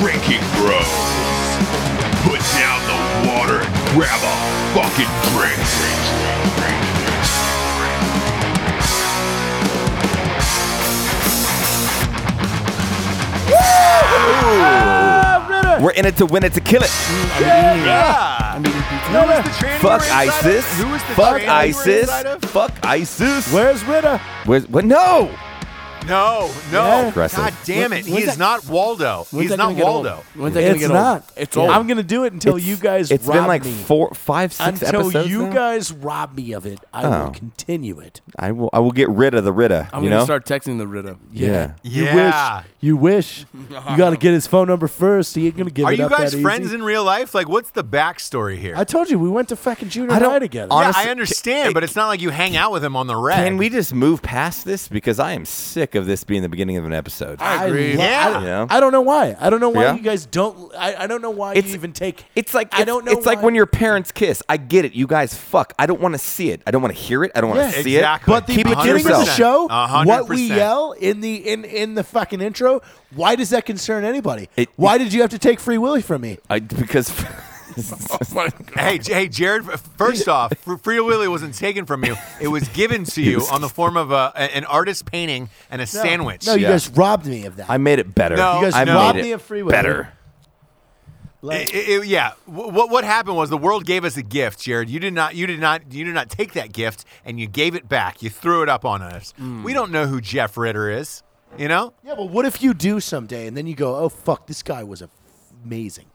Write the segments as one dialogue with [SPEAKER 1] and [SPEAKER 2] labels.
[SPEAKER 1] drinking bros. Put down the water and grab a fucking drink.
[SPEAKER 2] We're in it to win it to kill it. Yeah.
[SPEAKER 3] No, the tranny
[SPEAKER 2] Fuck
[SPEAKER 3] you were inside of?
[SPEAKER 2] ISIS.
[SPEAKER 3] Who was the tranny
[SPEAKER 2] Fuck
[SPEAKER 3] you were
[SPEAKER 2] ISIS.
[SPEAKER 3] inside of?
[SPEAKER 2] Fuck ISIS.
[SPEAKER 4] Where's Ritter?
[SPEAKER 2] Where's what? No.
[SPEAKER 3] No,
[SPEAKER 4] Yeah.
[SPEAKER 3] no.
[SPEAKER 2] Aggressive.
[SPEAKER 3] God damn it.
[SPEAKER 4] When's
[SPEAKER 3] He is
[SPEAKER 4] that-
[SPEAKER 3] not Waldo.
[SPEAKER 5] When's
[SPEAKER 3] He's
[SPEAKER 5] that gonna
[SPEAKER 3] not
[SPEAKER 5] get old?
[SPEAKER 3] Waldo.
[SPEAKER 5] When's that gonna
[SPEAKER 4] It's
[SPEAKER 5] get
[SPEAKER 4] not.
[SPEAKER 5] Old? It's old.
[SPEAKER 4] I'm gonna do it until you guys.
[SPEAKER 2] It's
[SPEAKER 4] rob
[SPEAKER 2] been like
[SPEAKER 4] me.
[SPEAKER 2] four, five, six
[SPEAKER 4] Until
[SPEAKER 2] episodes.
[SPEAKER 4] you
[SPEAKER 2] now.
[SPEAKER 4] guys rob me of it, I
[SPEAKER 2] Oh.
[SPEAKER 4] will continue it.
[SPEAKER 2] I will. I will get rid of the Rita.
[SPEAKER 5] I'm
[SPEAKER 2] you
[SPEAKER 5] gonna
[SPEAKER 2] know.
[SPEAKER 5] start texting the Rita.
[SPEAKER 2] yeah.
[SPEAKER 3] Yeah.
[SPEAKER 4] You wish. You wish. You got to get his phone number first. He ain't gonna give
[SPEAKER 3] Are
[SPEAKER 4] it
[SPEAKER 3] you
[SPEAKER 4] up
[SPEAKER 3] guys
[SPEAKER 4] that
[SPEAKER 3] friends
[SPEAKER 4] easy.
[SPEAKER 3] in real life? Like, what's the backstory here?
[SPEAKER 4] I told you we went to fucking junior
[SPEAKER 2] I don't-
[SPEAKER 4] high together.
[SPEAKER 2] hon-
[SPEAKER 3] yeah,
[SPEAKER 2] honestly,
[SPEAKER 3] I understand,
[SPEAKER 2] it-
[SPEAKER 3] but it's not like you hang out with him on the reg.
[SPEAKER 2] Can we just move past this because I am sick of this being the beginning of an episode.
[SPEAKER 5] I agree.
[SPEAKER 4] lo-
[SPEAKER 3] Yeah.
[SPEAKER 4] I,
[SPEAKER 2] You know?
[SPEAKER 4] I don't know why. I don't know why
[SPEAKER 2] Yeah.
[SPEAKER 4] you guys don't. I, I don't know why
[SPEAKER 2] It's-
[SPEAKER 4] you even take.
[SPEAKER 2] It's like
[SPEAKER 4] I don't know.
[SPEAKER 2] It's like
[SPEAKER 4] why-
[SPEAKER 2] when your parents kiss. I get it. You guys fuck. I don't want to see it. I don't want to hear it. I don't want to
[SPEAKER 4] Yeah,
[SPEAKER 2] see
[SPEAKER 3] exactly.
[SPEAKER 2] it.
[SPEAKER 3] But the
[SPEAKER 2] keep it to
[SPEAKER 4] beginning of the
[SPEAKER 2] yourself.
[SPEAKER 4] show,
[SPEAKER 3] A hundred
[SPEAKER 4] what we
[SPEAKER 3] percent.
[SPEAKER 4] yell in the in in the fucking intro. Why does that concern anybody?
[SPEAKER 2] It-
[SPEAKER 4] why did you have to take Free Willy from me?
[SPEAKER 2] I, because
[SPEAKER 5] My God.
[SPEAKER 3] Hey, J- hey, Jared. f- First off, Fr- Free Willy wasn't taken from you. It was given to you on the form of a, a- an artist painting and a sandwich.
[SPEAKER 4] No, you
[SPEAKER 2] Yeah.
[SPEAKER 4] guys robbed me of that.
[SPEAKER 2] I made it better.
[SPEAKER 3] No, You guys
[SPEAKER 2] I
[SPEAKER 3] no. robbed
[SPEAKER 2] made it
[SPEAKER 4] me of Free Willy.
[SPEAKER 2] better.
[SPEAKER 3] I-
[SPEAKER 4] like,
[SPEAKER 3] I- I- yeah. Wh- What what happened was the world gave us a gift, Jared. You did not. You did not. You did not take that gift, and you gave it back. You threw it up on us. We don't know who Jeff Ritter is. You know.
[SPEAKER 4] yeah, but what if you do someday and then you go, oh fuck, this guy was a- amazing.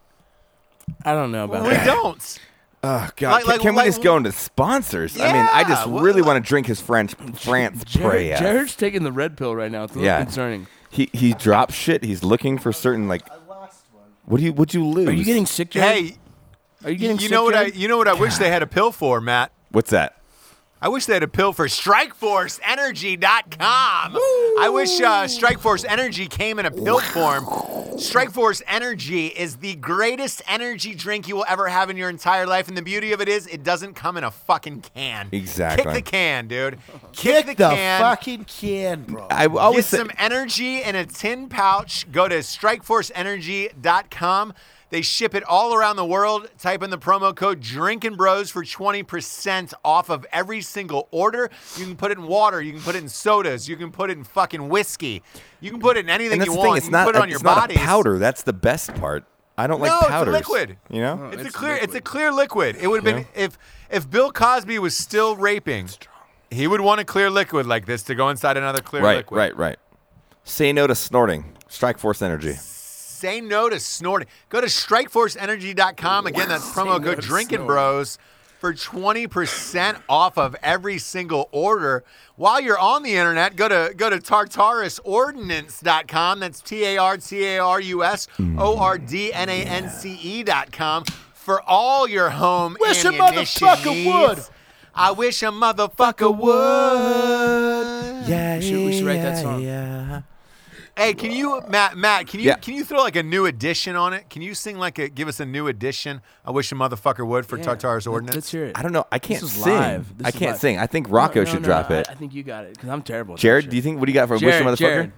[SPEAKER 5] I don't know about
[SPEAKER 3] We
[SPEAKER 5] that.
[SPEAKER 3] don't.
[SPEAKER 2] Oh God!
[SPEAKER 3] Like-
[SPEAKER 2] Can-
[SPEAKER 3] like-
[SPEAKER 2] can
[SPEAKER 3] like-
[SPEAKER 2] we just go into sponsors? I mean, I just
[SPEAKER 3] Yeah, well,
[SPEAKER 2] really
[SPEAKER 3] like-
[SPEAKER 2] want to drink his French France
[SPEAKER 5] Jared,
[SPEAKER 2] prey. ass.
[SPEAKER 5] Jared's taking the red pill right now. It's a little
[SPEAKER 2] Yeah.
[SPEAKER 5] concerning.
[SPEAKER 2] He he drops shit. He's looking for certain like. What do you? Would you lose?
[SPEAKER 5] Are you getting sick, Jared?
[SPEAKER 3] Hey,
[SPEAKER 5] Are you getting
[SPEAKER 3] you
[SPEAKER 5] sick,
[SPEAKER 3] know what I?
[SPEAKER 5] Jared?
[SPEAKER 3] You know what I wish they had a pill for, Matt.
[SPEAKER 2] What's that?
[SPEAKER 3] I wish they had a pill for StrikeForceEnergy.com. I wish uh, Strikeforce Energy came in a pill form. Strikeforce Energy is the greatest energy drink you will ever have in your entire life, and the beauty of it is it doesn't come in a fucking can.
[SPEAKER 2] Exactly.
[SPEAKER 3] Kick the can, dude.
[SPEAKER 4] Kick
[SPEAKER 3] Kick,
[SPEAKER 4] the,
[SPEAKER 3] can.
[SPEAKER 4] fucking can, bro.
[SPEAKER 2] I always say,
[SPEAKER 3] Get some energy in a tin pouch. Go to strikeforceenergy.com. They ship it all around the world. Type in the promo code Drinking Bros for 20% off of every single order. You can put it in water. You can put it in sodas. You can put it in fucking whiskey. You can put it in anything
[SPEAKER 2] and that's
[SPEAKER 3] you
[SPEAKER 2] the
[SPEAKER 3] want.
[SPEAKER 2] thing. It's
[SPEAKER 3] you can
[SPEAKER 2] not.
[SPEAKER 3] put it
[SPEAKER 2] a,
[SPEAKER 3] on your
[SPEAKER 2] it's not
[SPEAKER 3] body.
[SPEAKER 2] a powder. That's the best part. I don't
[SPEAKER 3] No,
[SPEAKER 2] like
[SPEAKER 3] it's a
[SPEAKER 2] powders.
[SPEAKER 3] liquid.
[SPEAKER 2] You know.
[SPEAKER 3] It's,
[SPEAKER 5] It's
[SPEAKER 3] a clear. It's a
[SPEAKER 5] liquid.
[SPEAKER 3] clear liquid. It would have been if if Bill Cosby was still raping. He would want a clear liquid like this to go inside another clear
[SPEAKER 2] right.
[SPEAKER 3] liquid.
[SPEAKER 2] Right. Right. Say no to snorting. Strike force energy.
[SPEAKER 3] Say no to snorting. Go to strikeforceenergy.com. Again, that's promo
[SPEAKER 5] no
[SPEAKER 3] code
[SPEAKER 5] to
[SPEAKER 3] drinking
[SPEAKER 5] snorting.
[SPEAKER 3] bros for 20% off of every single order. While you're on the internet, go to go to tartarusordinance.com. That's T A R T A R U S
[SPEAKER 4] Mm.
[SPEAKER 3] O R D N A N C E.com for all your home
[SPEAKER 4] Wish a
[SPEAKER 3] ammunition
[SPEAKER 4] motherfucker
[SPEAKER 3] needs.
[SPEAKER 4] would.
[SPEAKER 3] I wish a motherfucker would.
[SPEAKER 2] Yeah.
[SPEAKER 5] should- we should write that song.
[SPEAKER 2] Yeah.
[SPEAKER 3] Hey, can you, Matt? Matt, can you
[SPEAKER 2] Yeah.
[SPEAKER 3] can you throw like a new edition on it? Can you sing like a give us a new edition? I wish a motherfucker would for
[SPEAKER 5] Yeah.
[SPEAKER 3] Tartar's
[SPEAKER 5] Let-
[SPEAKER 3] ordinance.
[SPEAKER 5] Let's hear it.
[SPEAKER 2] I don't know. I can't
[SPEAKER 5] is
[SPEAKER 2] sing.
[SPEAKER 5] live. This
[SPEAKER 2] I
[SPEAKER 5] is
[SPEAKER 2] can't
[SPEAKER 5] live.
[SPEAKER 2] sing. I think Rocco
[SPEAKER 5] No,
[SPEAKER 2] should
[SPEAKER 5] no,
[SPEAKER 2] drop
[SPEAKER 5] I-
[SPEAKER 2] it.
[SPEAKER 5] I think you got it because I'm terrible. at that
[SPEAKER 2] Jared,
[SPEAKER 5] shit.
[SPEAKER 2] do you think what do you got for
[SPEAKER 5] Jared,
[SPEAKER 2] wish a motherfucker?
[SPEAKER 5] Jared.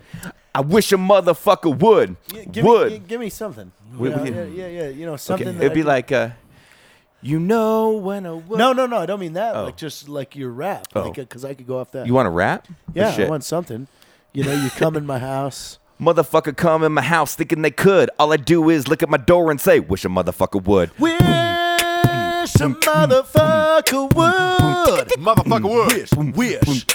[SPEAKER 2] I wish a motherfucker would
[SPEAKER 4] Give
[SPEAKER 2] would.
[SPEAKER 4] Me, gi- give me something.
[SPEAKER 2] We-
[SPEAKER 4] You know,
[SPEAKER 2] we-
[SPEAKER 4] yeah, yeah, yeah, You know
[SPEAKER 2] Okay,
[SPEAKER 4] something. that
[SPEAKER 2] It'd
[SPEAKER 4] I
[SPEAKER 2] be
[SPEAKER 4] can-
[SPEAKER 2] like, uh, you know when a would.
[SPEAKER 4] No, no, no. I don't mean that. Like just like your rap.
[SPEAKER 2] Oh.
[SPEAKER 4] Like because I could go off that.
[SPEAKER 2] You want to rap?
[SPEAKER 4] yeah,
[SPEAKER 2] Shit.
[SPEAKER 4] I want something. You know, you come in my house.
[SPEAKER 2] Motherfucker come in my house thinking they could. All I do is look at my door and say, wish a motherfucker would.
[SPEAKER 4] Wish a motherfucker would.
[SPEAKER 3] motherfucker would.
[SPEAKER 4] Wish, wish,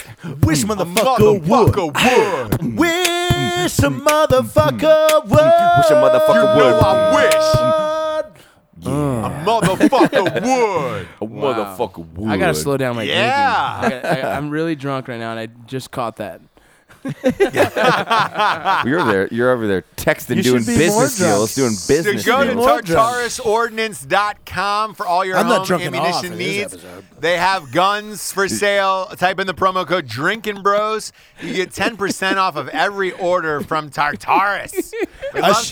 [SPEAKER 4] wish a
[SPEAKER 3] A
[SPEAKER 4] motherfucker would.
[SPEAKER 3] motherfucker would.
[SPEAKER 4] Wish a motherfucker would.
[SPEAKER 2] Wish a motherfucker would.
[SPEAKER 3] I wish
[SPEAKER 4] would.
[SPEAKER 3] a motherfucker would.
[SPEAKER 2] A motherfucker would.
[SPEAKER 5] I gotta slow down my
[SPEAKER 3] Yeah.
[SPEAKER 5] drinking. I gotta- I, I'm really drunk right now, and I just caught that.
[SPEAKER 2] You're there. You're over there texting,
[SPEAKER 4] You
[SPEAKER 2] doing
[SPEAKER 4] should be more
[SPEAKER 2] business deals, doing
[SPEAKER 3] So
[SPEAKER 2] business
[SPEAKER 3] go to
[SPEAKER 2] deals.
[SPEAKER 4] more drunk.
[SPEAKER 3] tartarusordinance.com for all your
[SPEAKER 4] I'm not
[SPEAKER 3] home
[SPEAKER 4] drunken off
[SPEAKER 3] ammunition
[SPEAKER 4] in this
[SPEAKER 3] needs.
[SPEAKER 4] episode.
[SPEAKER 3] They have guns for sale. Type in the promo code Drinking Bros. You get 10% off of every order from Tartarus. We love
[SPEAKER 4] sh-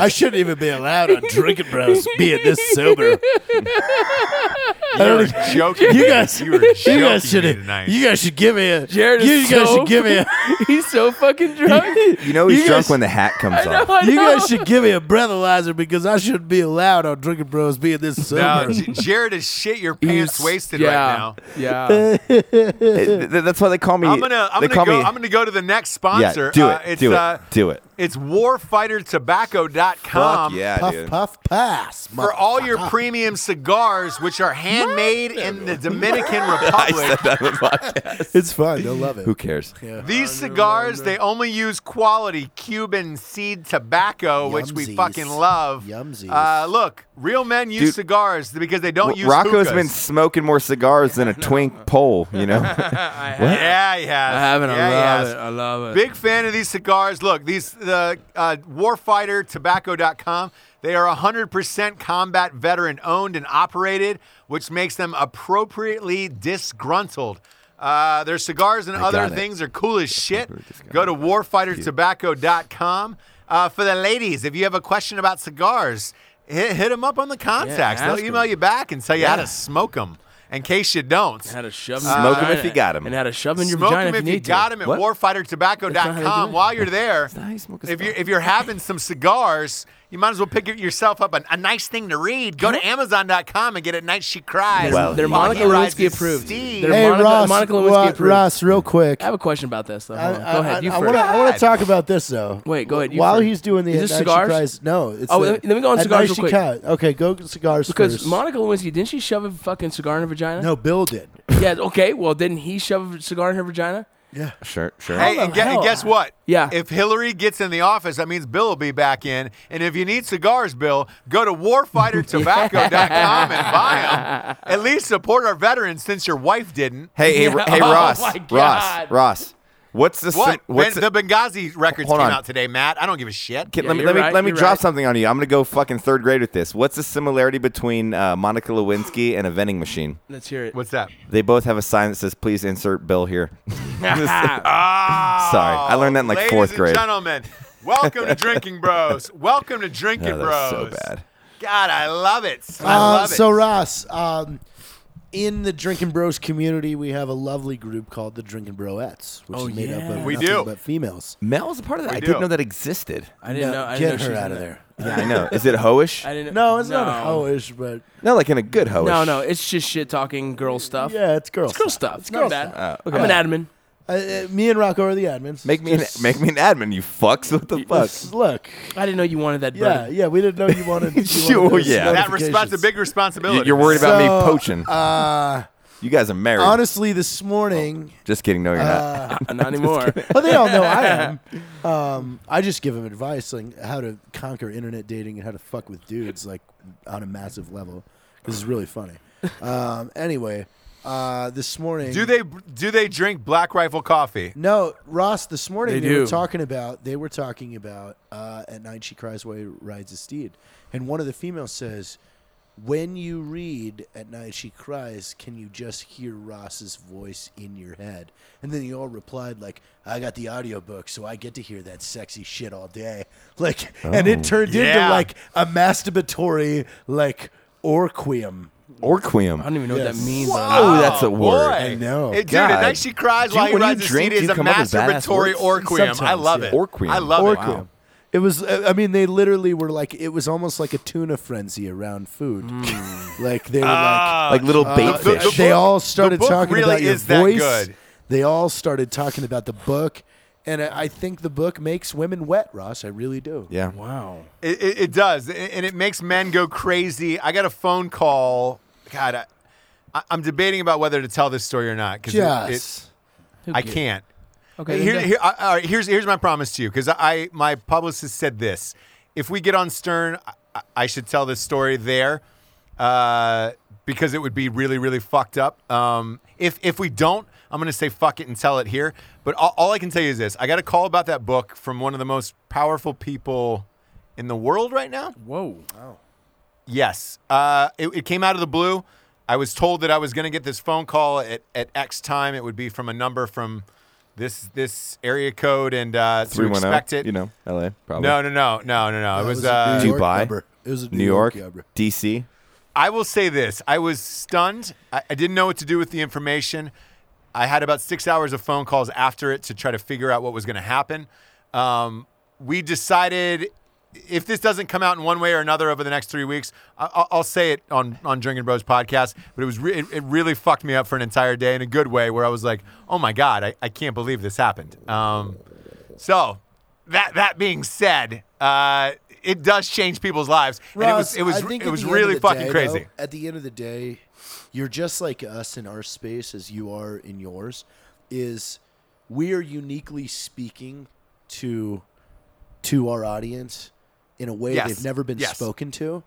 [SPEAKER 4] I shouldn't even be allowed on Drinking Bros being this sober. I don't even-
[SPEAKER 3] joking.
[SPEAKER 4] You guys,
[SPEAKER 3] you
[SPEAKER 4] you,
[SPEAKER 3] were joking
[SPEAKER 4] guys should,
[SPEAKER 3] me tonight.
[SPEAKER 4] you guys should give me a.
[SPEAKER 5] Jared
[SPEAKER 4] you
[SPEAKER 5] is
[SPEAKER 4] guys
[SPEAKER 5] so-
[SPEAKER 4] should give me a.
[SPEAKER 5] He's so fucking drunk.
[SPEAKER 2] You know he's
[SPEAKER 4] You
[SPEAKER 2] drunk
[SPEAKER 4] guys-
[SPEAKER 2] when the hat comes
[SPEAKER 5] I know,
[SPEAKER 2] off.
[SPEAKER 5] I
[SPEAKER 4] You
[SPEAKER 5] know.
[SPEAKER 4] guys should give me a breathalyzer because I shouldn't be allowed on Drinking Bros being this
[SPEAKER 3] No,
[SPEAKER 4] sober.
[SPEAKER 3] J- Jared is shit your pants wasted right now.
[SPEAKER 5] Yeah. Yeah.
[SPEAKER 2] Th- th- That's why they call me.
[SPEAKER 3] I'm gonna I'm
[SPEAKER 2] they
[SPEAKER 3] gonna
[SPEAKER 2] call
[SPEAKER 3] go
[SPEAKER 2] me.
[SPEAKER 3] I'm gonna go to the next
[SPEAKER 2] yeah,
[SPEAKER 3] sponsor.
[SPEAKER 2] do it.
[SPEAKER 3] Uh, it's
[SPEAKER 2] do it.
[SPEAKER 3] uh
[SPEAKER 2] do it.
[SPEAKER 3] it's warfightertobacco.com.
[SPEAKER 2] Fuck yeah,
[SPEAKER 4] um, puff,
[SPEAKER 2] dude.
[SPEAKER 4] puff, pass.
[SPEAKER 3] For all your
[SPEAKER 4] motherfucker.
[SPEAKER 3] premium cigars, which are handmade in the Dominican Republic,
[SPEAKER 4] It's fun. They'll love it.
[SPEAKER 2] Who cares?
[SPEAKER 3] these cigars, they only use quality Cuban seed tobacco, which we
[SPEAKER 4] Yumsies.
[SPEAKER 3] fucking love.
[SPEAKER 4] Yumsies.
[SPEAKER 3] Uh, look, real men use
[SPEAKER 2] Dude.
[SPEAKER 3] cigars because they don't
[SPEAKER 2] Well,
[SPEAKER 3] use
[SPEAKER 2] Rocco's
[SPEAKER 3] hookahs.
[SPEAKER 2] been smoking more cigars than a twink pole, you know?
[SPEAKER 3] Yeah,
[SPEAKER 5] I
[SPEAKER 3] he has.
[SPEAKER 5] haven't.
[SPEAKER 3] Yeah,
[SPEAKER 5] I
[SPEAKER 3] he
[SPEAKER 5] love
[SPEAKER 3] has.
[SPEAKER 5] it. I love it.
[SPEAKER 3] Big fan of these cigars. Look, these the uh, warfightertobacco.com. They are 100% combat veteran owned and operated, which makes them appropriately disgruntled. Uh, their cigars and other
[SPEAKER 2] got it.
[SPEAKER 3] things are cool as shit. Go to warfightertobacco.com. Uh, for the ladies, if you have a question about cigars, hit, hit them up on the contacts.
[SPEAKER 5] ask
[SPEAKER 3] They'll email you back and tell you how
[SPEAKER 2] Yeah.
[SPEAKER 3] to smoke them in case you don't.
[SPEAKER 5] Had a shove. in
[SPEAKER 2] Smoke
[SPEAKER 5] your
[SPEAKER 2] 'em if
[SPEAKER 5] vagina
[SPEAKER 2] you got 'em.
[SPEAKER 5] And had a shove in your
[SPEAKER 3] Smoke
[SPEAKER 5] vagina
[SPEAKER 3] them if
[SPEAKER 5] need
[SPEAKER 3] you got them at
[SPEAKER 2] What?
[SPEAKER 5] not how they do
[SPEAKER 3] warfightertobacco.com.
[SPEAKER 5] it.
[SPEAKER 3] While you're there,
[SPEAKER 2] not how you smoke a
[SPEAKER 3] if you're
[SPEAKER 2] cigar.
[SPEAKER 3] if you're having some cigars, you might as well pick yourself up a, a nice thing to read. Go to Amazon.com and get it. Night She Cries.
[SPEAKER 2] Well,
[SPEAKER 5] They're
[SPEAKER 2] yeah.
[SPEAKER 5] Monica
[SPEAKER 3] Rocky Rides
[SPEAKER 5] Lewinsky
[SPEAKER 3] is
[SPEAKER 5] approved.
[SPEAKER 3] Steve.
[SPEAKER 5] They're
[SPEAKER 4] Hey,
[SPEAKER 5] Monica,
[SPEAKER 4] Ross,
[SPEAKER 5] Monica Lewinsky
[SPEAKER 4] Ro-
[SPEAKER 5] approved.
[SPEAKER 4] Ross, real quick.
[SPEAKER 5] I have a question about this though.
[SPEAKER 4] I,
[SPEAKER 5] Hold on. Go ahead. You
[SPEAKER 4] I,
[SPEAKER 5] first.
[SPEAKER 4] wanna- I want to talk about this though.
[SPEAKER 5] Wait, go ahead, you
[SPEAKER 4] While
[SPEAKER 5] first.
[SPEAKER 4] he's doing the
[SPEAKER 5] Is this
[SPEAKER 4] At Night She
[SPEAKER 5] cigars?
[SPEAKER 4] Cries- no, it's
[SPEAKER 5] Oh,
[SPEAKER 4] the-
[SPEAKER 5] let me- let me go on
[SPEAKER 4] At
[SPEAKER 5] cigars
[SPEAKER 4] Night
[SPEAKER 5] real
[SPEAKER 4] She
[SPEAKER 5] quick.
[SPEAKER 4] Cries. Okay, go to cigars
[SPEAKER 5] because
[SPEAKER 4] first.
[SPEAKER 5] Monica Lewinsky didn't she shove a fucking cigar in her vagina?
[SPEAKER 4] no, Bill did.
[SPEAKER 5] Yeah. Okay. Well, didn't he shove a cigar in her vagina?
[SPEAKER 4] Yeah,
[SPEAKER 2] Sure, sure.
[SPEAKER 3] Hey,
[SPEAKER 5] the
[SPEAKER 3] and, gue- and
[SPEAKER 5] hell?
[SPEAKER 3] guess what?
[SPEAKER 5] Yeah.
[SPEAKER 3] If Hillary gets in the office, that means Bill will be back in. And if you need cigars, Bill, go to warfightertobacco.com and buy them. At least support our veterans since your wife didn't.
[SPEAKER 2] Hey, hey,
[SPEAKER 5] Yeah.
[SPEAKER 2] hey,
[SPEAKER 5] Oh
[SPEAKER 2] Ross,
[SPEAKER 5] my
[SPEAKER 2] Ross,
[SPEAKER 5] God.
[SPEAKER 2] Ross. What's the
[SPEAKER 3] What?
[SPEAKER 2] what's
[SPEAKER 3] Ben-
[SPEAKER 2] the,
[SPEAKER 3] the Benghazi records
[SPEAKER 2] Hold
[SPEAKER 3] came
[SPEAKER 2] on.
[SPEAKER 3] out today, Matt. I don't give a shit.
[SPEAKER 2] Can,
[SPEAKER 5] Yeah,
[SPEAKER 2] let me
[SPEAKER 5] you're
[SPEAKER 2] let me
[SPEAKER 5] right,
[SPEAKER 2] let me
[SPEAKER 5] you're
[SPEAKER 2] drop
[SPEAKER 5] right.
[SPEAKER 2] something on you. I'm gonna go fucking third grade with this. What's the similarity between uh, Monica Lewinsky and a vending machine?
[SPEAKER 5] Let's hear it.
[SPEAKER 3] What's that?
[SPEAKER 2] They both have a sign that says "Please insert bill here."
[SPEAKER 3] Ah,
[SPEAKER 2] Sorry, I learned that in, like,
[SPEAKER 3] ladies
[SPEAKER 2] fourth grade.
[SPEAKER 3] And gentlemen, welcome to Drinking Bros. Welcome to Drinking
[SPEAKER 2] Oh, that was
[SPEAKER 3] Bros.
[SPEAKER 2] so bad.
[SPEAKER 3] God, I love it. I
[SPEAKER 4] Uh,
[SPEAKER 3] love it.
[SPEAKER 4] so Ross, um, in the Drinking Bros community, we have a lovely group called the Drinking Broettes, which
[SPEAKER 5] Oh,
[SPEAKER 4] is made up
[SPEAKER 5] yeah.
[SPEAKER 4] of
[SPEAKER 3] We
[SPEAKER 4] nothing
[SPEAKER 3] do.
[SPEAKER 4] but females.
[SPEAKER 2] Mel was a part of that. I
[SPEAKER 3] do.
[SPEAKER 2] didn't know that existed.
[SPEAKER 5] I didn't
[SPEAKER 4] No,
[SPEAKER 5] know. I
[SPEAKER 4] get
[SPEAKER 5] didn't know she
[SPEAKER 4] her
[SPEAKER 5] was
[SPEAKER 4] out
[SPEAKER 5] in
[SPEAKER 4] of
[SPEAKER 5] there.
[SPEAKER 4] there.
[SPEAKER 2] Yeah, I know. Is it hoish?
[SPEAKER 5] I didn't.
[SPEAKER 4] No, it's not
[SPEAKER 5] no.
[SPEAKER 4] hoish, but
[SPEAKER 2] No, like in a good hoish.
[SPEAKER 5] No, no, it's just shit talking girl stuff.
[SPEAKER 4] yeah, it's girl.
[SPEAKER 5] It's girl stuff. It's not bad. I'm an admin.
[SPEAKER 4] Uh, uh, me and Rocco are the admins.
[SPEAKER 2] Make me an,
[SPEAKER 4] Just-
[SPEAKER 2] make me an admin. You fucks. What the fuck?
[SPEAKER 4] just Look,
[SPEAKER 5] I didn't know you wanted that.
[SPEAKER 4] yeah,
[SPEAKER 5] Yeah.
[SPEAKER 4] yeah, we didn't know you wanted. You
[SPEAKER 2] Sure,
[SPEAKER 4] wanted those
[SPEAKER 2] yeah.
[SPEAKER 3] that
[SPEAKER 4] notifications.
[SPEAKER 3] response a big responsibility.
[SPEAKER 2] You- You're worried about me
[SPEAKER 4] So,
[SPEAKER 2] poaching.
[SPEAKER 4] Uh,
[SPEAKER 2] you guys are married.
[SPEAKER 4] honestly, this morning,
[SPEAKER 2] Just kidding. No, you're not.
[SPEAKER 4] uh,
[SPEAKER 5] Not anymore.
[SPEAKER 4] well, they all know I am. Um, I just give them advice on how to conquer internet dating and how to fuck with dudes like on a massive level. This is really funny. Um, anyway, uh, this morning,
[SPEAKER 3] Do they do they drink Black Rifle coffee?
[SPEAKER 4] No, Ross. This morning
[SPEAKER 5] They
[SPEAKER 4] they, were
[SPEAKER 5] do.
[SPEAKER 4] talking about they were talking about uh, at night she cries while he rides a steed, and one of the females says, "When you read at night she cries, can you just hear Ross's voice in your head?" And then you all replied like, "I got the audiobook, so I get to hear that sexy shit all day." Like, and
[SPEAKER 5] Oh.
[SPEAKER 4] it turned into
[SPEAKER 3] Yeah.
[SPEAKER 4] like a masturbatory like orquium.
[SPEAKER 2] Orquium.
[SPEAKER 5] I don't even know what
[SPEAKER 4] Yes.
[SPEAKER 5] that means.
[SPEAKER 2] Wow. Oh, that's a word.
[SPEAKER 3] Boy.
[SPEAKER 4] I know.
[SPEAKER 3] It, dude,
[SPEAKER 2] God.
[SPEAKER 3] at night she cries
[SPEAKER 2] Do you-
[SPEAKER 3] while he
[SPEAKER 2] when you
[SPEAKER 3] rides his
[SPEAKER 2] drink,
[SPEAKER 3] seat is
[SPEAKER 2] you
[SPEAKER 3] a
[SPEAKER 2] come up with badass
[SPEAKER 3] masturbatory
[SPEAKER 2] words.
[SPEAKER 3] orquium. I
[SPEAKER 4] Sometimes,
[SPEAKER 3] love
[SPEAKER 4] yeah.
[SPEAKER 3] it.
[SPEAKER 2] Orquium.
[SPEAKER 3] I love it.
[SPEAKER 2] Orquium.
[SPEAKER 4] It was. uh, I I mean, they literally were like, it was almost like a tuna frenzy around food. like they were like,
[SPEAKER 2] like little bait
[SPEAKER 3] Hmm. Ah. the-
[SPEAKER 2] fish.
[SPEAKER 3] the
[SPEAKER 4] they
[SPEAKER 3] book-
[SPEAKER 4] all started
[SPEAKER 3] the book
[SPEAKER 4] talking
[SPEAKER 3] really
[SPEAKER 4] about your
[SPEAKER 3] is that
[SPEAKER 4] voice.
[SPEAKER 3] good.
[SPEAKER 4] They all started talking about the book, and I I think the book makes women wet, Ross. I really do.
[SPEAKER 2] yeah.
[SPEAKER 5] Wow.
[SPEAKER 3] It, it, it does, a- and it makes men go crazy. I got a phone call. God, I, I- I'm debating about whether to tell this story or not because
[SPEAKER 4] Just
[SPEAKER 3] I can't.
[SPEAKER 5] Okay.
[SPEAKER 3] Here,
[SPEAKER 5] then
[SPEAKER 3] here, I- all right, here's here's my promise to you because I my publicist said this. If we get on Stern, I, I should tell this story there uh, because it would be really really fucked up. Um, if if we don't, I'm gonna say fuck it and tell it here. But all, all I can tell you is this: I got a call about that book from one of the most powerful people in the world right now.
[SPEAKER 5] Whoa.
[SPEAKER 3] Yes. Uh, it, it came out of the blue. I was told that I was going to get this phone call at, at X time. It would be from a number from this this area code and uh, to
[SPEAKER 2] 310.
[SPEAKER 3] expect it.
[SPEAKER 2] oh, You know, LA. Probably.
[SPEAKER 3] no, no, no, no, no, no. It
[SPEAKER 4] That
[SPEAKER 3] was.
[SPEAKER 4] a
[SPEAKER 3] Uh,
[SPEAKER 4] New York
[SPEAKER 2] Dubai?
[SPEAKER 4] number. It was a
[SPEAKER 2] New York,
[SPEAKER 4] number.
[SPEAKER 2] DC.
[SPEAKER 3] I will say this: I was stunned. I, I didn't know what to do with the information. I had about six hours of phone calls after it to try to figure out what was going to happen. Um, we decided if this doesn't come out in one way or another over the next three weeks, I- I'll, I'll say it on on Drinking Bros podcast. But it was re- it, it really fucked me up for an entire day in a good way, where I was like, oh my god, I, I can't believe this happened. Um, so that that being said, uh, it does change people's lives. and it was
[SPEAKER 4] Ross,
[SPEAKER 3] it was
[SPEAKER 4] I think
[SPEAKER 3] it
[SPEAKER 4] at
[SPEAKER 3] was
[SPEAKER 4] the end of
[SPEAKER 3] really
[SPEAKER 4] the
[SPEAKER 3] fucking
[SPEAKER 4] day,
[SPEAKER 3] crazy.
[SPEAKER 4] though, at the end of the day, you're just like us in our space as you are in yours. Is we are uniquely speaking to to our audience in a way
[SPEAKER 3] Yes.
[SPEAKER 4] they've never been
[SPEAKER 3] Yes.
[SPEAKER 4] spoken to,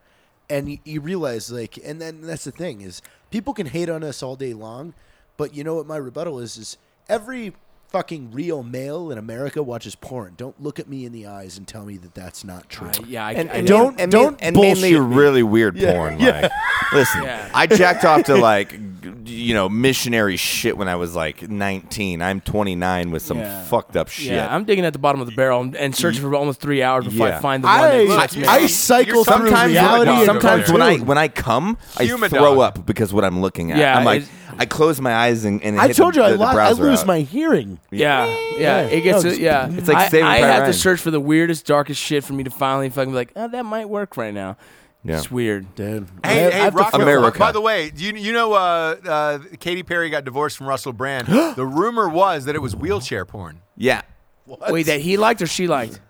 [SPEAKER 4] and you, you realize like, and then that's the thing is people can hate on us all day long, but you know what my rebuttal is is every. Fucking real male in America watches porn. Don't look at me in the eyes and tell me that that's not true.
[SPEAKER 2] Uh,
[SPEAKER 5] yeah, I,
[SPEAKER 2] And,
[SPEAKER 5] I-
[SPEAKER 2] and
[SPEAKER 4] Don't-
[SPEAKER 2] and,
[SPEAKER 4] don't
[SPEAKER 2] and mainly
[SPEAKER 4] bullshit me.
[SPEAKER 2] really weird porn. Like, listen,
[SPEAKER 5] Yeah.
[SPEAKER 2] I jacked off to like, g- you know, missionary shit when I was like 19. I'm 29 with some
[SPEAKER 5] Yeah.
[SPEAKER 2] fucked up shit.
[SPEAKER 5] yeah, I'm digging at the bottom of the barrel and, and searching for almost three hours before
[SPEAKER 2] Yeah.
[SPEAKER 5] I find the one
[SPEAKER 4] I,
[SPEAKER 5] that fits me.
[SPEAKER 4] I
[SPEAKER 3] You're
[SPEAKER 4] cycle through
[SPEAKER 3] sometimes-
[SPEAKER 2] sometimes
[SPEAKER 4] reality.
[SPEAKER 3] when-
[SPEAKER 4] and
[SPEAKER 2] sometimes when I
[SPEAKER 4] cartoon.
[SPEAKER 2] when I come, I
[SPEAKER 3] Human
[SPEAKER 2] throw
[SPEAKER 3] dog.
[SPEAKER 2] up because what I'm looking at.
[SPEAKER 5] Yeah,
[SPEAKER 2] I'm like,
[SPEAKER 5] it's-
[SPEAKER 2] I close my eyes and, and it
[SPEAKER 4] I
[SPEAKER 2] hit
[SPEAKER 4] told
[SPEAKER 2] the,
[SPEAKER 4] you I,
[SPEAKER 2] the
[SPEAKER 4] lo- I
[SPEAKER 2] browser
[SPEAKER 4] lose
[SPEAKER 2] out.
[SPEAKER 4] my hearing.
[SPEAKER 5] Yeah, yeah, it gets
[SPEAKER 4] No,
[SPEAKER 5] to, yeah.
[SPEAKER 4] it's-
[SPEAKER 2] it's like
[SPEAKER 5] I-
[SPEAKER 2] Saving
[SPEAKER 5] I,
[SPEAKER 2] Private
[SPEAKER 5] have to
[SPEAKER 2] Ryan.
[SPEAKER 5] search for the weirdest, darkest shit for me to finally fucking be like, oh, that might work right now.
[SPEAKER 2] Yeah.
[SPEAKER 5] It's weird.
[SPEAKER 4] Dude,
[SPEAKER 3] Hey,
[SPEAKER 4] I,
[SPEAKER 3] hey,
[SPEAKER 4] I have to
[SPEAKER 3] Rocco,
[SPEAKER 4] fuck-
[SPEAKER 2] America.
[SPEAKER 3] By the way, you you know, uh, uh, Katy Perry got divorced from Russell Brand. the rumor was that it was wheelchair porn.
[SPEAKER 2] Yeah.
[SPEAKER 5] Wait, that he liked or she liked?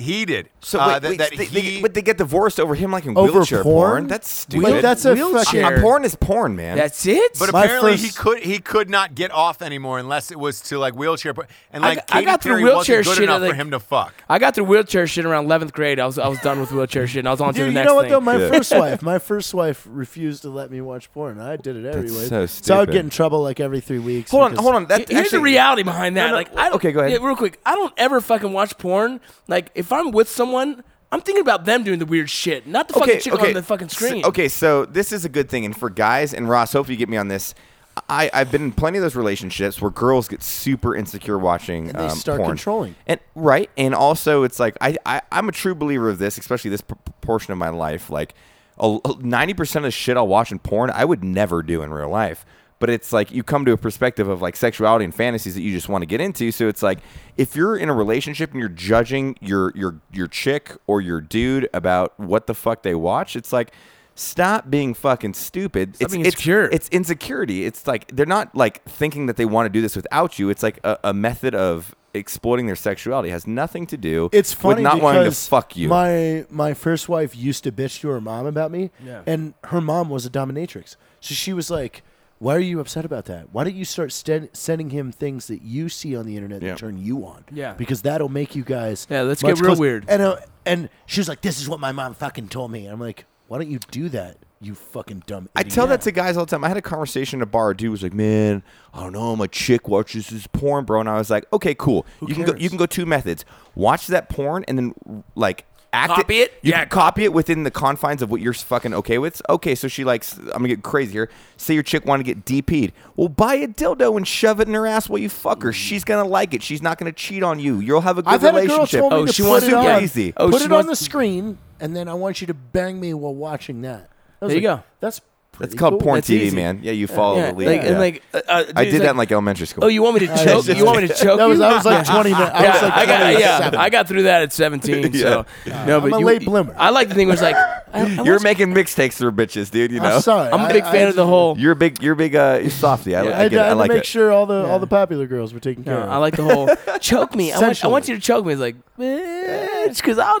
[SPEAKER 3] He did.
[SPEAKER 2] So
[SPEAKER 3] uh,
[SPEAKER 2] wait,
[SPEAKER 3] that,
[SPEAKER 2] wait,
[SPEAKER 3] that
[SPEAKER 2] they, they-
[SPEAKER 3] he,
[SPEAKER 2] but they get divorced over him like in
[SPEAKER 4] Over
[SPEAKER 2] wheelchair porn?
[SPEAKER 4] porn?
[SPEAKER 2] That's
[SPEAKER 4] Like,
[SPEAKER 2] stupid.
[SPEAKER 4] that's a
[SPEAKER 5] Wheelchair.
[SPEAKER 4] fucking-
[SPEAKER 2] Uh, porn is porn, man.
[SPEAKER 5] That's it.
[SPEAKER 3] but
[SPEAKER 4] my
[SPEAKER 3] apparently he
[SPEAKER 4] first-
[SPEAKER 3] could he could not get off anymore unless it was to like wheelchair porn. And
[SPEAKER 5] I
[SPEAKER 3] like
[SPEAKER 5] got- I
[SPEAKER 3] Katy
[SPEAKER 5] got through
[SPEAKER 3] Perry
[SPEAKER 5] wheelchair
[SPEAKER 3] wasn't good
[SPEAKER 5] shit,
[SPEAKER 3] enough
[SPEAKER 5] I
[SPEAKER 3] for
[SPEAKER 5] think-
[SPEAKER 3] him to fuck.
[SPEAKER 5] I got through wheelchair shit around 11th grade. I was I was done with wheelchair shit and I was on to the
[SPEAKER 4] Dude,
[SPEAKER 5] next
[SPEAKER 4] you know what
[SPEAKER 5] thing.
[SPEAKER 4] though? My
[SPEAKER 2] Yeah.
[SPEAKER 4] first wife, my first wife refused to let me watch porn. I did it anyway.
[SPEAKER 2] so
[SPEAKER 4] I would
[SPEAKER 2] stupid.
[SPEAKER 4] get in trouble like every three weeks.
[SPEAKER 2] hold on,
[SPEAKER 4] because-
[SPEAKER 2] hold on. That,
[SPEAKER 5] Here's the
[SPEAKER 2] actually-
[SPEAKER 5] reality behind that.
[SPEAKER 2] no,
[SPEAKER 5] like, I don't,
[SPEAKER 2] okay, go ahead.
[SPEAKER 5] Yeah, real quick, I don't ever fucking watch porn. Like, if I'm with someone, I'm thinking about them doing the weird shit, not the fucking chick on the fucking
[SPEAKER 2] S-
[SPEAKER 5] screen.
[SPEAKER 2] okay, so this is a good thing, and for guys and Ross, hopefully you get me on this. I, I've been in plenty of those relationships where girls get super insecure watching
[SPEAKER 4] And they
[SPEAKER 2] um,
[SPEAKER 4] start
[SPEAKER 2] porn.
[SPEAKER 4] controlling.
[SPEAKER 2] and right, and also it's like I, I I'm a true believer of this, especially this p- p- portion of my life. Like ninety percent of the shit I'll watch in porn, I would never do in real life. But it's like you come to a perspective of like sexuality and fantasies that you just want to get into. So it's like if you're in a relationship and you're judging your your your chick or your dude about what the fuck they watch, it's like stop being fucking stupid. it's
[SPEAKER 5] being
[SPEAKER 2] it's-
[SPEAKER 5] insecure.
[SPEAKER 2] It's, insecurity. It's like they're not like thinking that they want to do this without you. It's like a, a method of exploiting their sexuality It has nothing to do
[SPEAKER 4] It's funny
[SPEAKER 2] with not
[SPEAKER 4] because
[SPEAKER 2] wanting to fuck you.
[SPEAKER 4] My my first wife used to bitch to her mom about me,
[SPEAKER 5] Yeah.
[SPEAKER 4] and her mom was a dominatrix. So she was like, "Why are you upset about that? Why don't you start sten- sending him things that you see on the internet
[SPEAKER 2] Yeah.
[SPEAKER 4] that turn you on?
[SPEAKER 5] Yeah.
[SPEAKER 4] because that'll make you guys
[SPEAKER 5] Yeah, let's
[SPEAKER 4] much
[SPEAKER 5] get real
[SPEAKER 4] closer."
[SPEAKER 5] weird.
[SPEAKER 4] And uh, and she was like, "This is what my mom fucking told me." I'm like, "Why don't you do that? You fucking dumb."
[SPEAKER 2] I
[SPEAKER 4] idiot."
[SPEAKER 2] tell that to guys all the time. I had a conversation at a bar. A dude was like, "Man, I don't know. My chick watches this porn, bro." And I was like, "Okay, cool. you can go.
[SPEAKER 4] cares?
[SPEAKER 2] You can go two methods. Watch that porn and then like act
[SPEAKER 5] Copy it?
[SPEAKER 2] You
[SPEAKER 5] Yeah.
[SPEAKER 2] can copy it within the confines of what you're fucking okay with. Okay, so she likes. I'm gonna get crazy here. Say your chick wanted to get DP'd. Well, buy a dildo and shove it in her ass while you fuck her. She's gonna like it. She's not gonna cheat on you. You'll have a good
[SPEAKER 4] I've had a girl
[SPEAKER 2] relationship.
[SPEAKER 4] told me
[SPEAKER 5] Oh,
[SPEAKER 4] to
[SPEAKER 5] she
[SPEAKER 4] put
[SPEAKER 5] wants
[SPEAKER 4] it
[SPEAKER 5] to-
[SPEAKER 4] on,
[SPEAKER 5] yeah, easy. Oh,
[SPEAKER 4] put
[SPEAKER 5] she
[SPEAKER 4] it on
[SPEAKER 5] wants-
[SPEAKER 4] the screen, and then I want you to bang me while watching that. I was
[SPEAKER 5] There you
[SPEAKER 4] like,
[SPEAKER 5] go.
[SPEAKER 4] That's
[SPEAKER 2] That's
[SPEAKER 4] pretty
[SPEAKER 2] called
[SPEAKER 4] cool.
[SPEAKER 2] porn
[SPEAKER 5] That's
[SPEAKER 2] TV,
[SPEAKER 5] easy.
[SPEAKER 2] man. Yeah, you follow
[SPEAKER 5] yeah,
[SPEAKER 2] the lead.
[SPEAKER 5] like,
[SPEAKER 2] Yeah.
[SPEAKER 5] and like, uh, uh,
[SPEAKER 2] I
[SPEAKER 5] dude's
[SPEAKER 2] did that in like elementary school.
[SPEAKER 5] Oh, you want me to choke? You want me to choke?
[SPEAKER 4] Uh, That was
[SPEAKER 5] you?
[SPEAKER 4] I was like twenty minutes. I was
[SPEAKER 5] Yeah,
[SPEAKER 4] like
[SPEAKER 5] I got, yeah,
[SPEAKER 4] 27.
[SPEAKER 5] I got through that at 17. So no, but
[SPEAKER 4] I'm a
[SPEAKER 5] you-
[SPEAKER 4] late bloomer.
[SPEAKER 5] I like the thing was like I, I
[SPEAKER 2] You're
[SPEAKER 5] watch-
[SPEAKER 2] making mixtapes for bitches, dude. You know.
[SPEAKER 4] I'm sorry.
[SPEAKER 5] I'm a big
[SPEAKER 4] I-
[SPEAKER 5] fan
[SPEAKER 4] I-
[SPEAKER 5] of the whole.
[SPEAKER 2] You're a big, you're a big uh, you're softy. I,
[SPEAKER 4] I,
[SPEAKER 2] I, get it.
[SPEAKER 4] had
[SPEAKER 2] I
[SPEAKER 4] to
[SPEAKER 2] like
[SPEAKER 4] make
[SPEAKER 2] it.
[SPEAKER 4] sure all the all the popular girls were taken care
[SPEAKER 5] No,
[SPEAKER 4] of.
[SPEAKER 5] I like the whole choke me. I want, I
[SPEAKER 4] Sensually.
[SPEAKER 5] want you to choke me. It's like, bitch, because I'll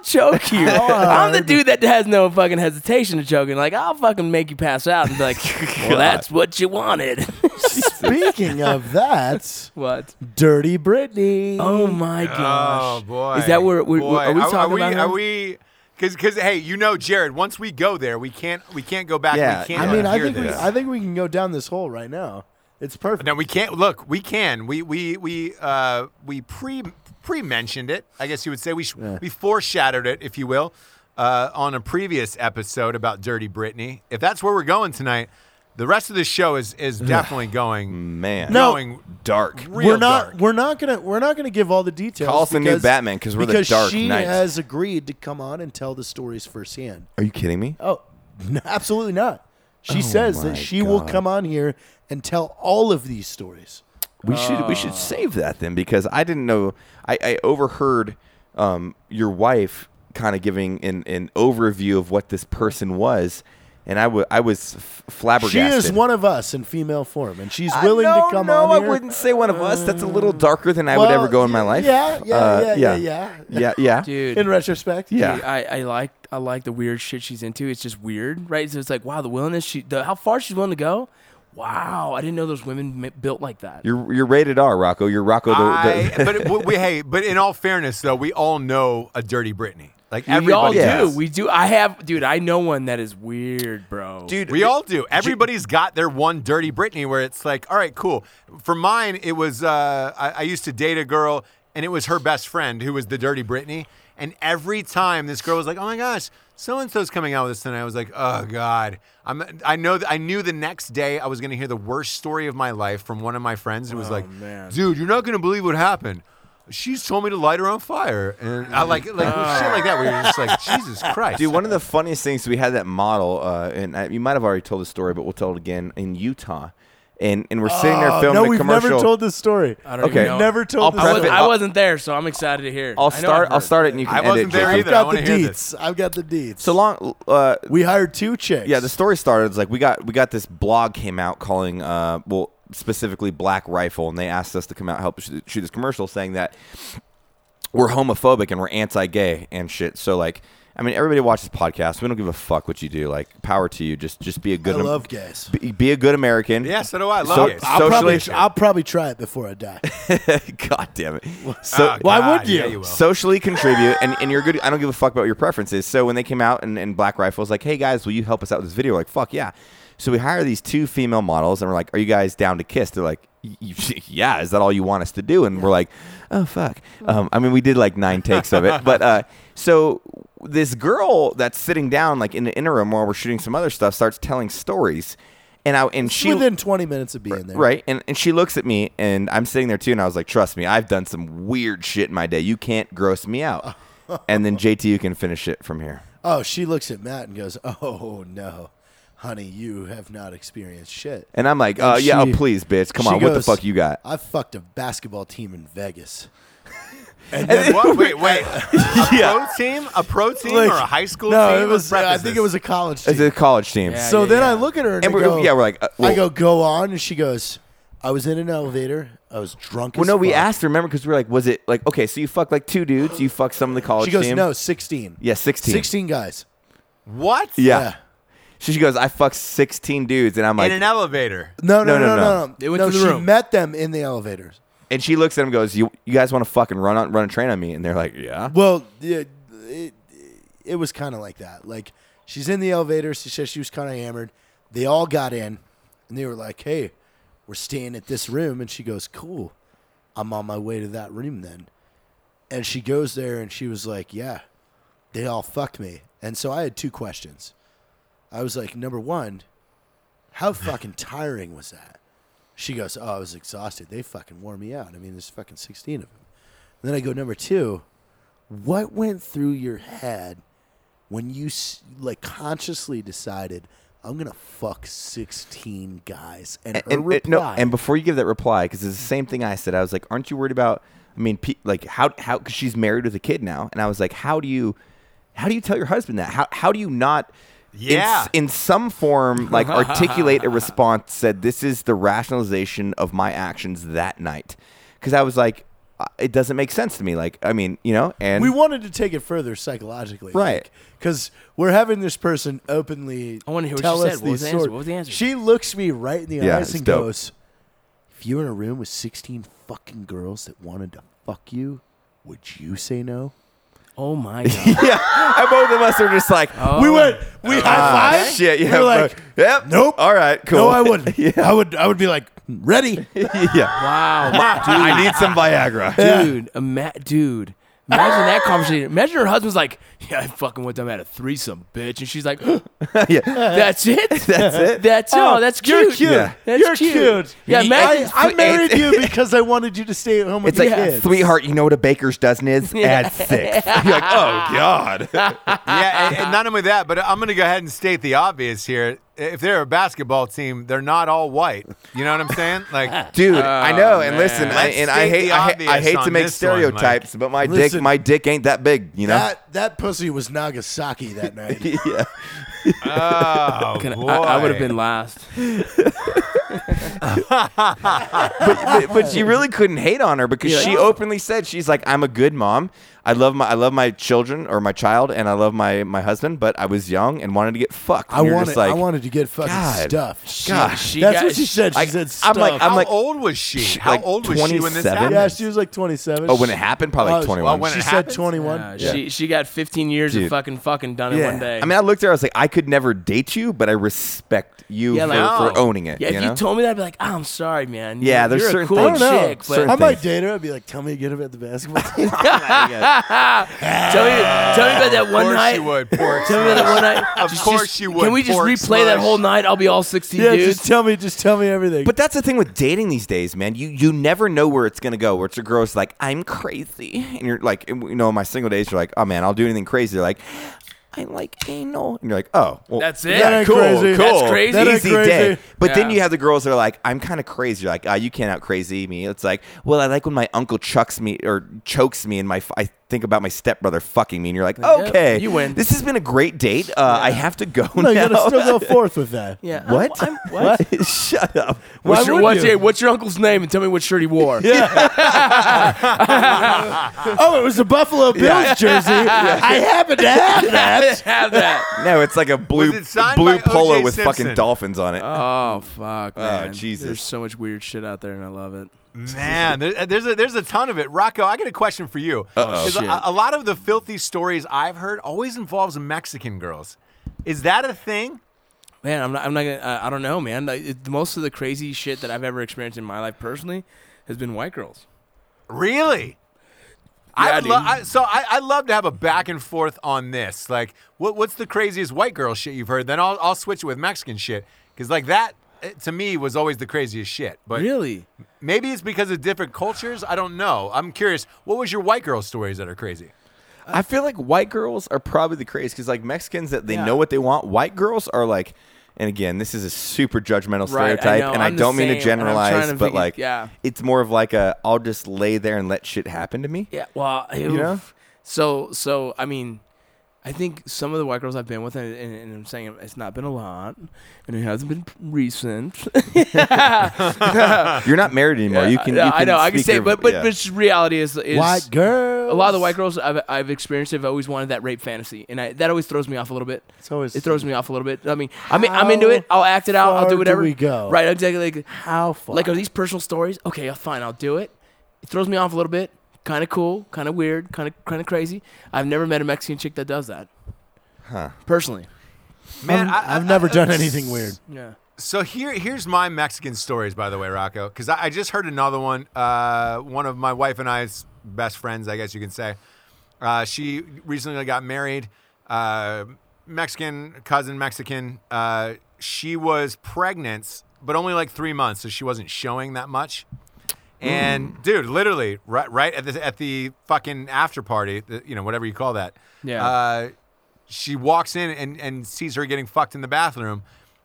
[SPEAKER 5] choke you. I'm the dude that has no fucking hesitation to choking. Like, I'll fucking make you pass out and be like, well, that's what you wanted.
[SPEAKER 4] Speaking of that,
[SPEAKER 5] what?
[SPEAKER 4] Dirty Britney.
[SPEAKER 5] Oh my gosh.
[SPEAKER 3] Oh boy!
[SPEAKER 5] Is that where we-
[SPEAKER 3] Boy,
[SPEAKER 5] are we talking
[SPEAKER 3] are we,
[SPEAKER 5] about her?
[SPEAKER 3] Are we? Because because hey, you know, Jared. Once we go there, we can't we can't go back.
[SPEAKER 2] Yeah,
[SPEAKER 3] we can't
[SPEAKER 4] I mean, I
[SPEAKER 3] hear
[SPEAKER 4] think
[SPEAKER 3] this.
[SPEAKER 4] we, I think we can go down this hole right now. It's perfect.
[SPEAKER 3] No, we can't. Look, we can. We we we uh we pre pre mentioned it. I guess you would say we sh- we foreshadowed it, if you will, uh, on a previous episode about Dirty Britney. If that's where we're going tonight, the rest of the show is is definitely going
[SPEAKER 2] Man,
[SPEAKER 4] No.
[SPEAKER 3] going
[SPEAKER 2] dark.
[SPEAKER 3] real
[SPEAKER 4] we're not.
[SPEAKER 3] dark.
[SPEAKER 4] We're not gonna. We're not gonna give all the details.
[SPEAKER 2] Call us the new
[SPEAKER 4] because-
[SPEAKER 2] Batman, 'cause we're the
[SPEAKER 4] because
[SPEAKER 2] Dark
[SPEAKER 4] she
[SPEAKER 2] Knight.
[SPEAKER 4] has agreed to come on and tell the stories firsthand.
[SPEAKER 2] Are you kidding me?
[SPEAKER 4] Oh, no, absolutely not. She says
[SPEAKER 2] Oh my
[SPEAKER 4] that she will
[SPEAKER 2] God.
[SPEAKER 4] come on here and tell all of these stories.
[SPEAKER 2] We should we
[SPEAKER 4] Ah.
[SPEAKER 2] should save that then because I didn't know I, I overheard um, your wife kind of giving an, an overview of what this person was, and I wa- I was f-
[SPEAKER 4] She
[SPEAKER 2] flabbergasted.
[SPEAKER 4] is one of us in female form, and she's
[SPEAKER 2] I
[SPEAKER 4] willing to
[SPEAKER 2] don't
[SPEAKER 4] come
[SPEAKER 2] know,
[SPEAKER 4] on
[SPEAKER 2] Uh, I
[SPEAKER 4] here. Uh,
[SPEAKER 2] wouldn't say one of us. That's a little darker than I would
[SPEAKER 4] Well,
[SPEAKER 2] ever go in my life.
[SPEAKER 4] yeah, yeah,
[SPEAKER 2] Uh,
[SPEAKER 4] yeah, yeah, yeah.
[SPEAKER 2] yeah, yeah.
[SPEAKER 5] dude.
[SPEAKER 4] In retrospect,
[SPEAKER 2] Yeah.
[SPEAKER 5] Dude, I, I like I like the weird shit she's into. It's just weird, right? So it's like, wow, the willingness she, the, how far she's willing to go. Wow, I didn't know those women m- built like that.
[SPEAKER 2] You're you're rated R, Rocco. You're Rocco. The,
[SPEAKER 3] I,
[SPEAKER 2] the,
[SPEAKER 3] but it- we, we- hey, but in all fairness, though, we all know a dirty Britney. Like
[SPEAKER 5] we all
[SPEAKER 3] everybody
[SPEAKER 5] do.
[SPEAKER 2] does.
[SPEAKER 5] We do. I have, dude. I know one that is weird, bro.
[SPEAKER 2] dude.
[SPEAKER 3] We all do. Everybody's got their one dirty Britney where it's like, all right, cool. For mine, it was uh, I, I used to date a girl, and it was her best friend who was the dirty Britney. And every time this girl was like, oh my gosh, so and so's coming out with us tonight, I was like, oh god. I'm, I know. th- I knew the next day I was going to hear the worst story of my life from one of my friends who was like, dude, you're not going to believe what happened. She's told me to light her on fire, and I like like shit like that. Where you're just like, Jesus Christ,
[SPEAKER 2] Dude, one of the funniest things we had that model, uh, and I, you might have already told the story, but we'll tell it again in Utah, and and we're sitting there
[SPEAKER 4] Oh,
[SPEAKER 2] filming
[SPEAKER 4] no,
[SPEAKER 2] a
[SPEAKER 4] we've
[SPEAKER 2] commercial.
[SPEAKER 4] never told this story.
[SPEAKER 5] I don't
[SPEAKER 2] okay.
[SPEAKER 5] even know.
[SPEAKER 4] Never told
[SPEAKER 2] I'll
[SPEAKER 4] this
[SPEAKER 5] I,
[SPEAKER 2] prep
[SPEAKER 4] story.
[SPEAKER 5] was,
[SPEAKER 2] it.
[SPEAKER 5] I wasn't there, so I'm excited to hear.
[SPEAKER 2] I'll start. I'll start it, and you can
[SPEAKER 3] I
[SPEAKER 2] edit.
[SPEAKER 3] wasn't there
[SPEAKER 2] Jason.
[SPEAKER 4] I've
[SPEAKER 3] either. I
[SPEAKER 4] got the
[SPEAKER 3] wanna hear
[SPEAKER 4] deets.
[SPEAKER 3] this.
[SPEAKER 4] I've got the deets.
[SPEAKER 2] So long. Uh,
[SPEAKER 4] we hired two chicks.
[SPEAKER 2] yeah, the story started. It's like we got we got this blog came out calling, uh, well, specifically Black Rifle, and they asked us to come out and help shoot shoot this commercial, saying that we're homophobic and we're anti-gay and shit. So like, I mean, everybody watches podcasts. We don't give a fuck what you do. Like, power to you. Just just be a
[SPEAKER 4] I
[SPEAKER 2] good.
[SPEAKER 4] love gays.
[SPEAKER 2] Be, be a good American.
[SPEAKER 3] Yeah, so do I. Love
[SPEAKER 2] So-
[SPEAKER 3] it.
[SPEAKER 2] so-
[SPEAKER 4] I'll probably,
[SPEAKER 2] socially-
[SPEAKER 4] I'll probably try it before I die.
[SPEAKER 2] God damn it. So
[SPEAKER 3] Ah, Why
[SPEAKER 4] would
[SPEAKER 3] God, yeah,
[SPEAKER 4] you?
[SPEAKER 3] you will.
[SPEAKER 2] socially contribute and, and you're good I don't give a fuck about your preferences. So when they came out and, and Black Rifle was like, Hey guys, will you help us out with this video? We're like, fuck yeah. So we hire these two female models and we're like, Are you guys down to kiss? They're like, "Y- y- Yeah, is that all you want us to do? And we're like, Oh fuck. Um, I mean we did like nine takes of it. But uh so this girl that's sitting down like in the interim while we're shooting some other stuff starts telling stories. And I and she
[SPEAKER 4] Within 20 minutes of being there.
[SPEAKER 2] Right. And, and she looks at me, and I'm sitting there too, and I was like, trust me, I've done some weird shit in my day. You can't gross me out. and then JT, you can finish it from here.
[SPEAKER 4] Oh, she looks at Matt and goes, "Oh no, honey, you have not experienced shit."
[SPEAKER 2] And I'm like,
[SPEAKER 4] And
[SPEAKER 2] uh, yeah,
[SPEAKER 4] she-
[SPEAKER 2] oh, please, bitch. Come
[SPEAKER 4] she
[SPEAKER 2] on. what the
[SPEAKER 4] goes,
[SPEAKER 2] fuck you got?
[SPEAKER 4] I fucked a basketball team in Vegas.
[SPEAKER 3] What? Wait, wait. A pro team? A pro team
[SPEAKER 4] Like,
[SPEAKER 3] or a high school
[SPEAKER 4] no,
[SPEAKER 3] team?
[SPEAKER 4] it was.
[SPEAKER 3] Let's
[SPEAKER 4] I
[SPEAKER 3] preface
[SPEAKER 4] think it
[SPEAKER 3] this.
[SPEAKER 4] was a college team.
[SPEAKER 2] It's a college team.
[SPEAKER 5] Yeah.
[SPEAKER 4] so then I look at her and,
[SPEAKER 2] And
[SPEAKER 4] I
[SPEAKER 2] we're,
[SPEAKER 4] go,
[SPEAKER 2] yeah, we're like, uh, well,
[SPEAKER 4] I go, go on, and she goes, "I was in an elevator. I was drunk."
[SPEAKER 2] well,
[SPEAKER 4] as
[SPEAKER 2] no, we
[SPEAKER 4] fuck."
[SPEAKER 2] asked her, remember, because we were like, was it like, okay, so you fucked like two dudes, you fucked some of the college
[SPEAKER 4] She goes,
[SPEAKER 2] team.
[SPEAKER 4] "No, 16.
[SPEAKER 2] Yeah, 16.
[SPEAKER 4] 16 guys.
[SPEAKER 3] What?
[SPEAKER 2] Yeah.
[SPEAKER 4] Yeah.
[SPEAKER 2] So she goes, I fucked 16 dudes. And I'm like,
[SPEAKER 3] In an elevator.
[SPEAKER 4] No, no,
[SPEAKER 2] No,
[SPEAKER 4] no,
[SPEAKER 2] no,
[SPEAKER 4] no, no.
[SPEAKER 2] no.
[SPEAKER 5] They went
[SPEAKER 4] no,
[SPEAKER 5] to the
[SPEAKER 4] she
[SPEAKER 5] room.
[SPEAKER 4] met them in the elevators.
[SPEAKER 2] and she looks at him and goes, you, you guys want to fucking run on, run a train on me? And they're like, yeah.
[SPEAKER 4] Well, yeah, it, it was kind of like that. Like she's in the elevator. She said she was kind of hammered. They all got in, and they were like, "Hey, we're staying at this room." And she goes, "Cool, I'm on my way to that room then." And she goes there, and she was like, "Yeah, they all fucked me." And so I had two questions. I was like, number one, how fucking tiring was that? She goes, "Oh, I was exhausted. They fucking wore me out. I mean, there's fucking sixteen of them." And then I go, number two what went through your head when you s- like consciously decided I'm gonna fuck 16 guys and, her
[SPEAKER 2] and- no,
[SPEAKER 4] reply
[SPEAKER 2] and before you give that reply, because it's the same thing I said, I was like, "Aren't you worried about? I mean, pe- like how how because she's married with a kid now, and I was like, how do you, how do you tell your husband that? How how do you not? in
[SPEAKER 3] Yeah.
[SPEAKER 2] s- in, some form, like articulate a response. Said this is the rationalization of my actions that night, because I was like, uh, it doesn't make sense to me. Like, I mean, you know, and
[SPEAKER 4] we wanted to take it further psychologically
[SPEAKER 2] Right.
[SPEAKER 4] because we're having this person openly
[SPEAKER 5] I wanna hear what
[SPEAKER 4] tell
[SPEAKER 5] she
[SPEAKER 4] us
[SPEAKER 5] said. What
[SPEAKER 4] these
[SPEAKER 5] was the answer?
[SPEAKER 4] sort-
[SPEAKER 5] What was the answer?
[SPEAKER 4] she looks me right in the
[SPEAKER 2] Yeah,
[SPEAKER 4] eyes
[SPEAKER 2] it's
[SPEAKER 4] and
[SPEAKER 2] dope.
[SPEAKER 4] goes if you were in a room with 16 fucking girls that wanted to fuck you would you say no
[SPEAKER 5] Oh my god.
[SPEAKER 2] yeah, and both of us are just like,
[SPEAKER 5] Oh.
[SPEAKER 4] we went we
[SPEAKER 5] Ah,
[SPEAKER 4] high five
[SPEAKER 2] shit, yeah,
[SPEAKER 4] we Oh, were like
[SPEAKER 2] fuck. yep,
[SPEAKER 4] nope.
[SPEAKER 2] all right, cool.
[SPEAKER 4] no I wouldn't
[SPEAKER 2] yeah,
[SPEAKER 4] I would I would be like ready
[SPEAKER 2] yeah.
[SPEAKER 5] wow,
[SPEAKER 2] I need some Viagra.
[SPEAKER 5] dude, ima- dude. Imagine that conversation. Imagine her husband's like, "Yeah, I fucking went down at a threesome, bitch," and she's like,
[SPEAKER 2] yeah,
[SPEAKER 5] "That's it,
[SPEAKER 2] that's it.
[SPEAKER 5] That's oh, that's cute.
[SPEAKER 4] You're cute.
[SPEAKER 2] Yeah.
[SPEAKER 5] That's
[SPEAKER 4] You're
[SPEAKER 5] cute.
[SPEAKER 4] cute.
[SPEAKER 5] Yeah, imagine
[SPEAKER 4] I, I married you because I wanted you to stay at home with
[SPEAKER 2] It's like,
[SPEAKER 4] your kids.
[SPEAKER 2] sweetheart, you know what a baker's dozen is? Add six. You're like, oh god.
[SPEAKER 3] yeah, and, and not only that, but I'm going to go ahead and state the obvious here. If they're a basketball team, they're not all white. You know what I'm saying? Like,
[SPEAKER 2] Dude, I know, and listen, I,
[SPEAKER 3] Oh, Let's
[SPEAKER 2] and I
[SPEAKER 3] state
[SPEAKER 2] hate,
[SPEAKER 3] the
[SPEAKER 2] I, hate- I
[SPEAKER 3] obvious
[SPEAKER 2] hate to
[SPEAKER 3] on
[SPEAKER 2] make
[SPEAKER 3] this one, Mike.
[SPEAKER 2] stereotypes, but my dick,
[SPEAKER 4] Listen.
[SPEAKER 2] my dick ain't that big, you know.
[SPEAKER 4] That that pussy was Nagasaki that night.
[SPEAKER 2] yeah,
[SPEAKER 3] oh
[SPEAKER 5] Can I-
[SPEAKER 3] boy,
[SPEAKER 5] I, would have been last.
[SPEAKER 2] but, but you really couldn't hate on her because
[SPEAKER 5] Yeah.
[SPEAKER 2] she openly said she's like, "I'm a good mom. I love my, I love my children or my child, and I love my my husband. But I was young and wanted to get fucked." And
[SPEAKER 4] I
[SPEAKER 2] you're
[SPEAKER 4] wanted
[SPEAKER 2] just like,
[SPEAKER 4] I wanted to get fucking
[SPEAKER 2] God.
[SPEAKER 4] stuffed.
[SPEAKER 2] God,
[SPEAKER 5] She
[SPEAKER 4] That's
[SPEAKER 5] got-
[SPEAKER 4] what she said. She
[SPEAKER 2] I-
[SPEAKER 4] said
[SPEAKER 2] I'm
[SPEAKER 4] stuffed.
[SPEAKER 2] like- I'm
[SPEAKER 3] How
[SPEAKER 2] like-
[SPEAKER 3] old was she?
[SPEAKER 2] Sh-
[SPEAKER 3] How
[SPEAKER 2] like
[SPEAKER 3] old was she when this
[SPEAKER 2] 27?
[SPEAKER 3] happened?
[SPEAKER 4] yeah, she was like 27.
[SPEAKER 2] oh, when it happened, probably
[SPEAKER 4] Oh,
[SPEAKER 2] like 21.
[SPEAKER 3] well, when
[SPEAKER 4] she
[SPEAKER 3] it
[SPEAKER 4] said
[SPEAKER 3] happens?
[SPEAKER 4] 21.
[SPEAKER 5] Uh, She she got 15 years
[SPEAKER 2] Dude.
[SPEAKER 5] of fucking fucking done it one day.
[SPEAKER 2] I mean, I looked at her. I was like, I could never date you, but I respect you
[SPEAKER 5] yeah,
[SPEAKER 2] for,
[SPEAKER 5] like oh.
[SPEAKER 2] for owning it.
[SPEAKER 5] Yeah,
[SPEAKER 2] you
[SPEAKER 5] if
[SPEAKER 2] know?
[SPEAKER 5] you told me that, I'd be like, "Ah, I'm sorry, man.
[SPEAKER 2] Yeah,
[SPEAKER 5] You're-
[SPEAKER 2] there's
[SPEAKER 5] you're a
[SPEAKER 2] certain
[SPEAKER 5] cool
[SPEAKER 2] things-
[SPEAKER 5] chick,
[SPEAKER 4] I
[SPEAKER 5] but
[SPEAKER 2] certain
[SPEAKER 4] I might
[SPEAKER 2] things.
[SPEAKER 4] date her. I'd be like, tell me again about the basketball team.
[SPEAKER 5] tell me tell me about that
[SPEAKER 3] Of
[SPEAKER 5] one
[SPEAKER 3] course
[SPEAKER 5] night.
[SPEAKER 3] you would. Poor
[SPEAKER 5] Tell me about that one night.
[SPEAKER 3] Of
[SPEAKER 5] Just-
[SPEAKER 3] course
[SPEAKER 5] just-
[SPEAKER 3] you would,
[SPEAKER 5] Can we just
[SPEAKER 3] pork
[SPEAKER 5] replay that
[SPEAKER 3] smush.
[SPEAKER 5] whole night? I'll be all 16
[SPEAKER 4] yeah,
[SPEAKER 5] dudes.
[SPEAKER 4] just tell me. Just tell me everything.
[SPEAKER 2] But that's the thing with dating these days, man. You you never know where it's gonna go. Where it's a girl's like, I'm crazy, and you're like, you know, in my single days, you're like, oh man, I'll do anything crazy. They're like, I like anal, and you're like, oh, well,
[SPEAKER 5] That's it?
[SPEAKER 2] Yeah,
[SPEAKER 5] That ain't
[SPEAKER 2] cool,
[SPEAKER 4] crazy.
[SPEAKER 2] cool,
[SPEAKER 5] That's crazy. That ain't
[SPEAKER 2] easy
[SPEAKER 4] crazy.
[SPEAKER 2] day. But then
[SPEAKER 5] Yeah.
[SPEAKER 2] you have the girls that are like, I'm kind of crazy. You're like, ah, you can't out crazy me. It's like, well, I like when my uncle chucks me or chokes me, and my f- I think about my stepbrother fucking me, and you're like,
[SPEAKER 5] Yep,
[SPEAKER 2] okay,
[SPEAKER 5] you win.
[SPEAKER 2] This has been a great date. Uh, I have to go
[SPEAKER 4] no, you
[SPEAKER 2] now.
[SPEAKER 4] gotta still go forth with that.
[SPEAKER 5] yeah. I'm-
[SPEAKER 2] what?
[SPEAKER 5] I'm- what?
[SPEAKER 2] Shut up.
[SPEAKER 4] Why
[SPEAKER 5] What's your,
[SPEAKER 4] would
[SPEAKER 5] what's,
[SPEAKER 4] you?
[SPEAKER 5] your, what's your uncle's name and tell me what shirt he wore?
[SPEAKER 4] Oh, it was the Buffalo Bills jersey. I happen to have that.
[SPEAKER 5] Have that.
[SPEAKER 2] No, it's like a blue
[SPEAKER 3] Was it signed
[SPEAKER 2] blue
[SPEAKER 3] by O.J.
[SPEAKER 2] polo with
[SPEAKER 3] Simpson?
[SPEAKER 2] fucking dolphins on it.
[SPEAKER 5] Oh fuck, man.
[SPEAKER 2] Jesus.
[SPEAKER 5] There's so much weird shit out there, and I love it.
[SPEAKER 3] Man, there, there's a there's a ton of it. Rocco, I got a question for you. 'Cause
[SPEAKER 5] Shit.
[SPEAKER 3] A, a lot of the filthy stories I've heard always involves Mexican girls. Is that a thing?
[SPEAKER 5] Man, I'm not. I'm not gonna. Uh, I don't know, man. Like, it, most of the crazy shit that I've ever experienced in my life personally has been white girls.
[SPEAKER 3] Really? I
[SPEAKER 5] Yeah,
[SPEAKER 3] would love
[SPEAKER 5] dude.
[SPEAKER 3] I, so I, I love to have a back and forth on this. Like, what what's the craziest white girl shit you've heard? Then I'll I'll switch it with Mexican shit because like that eh, to me was always the craziest shit. But
[SPEAKER 5] Really?
[SPEAKER 3] maybe it's because of different cultures. I don't know. I'm curious. What was your white girl stories that are crazy?
[SPEAKER 2] I feel like white girls are probably the craze because like Mexicans that they know what they want. White girls are like, and again, this is a super judgmental
[SPEAKER 5] Right, I
[SPEAKER 2] stereotype,
[SPEAKER 5] know,
[SPEAKER 2] and I
[SPEAKER 5] I'm the
[SPEAKER 2] don't mean to
[SPEAKER 5] same, and I'm trying
[SPEAKER 2] generalize,
[SPEAKER 5] to
[SPEAKER 2] but
[SPEAKER 5] figure-
[SPEAKER 2] like,
[SPEAKER 5] yeah.
[SPEAKER 2] it's more of like a I'll just lay there and let shit happen to me.
[SPEAKER 5] Yeah. Well, you
[SPEAKER 2] know?
[SPEAKER 5] So so I mean, I think some of the white girls I've been with, and, and, and I'm saying it's not been a lot, and it hasn't been recent.
[SPEAKER 2] You're not married anymore. you can.
[SPEAKER 5] Yeah,
[SPEAKER 2] you
[SPEAKER 5] I know. I can
[SPEAKER 2] speak
[SPEAKER 5] say,
[SPEAKER 2] your-
[SPEAKER 5] but but
[SPEAKER 2] yeah.
[SPEAKER 5] but it's reality is is
[SPEAKER 4] White girl.
[SPEAKER 5] a lot of the white girls I've, I've experienced have always wanted that rape fantasy, and I, that always throws me off a little bit.
[SPEAKER 4] It's always-
[SPEAKER 5] it throws me off a little bit. I mean, I mean, I'm into it. I'll act it out.
[SPEAKER 4] How
[SPEAKER 5] I'll
[SPEAKER 4] far
[SPEAKER 5] do
[SPEAKER 4] do
[SPEAKER 5] whatever.
[SPEAKER 4] we go?
[SPEAKER 5] Right, exactly. Like,
[SPEAKER 4] How far?
[SPEAKER 5] like are these personal stories? Okay, uh, fine, I'll do it. It throws me off a little bit. Kind of cool, kind of weird, kind of kind of crazy. I've never met a Mexican chick that does that. Huh. Personally.
[SPEAKER 3] Man,
[SPEAKER 4] I've,
[SPEAKER 5] Um,
[SPEAKER 3] I-
[SPEAKER 4] I've
[SPEAKER 3] I-
[SPEAKER 4] never
[SPEAKER 3] I-
[SPEAKER 4] done anything weird.
[SPEAKER 5] Yeah.
[SPEAKER 3] So here, here's my Mexican stories, by the way, Rocco, because I, I just heard another one. Uh, one of my wife and I's best friends, I guess you can say. Uh, she recently got married. Uh, Mexican cousin, Mexican. Uh, she was pregnant, but only like three months, so she wasn't showing that much. And dude, literally, right, right at the at the fucking after party, the- you know, whatever you call that.
[SPEAKER 5] Yeah.
[SPEAKER 3] Uh, she walks in and, and sees her getting fucked in the bathroom.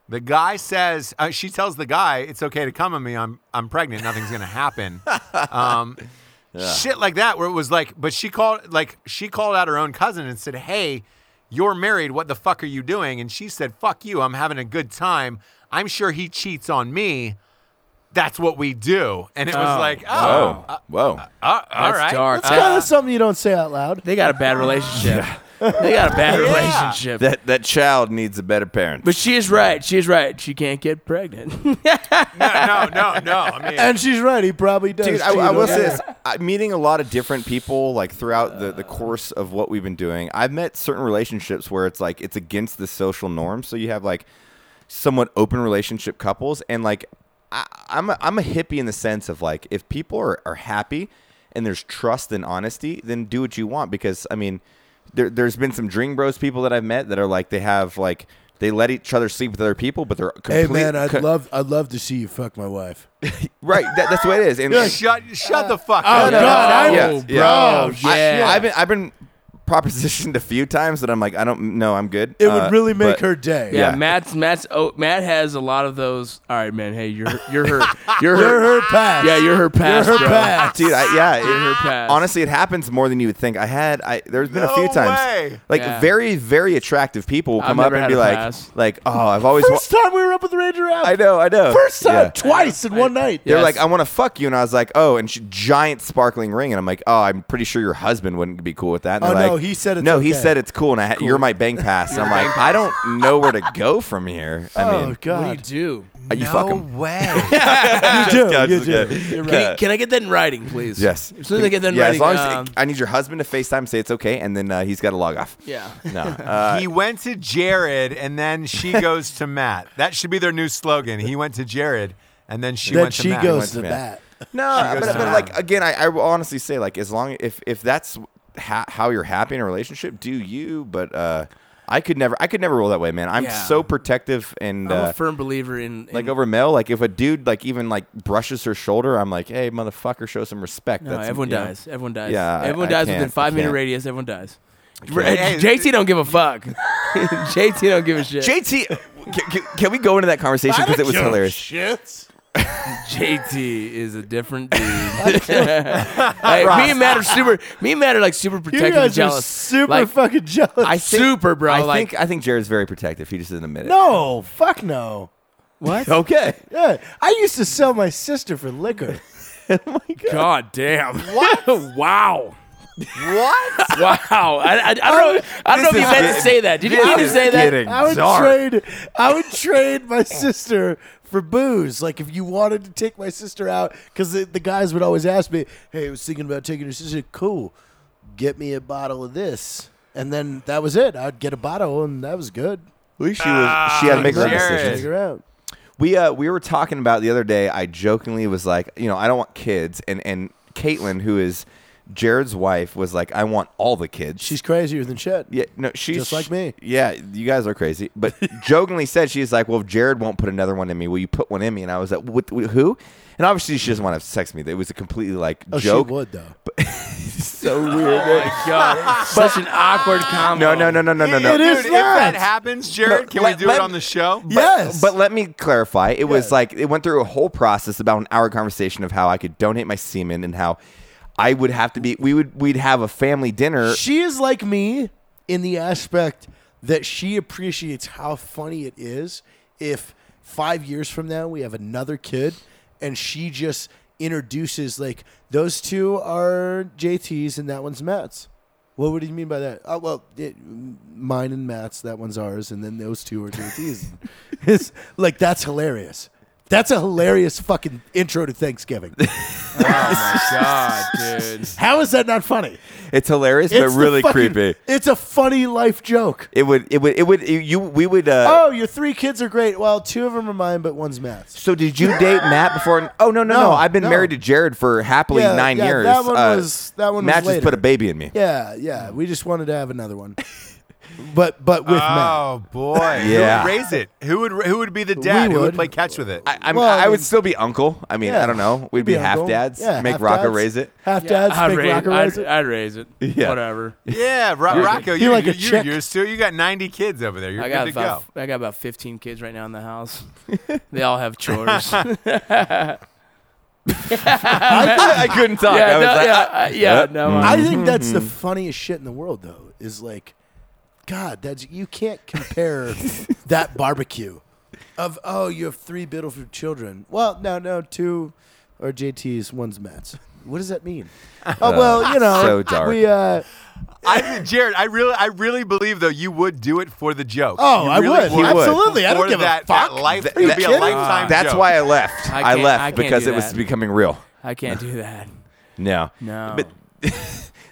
[SPEAKER 3] The guy says, uh, she tells the guy, it's okay to come on me. I'm, I'm pregnant. Nothing's going to happen. Um, Shit like that, where it was like, but she called, like, she called out her own cousin and said, hey, you're married. What the fuck are you doing? And she said, fuck you. I'm having a good time. I'm sure he cheats on me. That's what we do. And it was
[SPEAKER 5] Oh,
[SPEAKER 3] like, oh,
[SPEAKER 2] Oh,
[SPEAKER 3] uh,
[SPEAKER 2] whoa!
[SPEAKER 3] uh, all
[SPEAKER 5] That's
[SPEAKER 3] right.
[SPEAKER 5] dark. Uh,
[SPEAKER 4] It's kind of something you don't say out loud.
[SPEAKER 5] They got a bad relationship. they got a bad
[SPEAKER 3] Yeah.
[SPEAKER 5] relationship.
[SPEAKER 2] that that child needs a better parent.
[SPEAKER 5] but she is right. She is right. She can't get pregnant.
[SPEAKER 3] No, no, no, no. I mean,
[SPEAKER 4] And she's right. He probably does.
[SPEAKER 2] Dude, I,
[SPEAKER 4] cheat
[SPEAKER 2] I will
[SPEAKER 4] on
[SPEAKER 2] say
[SPEAKER 4] her.
[SPEAKER 2] this: I, meeting a lot of different people, like throughout the, the course of what we've been doing, I've met certain relationships where it's like it's against the social norm. So you have like somewhat open relationship couples, and like I, I'm a, I'm a hippie in the sense of like if people are, are happy and there's trust and honesty, then do what you want because I mean, there, there's been some Dream Bros people that I've met that are like they have like. They let each other sleep with other people, but they're
[SPEAKER 4] Hey
[SPEAKER 2] completely
[SPEAKER 4] man, I'd
[SPEAKER 2] co-
[SPEAKER 4] love I'd love to see you fuck my wife.
[SPEAKER 2] right. That, that's what it is. And, and-
[SPEAKER 3] Shut, shut the fuck
[SPEAKER 4] Oh,
[SPEAKER 3] up.
[SPEAKER 4] no. God, I-
[SPEAKER 2] yeah,
[SPEAKER 5] bro,
[SPEAKER 2] I,
[SPEAKER 5] yeah.
[SPEAKER 2] have been I've been propositioned a few times that I'm like I don't know I'm good.
[SPEAKER 4] It
[SPEAKER 2] Uh,
[SPEAKER 4] would really make
[SPEAKER 2] but-
[SPEAKER 4] her day.
[SPEAKER 5] Yeah,
[SPEAKER 2] Yeah.
[SPEAKER 5] Matt's Matt's oh, Matt has a lot of those. All right, man. Hey, you're you're hurt. You're
[SPEAKER 4] You're
[SPEAKER 5] hurt.
[SPEAKER 4] her past.
[SPEAKER 5] Yeah, you're her pass,
[SPEAKER 4] You're her
[SPEAKER 5] bro.
[SPEAKER 4] past.
[SPEAKER 2] dude. I, yeah, it-
[SPEAKER 5] You're her pass.
[SPEAKER 2] Honestly, it happens more than you would think. I had I there's been a few
[SPEAKER 3] No
[SPEAKER 2] times
[SPEAKER 3] way.
[SPEAKER 2] like
[SPEAKER 5] Yeah.
[SPEAKER 2] very very attractive people will
[SPEAKER 5] I've
[SPEAKER 2] come up
[SPEAKER 5] never
[SPEAKER 2] and
[SPEAKER 5] had
[SPEAKER 2] be
[SPEAKER 5] a
[SPEAKER 2] like
[SPEAKER 5] pass.
[SPEAKER 2] like oh I've always wa-
[SPEAKER 4] First time we were up with Ranger Al.
[SPEAKER 2] I know I know
[SPEAKER 4] First time,
[SPEAKER 2] Yeah.
[SPEAKER 4] twice in one night.
[SPEAKER 2] They're
[SPEAKER 5] Yes.
[SPEAKER 2] like, I want to fuck you, and I was like, oh, and she, giant sparkling ring, and I'm like, oh, I'm pretty sure your husband wouldn't be cool with that. And
[SPEAKER 4] Oh,
[SPEAKER 2] they're
[SPEAKER 4] no,
[SPEAKER 2] like,
[SPEAKER 4] he said it's
[SPEAKER 2] no, he
[SPEAKER 4] okay.
[SPEAKER 2] said it's cool, and I, ha you're my bang pass. And I'm like, I don't know where to go from here. I
[SPEAKER 4] oh
[SPEAKER 2] mean,
[SPEAKER 5] What do you
[SPEAKER 4] God,
[SPEAKER 5] do?
[SPEAKER 2] uh, you fuck him.
[SPEAKER 3] way.
[SPEAKER 4] you do,
[SPEAKER 2] Yeah,
[SPEAKER 4] you
[SPEAKER 2] just
[SPEAKER 4] do.
[SPEAKER 2] kidding.
[SPEAKER 4] You're
[SPEAKER 5] Can,
[SPEAKER 4] right.
[SPEAKER 5] I, can I get that in writing, please?
[SPEAKER 2] Yes.
[SPEAKER 5] As soon as I get that in
[SPEAKER 2] Yeah, as
[SPEAKER 5] writing,
[SPEAKER 2] long as
[SPEAKER 5] um,
[SPEAKER 2] I need your husband to FaceTime, say it's okay, and then uh, he's got to log off.
[SPEAKER 5] yeah.
[SPEAKER 2] No. Uh,
[SPEAKER 3] he went to Jared and then she goes to Matt. That should be their new slogan. He went to Jared and then she
[SPEAKER 4] Then
[SPEAKER 3] went to
[SPEAKER 4] she
[SPEAKER 3] Matt.
[SPEAKER 4] goes to
[SPEAKER 2] Yeah.
[SPEAKER 4] bat.
[SPEAKER 2] no,
[SPEAKER 3] goes
[SPEAKER 2] but,
[SPEAKER 3] to
[SPEAKER 2] but
[SPEAKER 3] him.
[SPEAKER 2] like again, I, I will honestly say like as long if if that's ha- how you're happy in a relationship, do you? But uh, I could never, I could never roll that way, man. I'm
[SPEAKER 5] Yeah.
[SPEAKER 2] so protective and
[SPEAKER 5] I'm
[SPEAKER 2] uh,
[SPEAKER 5] a firm believer in, in
[SPEAKER 2] like over Mel, like if a dude like even like brushes her shoulder, I'm like, hey, motherfucker, show some respect.
[SPEAKER 5] No, everyone
[SPEAKER 2] you know.
[SPEAKER 5] dies. Everyone dies.
[SPEAKER 2] Yeah, I-
[SPEAKER 5] everyone
[SPEAKER 2] I
[SPEAKER 5] dies
[SPEAKER 2] can't.
[SPEAKER 5] within five
[SPEAKER 2] I
[SPEAKER 5] minute
[SPEAKER 2] can't.
[SPEAKER 5] radius. Everyone dies.
[SPEAKER 3] Hey,
[SPEAKER 5] JT don't give a fuck. JT don't give a shit.
[SPEAKER 2] JT, can, can- can we go into that conversation because it was hilarious?
[SPEAKER 4] Shit.
[SPEAKER 5] JT is a different dude. hey, me and Matt are super. Me and Matt are like super
[SPEAKER 4] You
[SPEAKER 5] protective and
[SPEAKER 4] guys are
[SPEAKER 5] jealous.
[SPEAKER 4] super
[SPEAKER 5] Like,
[SPEAKER 4] fucking jealous.
[SPEAKER 5] I super bro.
[SPEAKER 2] I
[SPEAKER 5] like
[SPEAKER 2] think I think Jared's very protective. He just doesn't admit it.
[SPEAKER 4] no, fuck no.
[SPEAKER 5] what?
[SPEAKER 2] Okay.
[SPEAKER 4] Yeah, I used to sell my sister for liquor.
[SPEAKER 5] God damn. wow.
[SPEAKER 3] What?
[SPEAKER 5] Wow. I, I, I don't know. I don't know
[SPEAKER 2] This
[SPEAKER 5] if you
[SPEAKER 2] is
[SPEAKER 5] meant
[SPEAKER 2] getting-
[SPEAKER 5] to say that. Did you mean to
[SPEAKER 2] is
[SPEAKER 5] say that?
[SPEAKER 2] getting-
[SPEAKER 4] I would
[SPEAKER 2] Darn.
[SPEAKER 4] trade. I would trade my sister for booze. Like if you wanted to take my sister out, because the, the guys would always ask me, "Hey, I was thinking about taking your sister. Cool, get me a bottle of this." And then that was it. I'd get a bottle, and that was good.
[SPEAKER 2] At least she was. She had to
[SPEAKER 4] Ah,
[SPEAKER 2] make her own
[SPEAKER 3] Jared.
[SPEAKER 2] decisions.
[SPEAKER 4] Take her out.
[SPEAKER 2] We uh we were talking about the other day. I jokingly was like, you know, I don't want kids, and and Caitlin, who is Jared's wife, was like, I want all the kids.
[SPEAKER 4] She's crazier than shit.
[SPEAKER 2] Yeah, no, she's
[SPEAKER 4] Just like me.
[SPEAKER 2] Yeah, you guys are crazy. But jokingly said, she's like, "Well, if Jared won't put another one in me, will you put one in me?" And I was like, "What? wh- Who?" And obviously, she doesn't want to have sex with me. It was a completely like
[SPEAKER 4] Oh,
[SPEAKER 2] joke.
[SPEAKER 4] she would though.
[SPEAKER 2] So weird.
[SPEAKER 5] Oh my God. Such an awkward
[SPEAKER 2] No,
[SPEAKER 5] combo.
[SPEAKER 2] no, no, no, no, no, no.
[SPEAKER 4] It is
[SPEAKER 3] Dude, if that
[SPEAKER 4] not.
[SPEAKER 3] happens, Jared,
[SPEAKER 2] No,
[SPEAKER 3] can
[SPEAKER 2] let-
[SPEAKER 3] we do
[SPEAKER 2] let-
[SPEAKER 3] it on the show?
[SPEAKER 4] yes,
[SPEAKER 2] But let me clarify. It was
[SPEAKER 4] Yes.
[SPEAKER 2] like it went through a whole process about an hour conversation of how I could donate my semen and how I would have to be. We would we'd have a family dinner.
[SPEAKER 4] She is like me in the aspect that she appreciates how funny it is if five years from now we have another kid and she just introduces like those two are JT's and that one's Matt's. What would you mean by that? Oh well, it, mine and Matt's. That one's ours, and then those two are JT's. it's like that's hilarious. That's a hilarious fucking intro to Thanksgiving.
[SPEAKER 5] Oh God, dude.
[SPEAKER 4] How is that not funny?
[SPEAKER 2] It's hilarious, but
[SPEAKER 4] the
[SPEAKER 2] really
[SPEAKER 4] fucking-
[SPEAKER 2] creepy.
[SPEAKER 4] It's a funny life joke.
[SPEAKER 2] It would. It would. It would. You. We would. Uh,
[SPEAKER 4] Oh, your three kids are great. Well, two of them are mine, but one's Matt's.
[SPEAKER 2] So did you date Matt before? Oh no, no, no!
[SPEAKER 4] No,
[SPEAKER 2] I've been
[SPEAKER 4] no.
[SPEAKER 2] married to Jared for happily
[SPEAKER 4] Yeah,
[SPEAKER 2] nine
[SPEAKER 4] yeah,
[SPEAKER 2] years. Uh,
[SPEAKER 4] that one was- that one was
[SPEAKER 2] Matt just
[SPEAKER 4] later.
[SPEAKER 2] put a baby in me.
[SPEAKER 4] Yeah, yeah. We just wanted to have another one, but but with Matt.
[SPEAKER 3] Oh boy!
[SPEAKER 2] Yeah.
[SPEAKER 3] Who would raise it? Who would who would be the dad? Who
[SPEAKER 4] would.
[SPEAKER 3] would play catch with it?
[SPEAKER 2] I, I'm,
[SPEAKER 4] Well,
[SPEAKER 2] I
[SPEAKER 4] I
[SPEAKER 2] would
[SPEAKER 4] mean-
[SPEAKER 2] still be uncle. I mean,
[SPEAKER 4] Yeah.
[SPEAKER 2] I don't know. We'd
[SPEAKER 4] You'd
[SPEAKER 2] be,
[SPEAKER 4] be
[SPEAKER 2] half
[SPEAKER 4] uncle.
[SPEAKER 2] dads.
[SPEAKER 4] Yeah,
[SPEAKER 2] make
[SPEAKER 4] half
[SPEAKER 2] Rocco
[SPEAKER 4] dads.
[SPEAKER 2] raise it.
[SPEAKER 4] Half dads
[SPEAKER 5] I'd
[SPEAKER 4] make
[SPEAKER 5] raise,
[SPEAKER 4] Rocker
[SPEAKER 5] I'd,
[SPEAKER 4] raise it.
[SPEAKER 5] I'd raise it.
[SPEAKER 2] Yeah.
[SPEAKER 5] Whatever.
[SPEAKER 3] yeah, Ro- Rocco, you,
[SPEAKER 4] like
[SPEAKER 3] you,
[SPEAKER 4] a
[SPEAKER 3] you're
[SPEAKER 4] chick.
[SPEAKER 3] used to. it. You got 90 kids over there. You're
[SPEAKER 5] I
[SPEAKER 3] good
[SPEAKER 5] got
[SPEAKER 3] to
[SPEAKER 5] about
[SPEAKER 3] go.
[SPEAKER 5] I got about 15 kids right now in the house. they all have chores. yeah,
[SPEAKER 2] I couldn't talk. I was
[SPEAKER 5] no,
[SPEAKER 2] like, "Uh, mm."
[SPEAKER 5] yeah, I- yeah,
[SPEAKER 2] Yep.
[SPEAKER 5] no.
[SPEAKER 4] I
[SPEAKER 5] I,
[SPEAKER 2] Mm-hmm.
[SPEAKER 4] think that's the funniest shit in the world, though. Is like, God, that's you can't compare that barbecue of oh, you have three beautiful children. Well, no, no, two are JT's, one's Matt's. What does that mean? Oh well, you know,
[SPEAKER 2] Uh, so dark.
[SPEAKER 4] we uh,
[SPEAKER 3] I, Jared, I really, I really believe though you would do it for the joke.
[SPEAKER 4] Oh,
[SPEAKER 3] You
[SPEAKER 4] I
[SPEAKER 3] really
[SPEAKER 4] would. Absolutely. I don't
[SPEAKER 3] For
[SPEAKER 4] give a
[SPEAKER 3] that,
[SPEAKER 4] fuck.
[SPEAKER 3] That life,
[SPEAKER 2] Th-
[SPEAKER 3] it would
[SPEAKER 2] that-
[SPEAKER 3] be a
[SPEAKER 4] kidding?
[SPEAKER 3] lifetime.
[SPEAKER 2] that's
[SPEAKER 3] joke.
[SPEAKER 2] why I left.
[SPEAKER 5] I
[SPEAKER 2] I,
[SPEAKER 5] can't-
[SPEAKER 2] left
[SPEAKER 5] I can't
[SPEAKER 2] because
[SPEAKER 5] do
[SPEAKER 2] it was
[SPEAKER 5] that.
[SPEAKER 2] becoming real.
[SPEAKER 5] can't do that.
[SPEAKER 2] No,
[SPEAKER 5] No.
[SPEAKER 2] But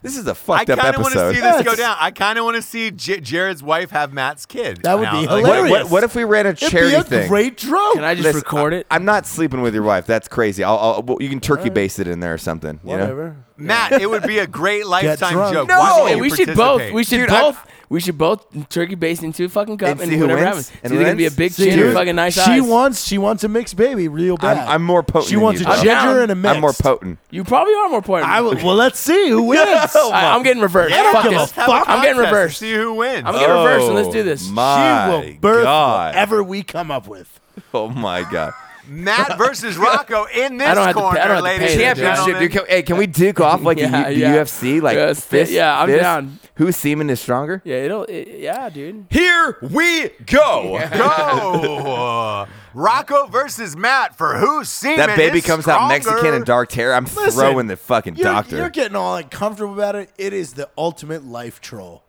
[SPEAKER 2] this is a
[SPEAKER 3] I
[SPEAKER 2] fucked up
[SPEAKER 3] kind of want to
[SPEAKER 2] episode.
[SPEAKER 3] see this go down. I kind of want to see J- Jared's wife have Matt's kid.
[SPEAKER 4] That would be
[SPEAKER 3] Now,
[SPEAKER 2] What,
[SPEAKER 3] like,
[SPEAKER 4] hilarious.
[SPEAKER 2] what, what if we ran a charity
[SPEAKER 4] it'd be a
[SPEAKER 2] thing?
[SPEAKER 4] great joke.
[SPEAKER 5] Can I just
[SPEAKER 2] Listen,
[SPEAKER 5] record it?
[SPEAKER 2] I, am not sleeping with your wife. That's crazy. I'll, I'll, well, you can turkey base it in there or something. you know?
[SPEAKER 4] Whatever.
[SPEAKER 3] Matt, it would be a great lifetime
[SPEAKER 4] drunk.
[SPEAKER 3] joke.
[SPEAKER 4] No!
[SPEAKER 3] Why don't
[SPEAKER 5] Hey,
[SPEAKER 3] you
[SPEAKER 5] we should both.
[SPEAKER 3] participate?
[SPEAKER 5] We should
[SPEAKER 2] Dude, I-
[SPEAKER 5] both. we should both turkey baste into a fucking cup
[SPEAKER 2] And
[SPEAKER 5] and,
[SPEAKER 2] see who
[SPEAKER 5] whatever
[SPEAKER 2] wins?
[SPEAKER 5] happens.
[SPEAKER 2] And
[SPEAKER 5] It's either gonna be a
[SPEAKER 2] wins?
[SPEAKER 5] big
[SPEAKER 2] See
[SPEAKER 5] chin
[SPEAKER 2] who-
[SPEAKER 5] or fucking nice
[SPEAKER 4] she
[SPEAKER 5] eyes.
[SPEAKER 4] wants she wants a mixed baby real bad.
[SPEAKER 2] I'm more potent
[SPEAKER 4] She
[SPEAKER 2] than
[SPEAKER 4] wants
[SPEAKER 2] you,
[SPEAKER 4] a
[SPEAKER 2] bro.
[SPEAKER 4] ginger and a mixed.
[SPEAKER 2] I'm more potent.
[SPEAKER 5] You probably are more important.
[SPEAKER 4] I will, well, let's see who wins.
[SPEAKER 5] I, am getting reversed.
[SPEAKER 3] Yeah,
[SPEAKER 5] fuck
[SPEAKER 4] give a
[SPEAKER 5] this.
[SPEAKER 3] Have a
[SPEAKER 5] I'm getting
[SPEAKER 3] contest to
[SPEAKER 5] reversed.
[SPEAKER 3] See who wins.
[SPEAKER 5] I'm getting reversed and let's do this.
[SPEAKER 2] Oh My
[SPEAKER 4] she will birth
[SPEAKER 2] God.
[SPEAKER 4] whatever we come up with.
[SPEAKER 2] Oh my God.
[SPEAKER 3] Matt versus Rocco in this
[SPEAKER 5] I don't have to pay- I
[SPEAKER 3] corner,
[SPEAKER 5] don't have to
[SPEAKER 3] ladies
[SPEAKER 5] pay
[SPEAKER 3] and
[SPEAKER 5] the
[SPEAKER 2] Championship,
[SPEAKER 5] judge.
[SPEAKER 3] gentlemen.
[SPEAKER 2] dude. Can, hey, can we duke off like
[SPEAKER 5] Yeah,
[SPEAKER 2] the, U- the
[SPEAKER 5] yeah.
[SPEAKER 2] UFC? Like
[SPEAKER 5] Yes,
[SPEAKER 2] fist,
[SPEAKER 5] yeah, I'm
[SPEAKER 2] fist?
[SPEAKER 5] down.
[SPEAKER 2] Whose semen is stronger?
[SPEAKER 5] Yeah, it'll. It, yeah, dude.
[SPEAKER 2] Here we go.
[SPEAKER 3] Go! Rocco versus Matt for who's seen
[SPEAKER 2] That baby comes out Mexican and dark hair. I'm
[SPEAKER 4] Listen,
[SPEAKER 2] throwing the fucking
[SPEAKER 4] You're,
[SPEAKER 2] doctor.
[SPEAKER 4] you're getting all uncomfortable about it. It is the ultimate life troll.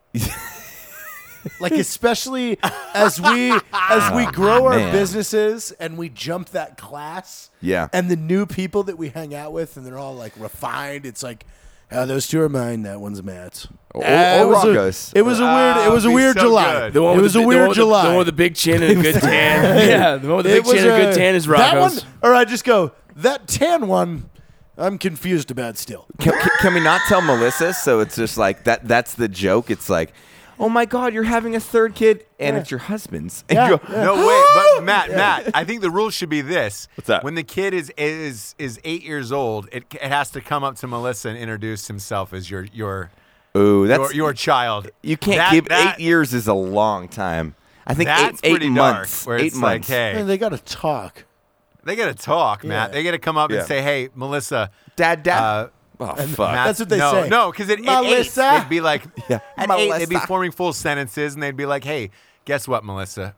[SPEAKER 4] like especially as we as we grow our
[SPEAKER 2] man.
[SPEAKER 4] businesses and we jump that class.
[SPEAKER 2] Yeah.
[SPEAKER 4] And the new people that we hang out with and they're all like refined. It's like oh, those two are mine. That one's Matt's.
[SPEAKER 2] Or-
[SPEAKER 4] Ah,
[SPEAKER 2] or
[SPEAKER 4] it was
[SPEAKER 2] Rocco's.
[SPEAKER 4] A, it was a weird. It
[SPEAKER 3] Ah,
[SPEAKER 4] was a
[SPEAKER 3] it'd be
[SPEAKER 4] weird
[SPEAKER 3] so
[SPEAKER 4] July.
[SPEAKER 3] good.
[SPEAKER 5] The one
[SPEAKER 4] it
[SPEAKER 5] with
[SPEAKER 4] was
[SPEAKER 5] the,
[SPEAKER 4] a
[SPEAKER 5] the
[SPEAKER 4] weird
[SPEAKER 5] one with the-
[SPEAKER 4] July.
[SPEAKER 5] the one with the big chin and a good tan. yeah, the one with the
[SPEAKER 4] It
[SPEAKER 5] big
[SPEAKER 4] was
[SPEAKER 5] chin and a
[SPEAKER 4] a-
[SPEAKER 5] good tan is
[SPEAKER 4] That one,
[SPEAKER 5] Rocco's.
[SPEAKER 4] or I just go that tan one. I'm confused about still.
[SPEAKER 2] can, can- can we not tell Melissa? So it's just like that. That's the joke. It's like, oh my God, you're having a third kid, and it's your husband's. And
[SPEAKER 4] Yeah,
[SPEAKER 2] you
[SPEAKER 4] yeah.
[SPEAKER 3] No wait, but Matt, Matt, I think the rule should be this:
[SPEAKER 2] What's that?
[SPEAKER 3] When the kid is is is eight years old, it, it has to come up to Melissa and introduce himself as your your
[SPEAKER 2] go, ooh, that's
[SPEAKER 3] your, your child.
[SPEAKER 2] you can't
[SPEAKER 3] That-
[SPEAKER 2] give
[SPEAKER 3] that-
[SPEAKER 2] eight years is a long time. I think eight,
[SPEAKER 3] That's
[SPEAKER 2] eight
[SPEAKER 3] pretty
[SPEAKER 2] months.
[SPEAKER 3] dark. Where
[SPEAKER 2] eight
[SPEAKER 3] it's
[SPEAKER 2] months.
[SPEAKER 3] like, hey,
[SPEAKER 4] Man, they got to talk.
[SPEAKER 3] They gotta talk, Matt.
[SPEAKER 4] Yeah.
[SPEAKER 3] They gotta come up
[SPEAKER 2] Yeah.
[SPEAKER 3] and say, "Hey, Melissa."
[SPEAKER 2] dad, dad.
[SPEAKER 3] Uh,
[SPEAKER 2] oh fuck.
[SPEAKER 3] Matt,
[SPEAKER 4] That's what they
[SPEAKER 3] no,
[SPEAKER 4] say.
[SPEAKER 3] No, because it, at eight,
[SPEAKER 4] Melissa?
[SPEAKER 3] they'd be like,
[SPEAKER 2] Yeah.
[SPEAKER 3] at eight, they'd be
[SPEAKER 2] Melissa.
[SPEAKER 3] forming full sentences, and they'd be like, "Hey, guess what, Melissa?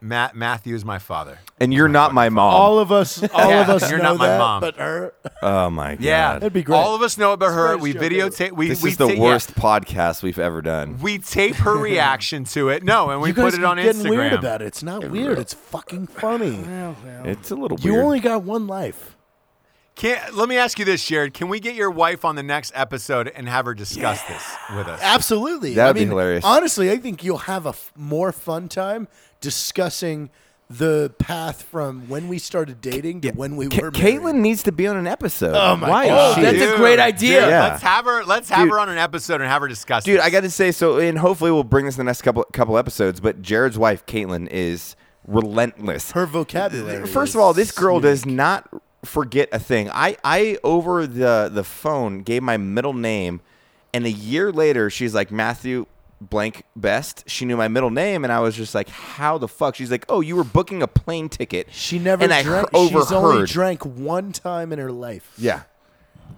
[SPEAKER 3] Matt Matthew is my father."
[SPEAKER 2] and you're not my mom.
[SPEAKER 4] All of us, all
[SPEAKER 3] Um, Yeah,
[SPEAKER 4] of us
[SPEAKER 3] you're
[SPEAKER 4] know
[SPEAKER 3] not my
[SPEAKER 4] that,
[SPEAKER 3] mom.
[SPEAKER 4] but her.
[SPEAKER 2] oh my god.
[SPEAKER 3] Yeah,
[SPEAKER 4] That'd be great.
[SPEAKER 3] All of us know about her.
[SPEAKER 4] greatest
[SPEAKER 3] We
[SPEAKER 4] joke ever.
[SPEAKER 3] videotape. We
[SPEAKER 2] This
[SPEAKER 3] we
[SPEAKER 2] is the
[SPEAKER 3] ta- yeah.
[SPEAKER 2] worst podcast we've ever done.
[SPEAKER 3] We tape her reaction to it. No, and we
[SPEAKER 4] you guys
[SPEAKER 3] put it on
[SPEAKER 4] keep getting
[SPEAKER 3] Instagram.
[SPEAKER 4] weird about it. It's not weird. It's fucking funny.
[SPEAKER 2] It's a little
[SPEAKER 4] You
[SPEAKER 2] weird.
[SPEAKER 4] only got one life.
[SPEAKER 3] Can't, let me ask you this, Jared. Can we get your wife on the next episode and have her discuss this with us?
[SPEAKER 4] Absolutely.
[SPEAKER 2] That would
[SPEAKER 4] I
[SPEAKER 2] be
[SPEAKER 4] mean,
[SPEAKER 2] hilarious.
[SPEAKER 4] Honestly, I think you'll have a f- more fun time discussing the path from when we started dating to when we
[SPEAKER 2] Ca-
[SPEAKER 4] were married.
[SPEAKER 2] Caitlin needs to be on an episode.
[SPEAKER 4] Oh my
[SPEAKER 2] Why is
[SPEAKER 4] God.
[SPEAKER 2] she-
[SPEAKER 5] That's a great idea.
[SPEAKER 3] dude,
[SPEAKER 2] Yeah.
[SPEAKER 3] Let's have her. Let's have
[SPEAKER 2] Dude.
[SPEAKER 3] her on an episode and have her discuss.
[SPEAKER 2] Dude,
[SPEAKER 3] this.
[SPEAKER 2] I got to say, so and hopefully we'll bring this in the next couple couple episodes. But Jared's wife, Caitlin, is relentless.
[SPEAKER 4] her vocabulary.
[SPEAKER 2] First
[SPEAKER 4] is
[SPEAKER 2] of all, this girl
[SPEAKER 4] sweet.
[SPEAKER 2] does not forget a thing. I I over the the phone gave my middle name, and a year later she's like Matthew blank best. She knew my middle name, and I was just like, how the fuck? She's like, oh, you were booking a plane ticket.
[SPEAKER 4] She never
[SPEAKER 2] and I
[SPEAKER 4] drank.
[SPEAKER 2] he- overheard.
[SPEAKER 4] She's only drank one time in her life.
[SPEAKER 2] yeah.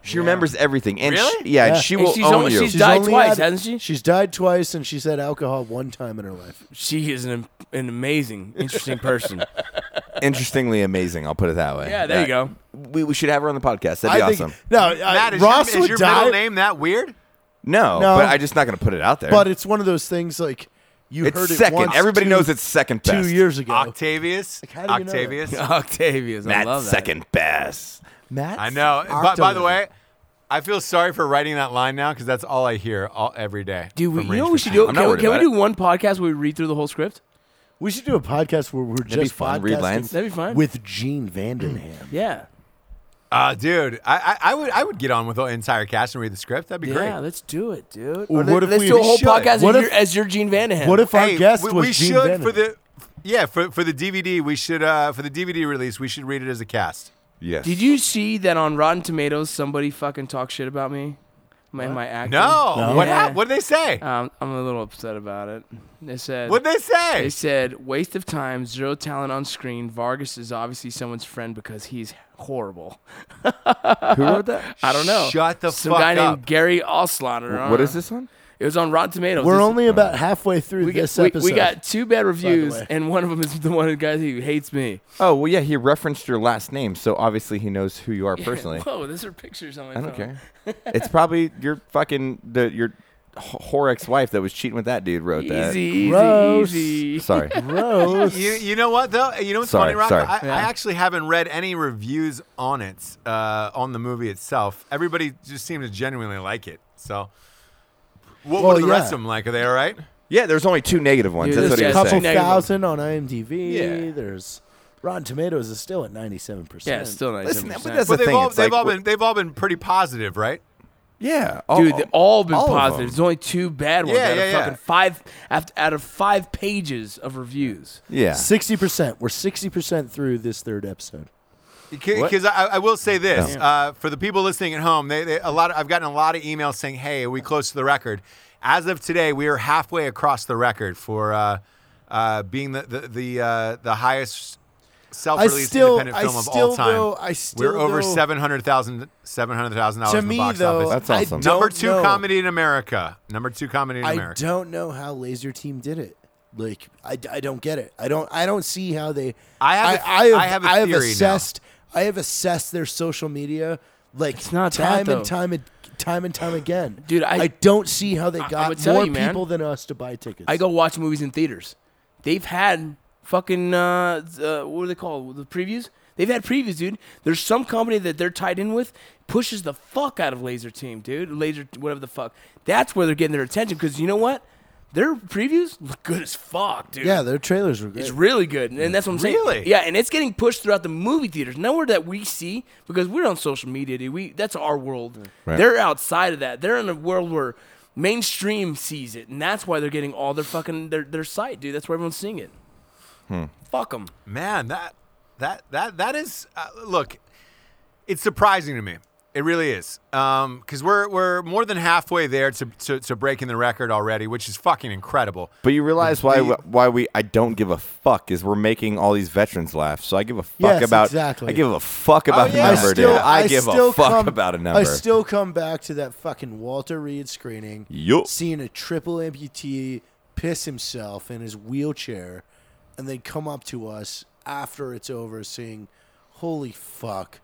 [SPEAKER 2] She remembers everything, and
[SPEAKER 3] Really?
[SPEAKER 2] she, yeah, and
[SPEAKER 4] Yeah.
[SPEAKER 2] she
[SPEAKER 5] And
[SPEAKER 2] will
[SPEAKER 5] she's
[SPEAKER 2] own
[SPEAKER 5] only-
[SPEAKER 2] you.
[SPEAKER 5] she's died
[SPEAKER 4] only
[SPEAKER 5] twice, hasn't she?
[SPEAKER 4] She's died twice, and she's had alcohol one time in her life.
[SPEAKER 5] She is an an amazing, interesting person.
[SPEAKER 2] Interestingly amazing, I'll put it that way.
[SPEAKER 5] Yeah, there you go.
[SPEAKER 2] We, we should have her on the podcast. That'd be
[SPEAKER 4] I
[SPEAKER 2] awesome.
[SPEAKER 4] think no,
[SPEAKER 3] Matt,
[SPEAKER 4] uh,
[SPEAKER 3] is
[SPEAKER 4] Ross
[SPEAKER 3] your, is
[SPEAKER 4] would
[SPEAKER 3] your
[SPEAKER 4] die,
[SPEAKER 3] middle name that weird?
[SPEAKER 2] no,
[SPEAKER 4] No.
[SPEAKER 2] but I'm just not going to put it out there.
[SPEAKER 4] but it's one of those things like you
[SPEAKER 2] it's
[SPEAKER 4] heard
[SPEAKER 2] second.
[SPEAKER 4] it once.
[SPEAKER 2] Everybody
[SPEAKER 4] two-
[SPEAKER 2] knows it's second
[SPEAKER 4] two
[SPEAKER 2] best.
[SPEAKER 4] years ago.
[SPEAKER 3] Octavius.
[SPEAKER 4] how do you know that?
[SPEAKER 3] Octavius.
[SPEAKER 5] Octavius, I
[SPEAKER 2] Matt's
[SPEAKER 5] love that.
[SPEAKER 2] second best. Matt,
[SPEAKER 3] I know. But by the way, I feel sorry for writing that line now because that's all I hear all every day.
[SPEAKER 5] Dude, we,
[SPEAKER 3] from
[SPEAKER 5] you know
[SPEAKER 3] Range
[SPEAKER 5] what we should
[SPEAKER 3] Protection.
[SPEAKER 5] do?
[SPEAKER 2] I'm not
[SPEAKER 5] Can, we-
[SPEAKER 2] worried
[SPEAKER 5] can we
[SPEAKER 2] about it.
[SPEAKER 5] do one podcast where we read through the whole script?
[SPEAKER 4] we should do a podcast where we're
[SPEAKER 2] be
[SPEAKER 4] just
[SPEAKER 2] fun. Read
[SPEAKER 4] podcasting
[SPEAKER 2] lines.
[SPEAKER 5] That'd be fun.
[SPEAKER 4] with Gene Vandenham.
[SPEAKER 5] yeah.
[SPEAKER 3] Uh, dude, I, I, I would I would get on with the entire cast and read the script. That'd be
[SPEAKER 5] Yeah,
[SPEAKER 3] great.
[SPEAKER 5] let's do it, dude.
[SPEAKER 4] Or
[SPEAKER 5] Let-
[SPEAKER 4] what if
[SPEAKER 5] let's
[SPEAKER 4] we-
[SPEAKER 5] do a
[SPEAKER 4] we
[SPEAKER 5] whole
[SPEAKER 3] should.
[SPEAKER 5] podcast
[SPEAKER 4] What
[SPEAKER 5] as,
[SPEAKER 4] if-
[SPEAKER 5] your, as your Gene Vandenham.
[SPEAKER 4] What if our
[SPEAKER 3] Hey,
[SPEAKER 4] guest
[SPEAKER 3] we,
[SPEAKER 4] was
[SPEAKER 3] we
[SPEAKER 4] Gene
[SPEAKER 3] should
[SPEAKER 4] Vandenham?
[SPEAKER 3] for the yeah for, for the DVD we should uh for the DVD release we should read it as a cast.
[SPEAKER 2] yes.
[SPEAKER 5] Did you see that on Rotten Tomatoes somebody fucking talked shit about me? My my acting.
[SPEAKER 3] No, what
[SPEAKER 5] Yeah.
[SPEAKER 3] hap- What did they say?
[SPEAKER 5] Um, I'm a little upset about it. They said
[SPEAKER 3] what did they say?
[SPEAKER 5] They said waste of time, zero talent on screen. Vargas is obviously someone's friend because he's horrible.
[SPEAKER 2] Who wrote that?
[SPEAKER 5] I don't know.
[SPEAKER 3] Shut the
[SPEAKER 5] Some
[SPEAKER 3] fuck
[SPEAKER 5] guy
[SPEAKER 3] up.
[SPEAKER 5] named Gary Oslaughter. I don't
[SPEAKER 2] What
[SPEAKER 5] know.
[SPEAKER 2] is this one?
[SPEAKER 5] It was on Rotten Tomatoes.
[SPEAKER 4] We're
[SPEAKER 5] This-
[SPEAKER 4] only about halfway through
[SPEAKER 5] we
[SPEAKER 4] this
[SPEAKER 5] got, we-
[SPEAKER 4] episode.
[SPEAKER 5] we got two bad reviews,
[SPEAKER 4] way.
[SPEAKER 5] and one of them is the one of the guy who hates me.
[SPEAKER 2] Oh well, yeah. He referenced your last name, so obviously he knows who you are personally.
[SPEAKER 5] Whoa, these are pictures on my
[SPEAKER 2] I
[SPEAKER 5] phone.
[SPEAKER 2] don't care. it's probably your fucking the, your wh- whore ex wife that was cheating with that dude wrote that.
[SPEAKER 5] Easy, easy,
[SPEAKER 4] Gross.
[SPEAKER 5] easy.
[SPEAKER 2] Sorry.
[SPEAKER 4] Gross.
[SPEAKER 3] You, you know what though? You know what's
[SPEAKER 2] Sorry,
[SPEAKER 3] funny,
[SPEAKER 2] sorry.
[SPEAKER 3] Rocco? I,
[SPEAKER 5] Yeah.
[SPEAKER 3] I actually haven't read any reviews on it, uh, on the movie itself. Everybody just seemed to genuinely like it. So, what
[SPEAKER 4] Well,
[SPEAKER 3] were the rest
[SPEAKER 4] yeah.
[SPEAKER 3] of them like? Are they all right?
[SPEAKER 2] yeah, there's only two negative ones.
[SPEAKER 5] Dude,
[SPEAKER 2] That's what he
[SPEAKER 5] this
[SPEAKER 2] was
[SPEAKER 5] guy's
[SPEAKER 4] couple
[SPEAKER 2] saying.
[SPEAKER 5] saying. Negative.
[SPEAKER 4] thousand on IMDb.
[SPEAKER 2] Yeah.
[SPEAKER 4] There's Rotten Tomatoes is still at ninety seven
[SPEAKER 5] Yeah,
[SPEAKER 4] percent.
[SPEAKER 5] it's still nice.
[SPEAKER 2] Listen, that- but that's
[SPEAKER 3] But
[SPEAKER 2] the
[SPEAKER 3] they've
[SPEAKER 2] thing,
[SPEAKER 3] all
[SPEAKER 2] it's
[SPEAKER 3] they've
[SPEAKER 2] like
[SPEAKER 3] all
[SPEAKER 2] we're-
[SPEAKER 3] been they've all been pretty positive, right?
[SPEAKER 2] Yeah. Oh,
[SPEAKER 5] Dude, they've all been
[SPEAKER 2] all of
[SPEAKER 5] positive.
[SPEAKER 2] them.
[SPEAKER 5] There's only two bad ones
[SPEAKER 3] Yeah,
[SPEAKER 5] out of
[SPEAKER 3] yeah, yeah.
[SPEAKER 5] fucking five after, out of five pages of reviews.
[SPEAKER 2] Yeah.
[SPEAKER 4] Sixty percent. We're sixty percent through this third episode.
[SPEAKER 3] Because I, I will say this uh, for the people listening at home, they, they, a lot. Of, I've gotten a lot of emails saying, "Hey, are we close to the record?" As of today, we are halfway across the record for uh, uh, being the the the, uh, the highest
[SPEAKER 4] I
[SPEAKER 3] self-released
[SPEAKER 4] still,
[SPEAKER 3] independent
[SPEAKER 4] I
[SPEAKER 3] film of
[SPEAKER 4] still,
[SPEAKER 3] all time.
[SPEAKER 4] though, I still,
[SPEAKER 3] We're over
[SPEAKER 4] though,
[SPEAKER 3] seven hundred thousand seven hundred thousand dollars
[SPEAKER 4] To
[SPEAKER 3] in the
[SPEAKER 4] me,
[SPEAKER 3] box
[SPEAKER 4] though,
[SPEAKER 3] office.
[SPEAKER 2] That's awesome.
[SPEAKER 4] I
[SPEAKER 3] Number
[SPEAKER 4] don't
[SPEAKER 3] two
[SPEAKER 4] know.
[SPEAKER 3] comedy in America. Number two comedy in
[SPEAKER 4] I
[SPEAKER 3] America.
[SPEAKER 4] don't know how Laser Team did it. Like, I, I don't get it. I don't, I don't see how they.
[SPEAKER 3] I have a-
[SPEAKER 4] I, I have,
[SPEAKER 3] I have a
[SPEAKER 4] have
[SPEAKER 3] theory now.
[SPEAKER 4] assessed. I have assessed their social media. Like
[SPEAKER 5] It's not that,
[SPEAKER 4] time
[SPEAKER 5] though.
[SPEAKER 4] and time and time and time again,
[SPEAKER 5] Dude, I-
[SPEAKER 4] don't see how they
[SPEAKER 5] I
[SPEAKER 4] got
[SPEAKER 5] would tell
[SPEAKER 4] more
[SPEAKER 5] you, man.
[SPEAKER 4] people than us to buy tickets.
[SPEAKER 5] I go watch movies in theaters. They've had fucking uh, uh what are they called? The previews. They've had previews, dude. There's some company that they're tied in with pushes the fuck out of Laser Team, dude. Laser whatever the fuck. That's where they're getting their attention because you know what? Their previews look good as fuck, dude.
[SPEAKER 4] Yeah, their trailers were great.
[SPEAKER 5] It's really good, and that's what I'm saying.
[SPEAKER 3] Really?
[SPEAKER 5] Yeah, and it's getting pushed throughout the movie theaters. Nowhere that we see because we're on social media. Dude. We that's our world.
[SPEAKER 2] Right.
[SPEAKER 5] They're outside of that. They're in a world where mainstream sees it, and that's why they're getting all their fucking their their sight, dude. That's where everyone's seeing it.
[SPEAKER 2] Hmm.
[SPEAKER 5] Fuck 'em. Fuck them.
[SPEAKER 3] Man, that that that that is uh, look. It's surprising to me. It really is, because we're we're more than halfway there to, to to breaking the record already, which is fucking incredible.
[SPEAKER 2] But you realize why
[SPEAKER 3] The-
[SPEAKER 2] why we I don't give a fuck is we're making all these veterans laugh. So I give a fuck
[SPEAKER 4] Yes,
[SPEAKER 2] about
[SPEAKER 4] exactly.
[SPEAKER 2] I give a fuck about
[SPEAKER 3] yeah.
[SPEAKER 2] a
[SPEAKER 4] I
[SPEAKER 2] number,
[SPEAKER 4] still,
[SPEAKER 2] dude. I,
[SPEAKER 4] I
[SPEAKER 2] give
[SPEAKER 4] still
[SPEAKER 2] a fuck
[SPEAKER 4] come-
[SPEAKER 2] about a
[SPEAKER 4] I
[SPEAKER 2] number.
[SPEAKER 4] still come back to that fucking Walter Reed screening.
[SPEAKER 2] Yup.
[SPEAKER 4] Seeing a triple amputee piss himself in his wheelchair, and then come up to us after it's over, saying, "Holy fuck,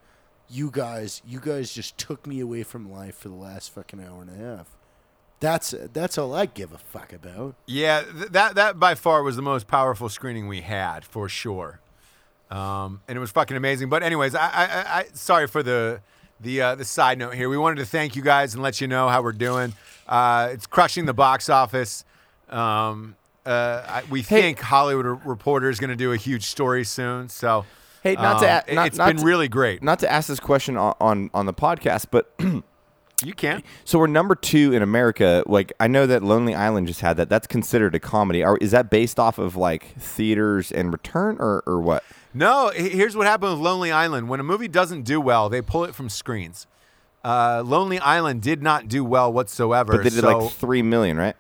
[SPEAKER 4] you guys, you guys just took me away from life for the last fucking hour and a half." That's that's all I give a fuck about.
[SPEAKER 3] Yeah, th- that that by far was the most powerful screening we had for sure, um, and it was fucking amazing. But anyways, I, I, I- I sorry for the the uh, the side note here. We wanted to thank you guys and let you know how we're doing. Uh, it's crushing the box office. Um, uh, I, we think Hollywood Re- Reporter is going to do a huge story soon. So um,
[SPEAKER 2] Hey, not to a-
[SPEAKER 3] it-
[SPEAKER 2] not-
[SPEAKER 3] it's
[SPEAKER 2] not
[SPEAKER 3] been
[SPEAKER 2] to-
[SPEAKER 3] really great.
[SPEAKER 2] not to ask this question on on, on the podcast, but
[SPEAKER 3] you can't.
[SPEAKER 2] so we're number two in America. Like I know that Lonely Island just had that. That's considered a comedy. Are, is that based off of like theaters and return or or what?
[SPEAKER 3] No, he- here's what happened with Lonely Island. When a movie doesn't do well, they pull it from screens. Uh, Lonely Island did not do well whatsoever.
[SPEAKER 2] But they did
[SPEAKER 3] so,
[SPEAKER 2] like three million, right?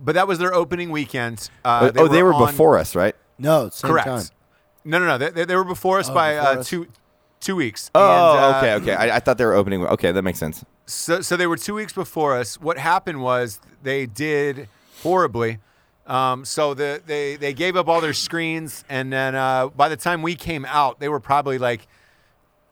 [SPEAKER 3] but that was their opening weekend. Uh,
[SPEAKER 2] oh, they were
[SPEAKER 3] on-
[SPEAKER 2] before us, right?
[SPEAKER 4] No, same
[SPEAKER 3] Correct.
[SPEAKER 4] time.
[SPEAKER 3] No, no, no. They- They, they were before us by
[SPEAKER 4] Oh, before
[SPEAKER 3] uh,
[SPEAKER 4] us.
[SPEAKER 3] two two weeks.
[SPEAKER 2] Oh,
[SPEAKER 3] And, uh,
[SPEAKER 2] okay, okay. I, I thought they were opening. Okay, that makes sense.
[SPEAKER 3] So, so they were two weeks before us. What happened was they did horribly. Um, so the, they they gave up all their screens, and then uh, by the time we came out, they were probably like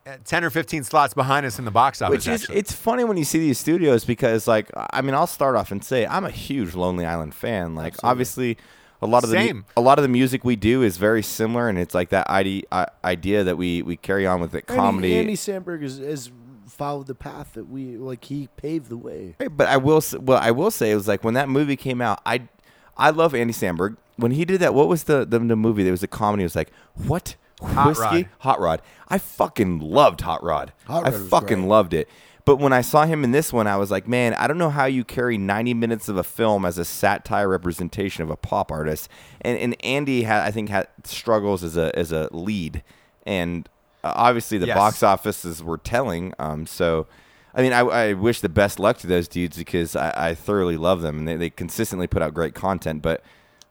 [SPEAKER 3] uh, ten or fifteen slots behind us in the box office.
[SPEAKER 2] Which is
[SPEAKER 3] actually.
[SPEAKER 2] it's funny when you see these studios because like I mean I'll start off and say I'm a huge Lonely Island fan. Like obviously a lot of the mu-
[SPEAKER 3] Same.
[SPEAKER 2] a lot of the music we do is very similar and it's like that ide- i- idea that we we carry on with it comedy.
[SPEAKER 4] Andy, Andy Sandberg has, has followed the path that we like. He paved the way.
[SPEAKER 2] Right, but I will s- well I will say it was like when that movie came out I I love Andy Samberg. When he did that what was the the, the movie that was a comedy it was like what whiskey
[SPEAKER 3] Rod.
[SPEAKER 2] Hot Rod. I fucking loved Hot Rod.
[SPEAKER 4] Hot
[SPEAKER 2] I
[SPEAKER 4] Rod was
[SPEAKER 2] fucking
[SPEAKER 4] great.
[SPEAKER 2] loved it. But when I saw him in this one, I was like, man, I don't know how you carry 90 minutes of a film as a satire representation of a pop artist. And and Andy had I think had struggles as a as a lead, and uh, obviously the
[SPEAKER 3] Yes.
[SPEAKER 2] box offices were telling. Um, so. I mean, I, I wish the best luck to those dudes because I, I thoroughly love them and they, they consistently put out great content. But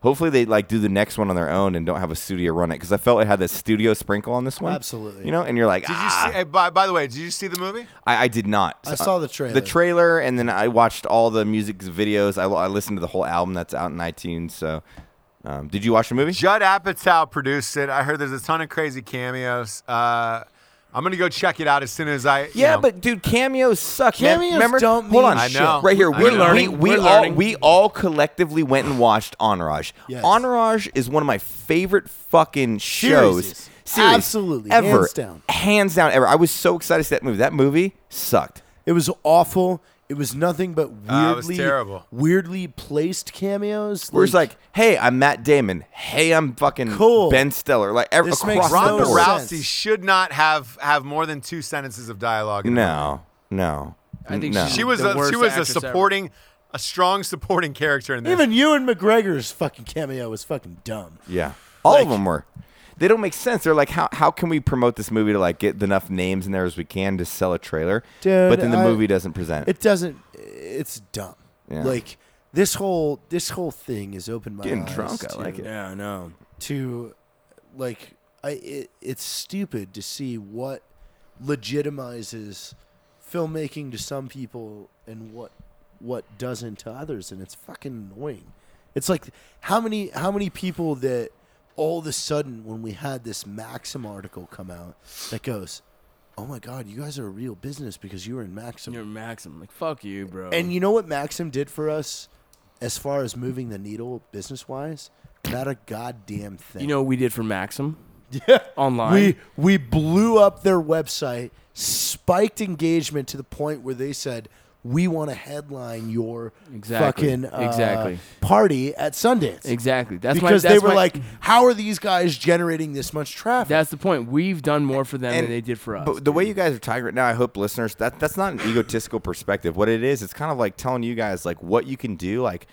[SPEAKER 2] hopefully, they like do the next one on their own and don't have a studio run it because I felt it had that studio sprinkle on this one.
[SPEAKER 4] Absolutely.
[SPEAKER 2] You know, and you're like,
[SPEAKER 3] Did you
[SPEAKER 2] "Ah."
[SPEAKER 3] see? eh, by, by the way, did you see the movie?
[SPEAKER 2] I, I did not.
[SPEAKER 4] I saw the trailer.
[SPEAKER 2] The trailer, and then I watched all the music videos. I, I listened to the whole album that's out in iTunes. So, um, did you watch the movie?
[SPEAKER 3] Judd Apatow produced it. I heard there's a ton of crazy cameos. Uh, I'm gonna go check it out as soon as I. you
[SPEAKER 2] Yeah,
[SPEAKER 3] know.
[SPEAKER 2] but dude, cameos suck. man.
[SPEAKER 4] Cameos
[SPEAKER 2] Remember?
[SPEAKER 4] don't
[SPEAKER 2] Hold
[SPEAKER 4] mean
[SPEAKER 2] on,
[SPEAKER 3] I shit. know.
[SPEAKER 2] Right here,
[SPEAKER 3] I
[SPEAKER 2] we,
[SPEAKER 3] know.
[SPEAKER 5] learning.
[SPEAKER 2] We, we
[SPEAKER 5] We're
[SPEAKER 2] all
[SPEAKER 5] learning.
[SPEAKER 2] we all collectively went and watched Entourage.
[SPEAKER 4] Yes.
[SPEAKER 2] Entourage is one of my favorite fucking shows.
[SPEAKER 4] Series.
[SPEAKER 2] Series.
[SPEAKER 4] Absolutely.
[SPEAKER 2] ever,
[SPEAKER 4] Hands down.
[SPEAKER 2] hands down, ever. I was so excited to see that movie. That movie sucked.
[SPEAKER 4] It was awful. It was nothing but
[SPEAKER 3] Ah, it was
[SPEAKER 4] weirdly
[SPEAKER 3] terrible.
[SPEAKER 4] weirdly placed cameos.
[SPEAKER 2] Where it's like, hey, I'm Matt Damon. Hey, I'm fucking
[SPEAKER 4] Cool.
[SPEAKER 2] Ben Stiller. Like every,
[SPEAKER 4] This
[SPEAKER 2] across
[SPEAKER 4] makes
[SPEAKER 2] the
[SPEAKER 4] no
[SPEAKER 3] Ronda
[SPEAKER 2] board.
[SPEAKER 4] sense.
[SPEAKER 3] Rousey should not have have more than two sentences of dialogue. in a movie.
[SPEAKER 2] No, no.
[SPEAKER 5] I think
[SPEAKER 2] No.
[SPEAKER 5] she's
[SPEAKER 3] She was
[SPEAKER 5] the
[SPEAKER 3] a,
[SPEAKER 5] worst
[SPEAKER 3] she was a
[SPEAKER 5] actress ever.
[SPEAKER 3] supporting, a strong supporting character in this.
[SPEAKER 4] Even Ewan McGregor's fucking cameo was fucking dumb.
[SPEAKER 2] Yeah. All
[SPEAKER 4] Like-
[SPEAKER 2] of them were. They don't make sense. They're like, how, how can we promote this movie to like get enough names in there as we can to sell a trailer?
[SPEAKER 4] Dude,
[SPEAKER 2] but then the
[SPEAKER 4] I-
[SPEAKER 2] movie doesn't present.
[SPEAKER 4] It doesn't. It's dumb.
[SPEAKER 2] Yeah.
[SPEAKER 4] Like this whole this whole thing is open my
[SPEAKER 2] Getting
[SPEAKER 4] eyes
[SPEAKER 2] drunk, I
[SPEAKER 4] to-
[SPEAKER 2] like it.
[SPEAKER 5] Yeah, no.
[SPEAKER 4] to like I it, it's stupid to see what legitimizes filmmaking to some people and what what doesn't to others and it's fucking annoying. It's like how many how many people that all of a sudden when we had this Maxim article come out that goes, "Oh my god, you guys are a real business because you were in Maxim."
[SPEAKER 5] You're Maxim. Like fuck you, bro.
[SPEAKER 4] And you know what Maxim did for us as far as moving the needle business-wise? Not a goddamn thing.
[SPEAKER 5] you know what we did for Maxim
[SPEAKER 4] Yeah.
[SPEAKER 5] online.
[SPEAKER 4] We we blew up their website, spiked engagement to the point where they said we want to headline your
[SPEAKER 5] Exactly.
[SPEAKER 4] fucking uh,
[SPEAKER 5] Exactly.
[SPEAKER 4] party at Sundance.
[SPEAKER 5] exactly. That's
[SPEAKER 4] Because
[SPEAKER 5] my, that's
[SPEAKER 4] they were
[SPEAKER 5] my-
[SPEAKER 4] like, how are these guys generating this much traffic?
[SPEAKER 5] that's the point. We've done more for them than
[SPEAKER 2] And-
[SPEAKER 5] they did for us.
[SPEAKER 2] But the way you guys are talking right now, I hope listeners that that's not an egotistical perspective. What it is, it's kind of like telling you guys like what you can do, like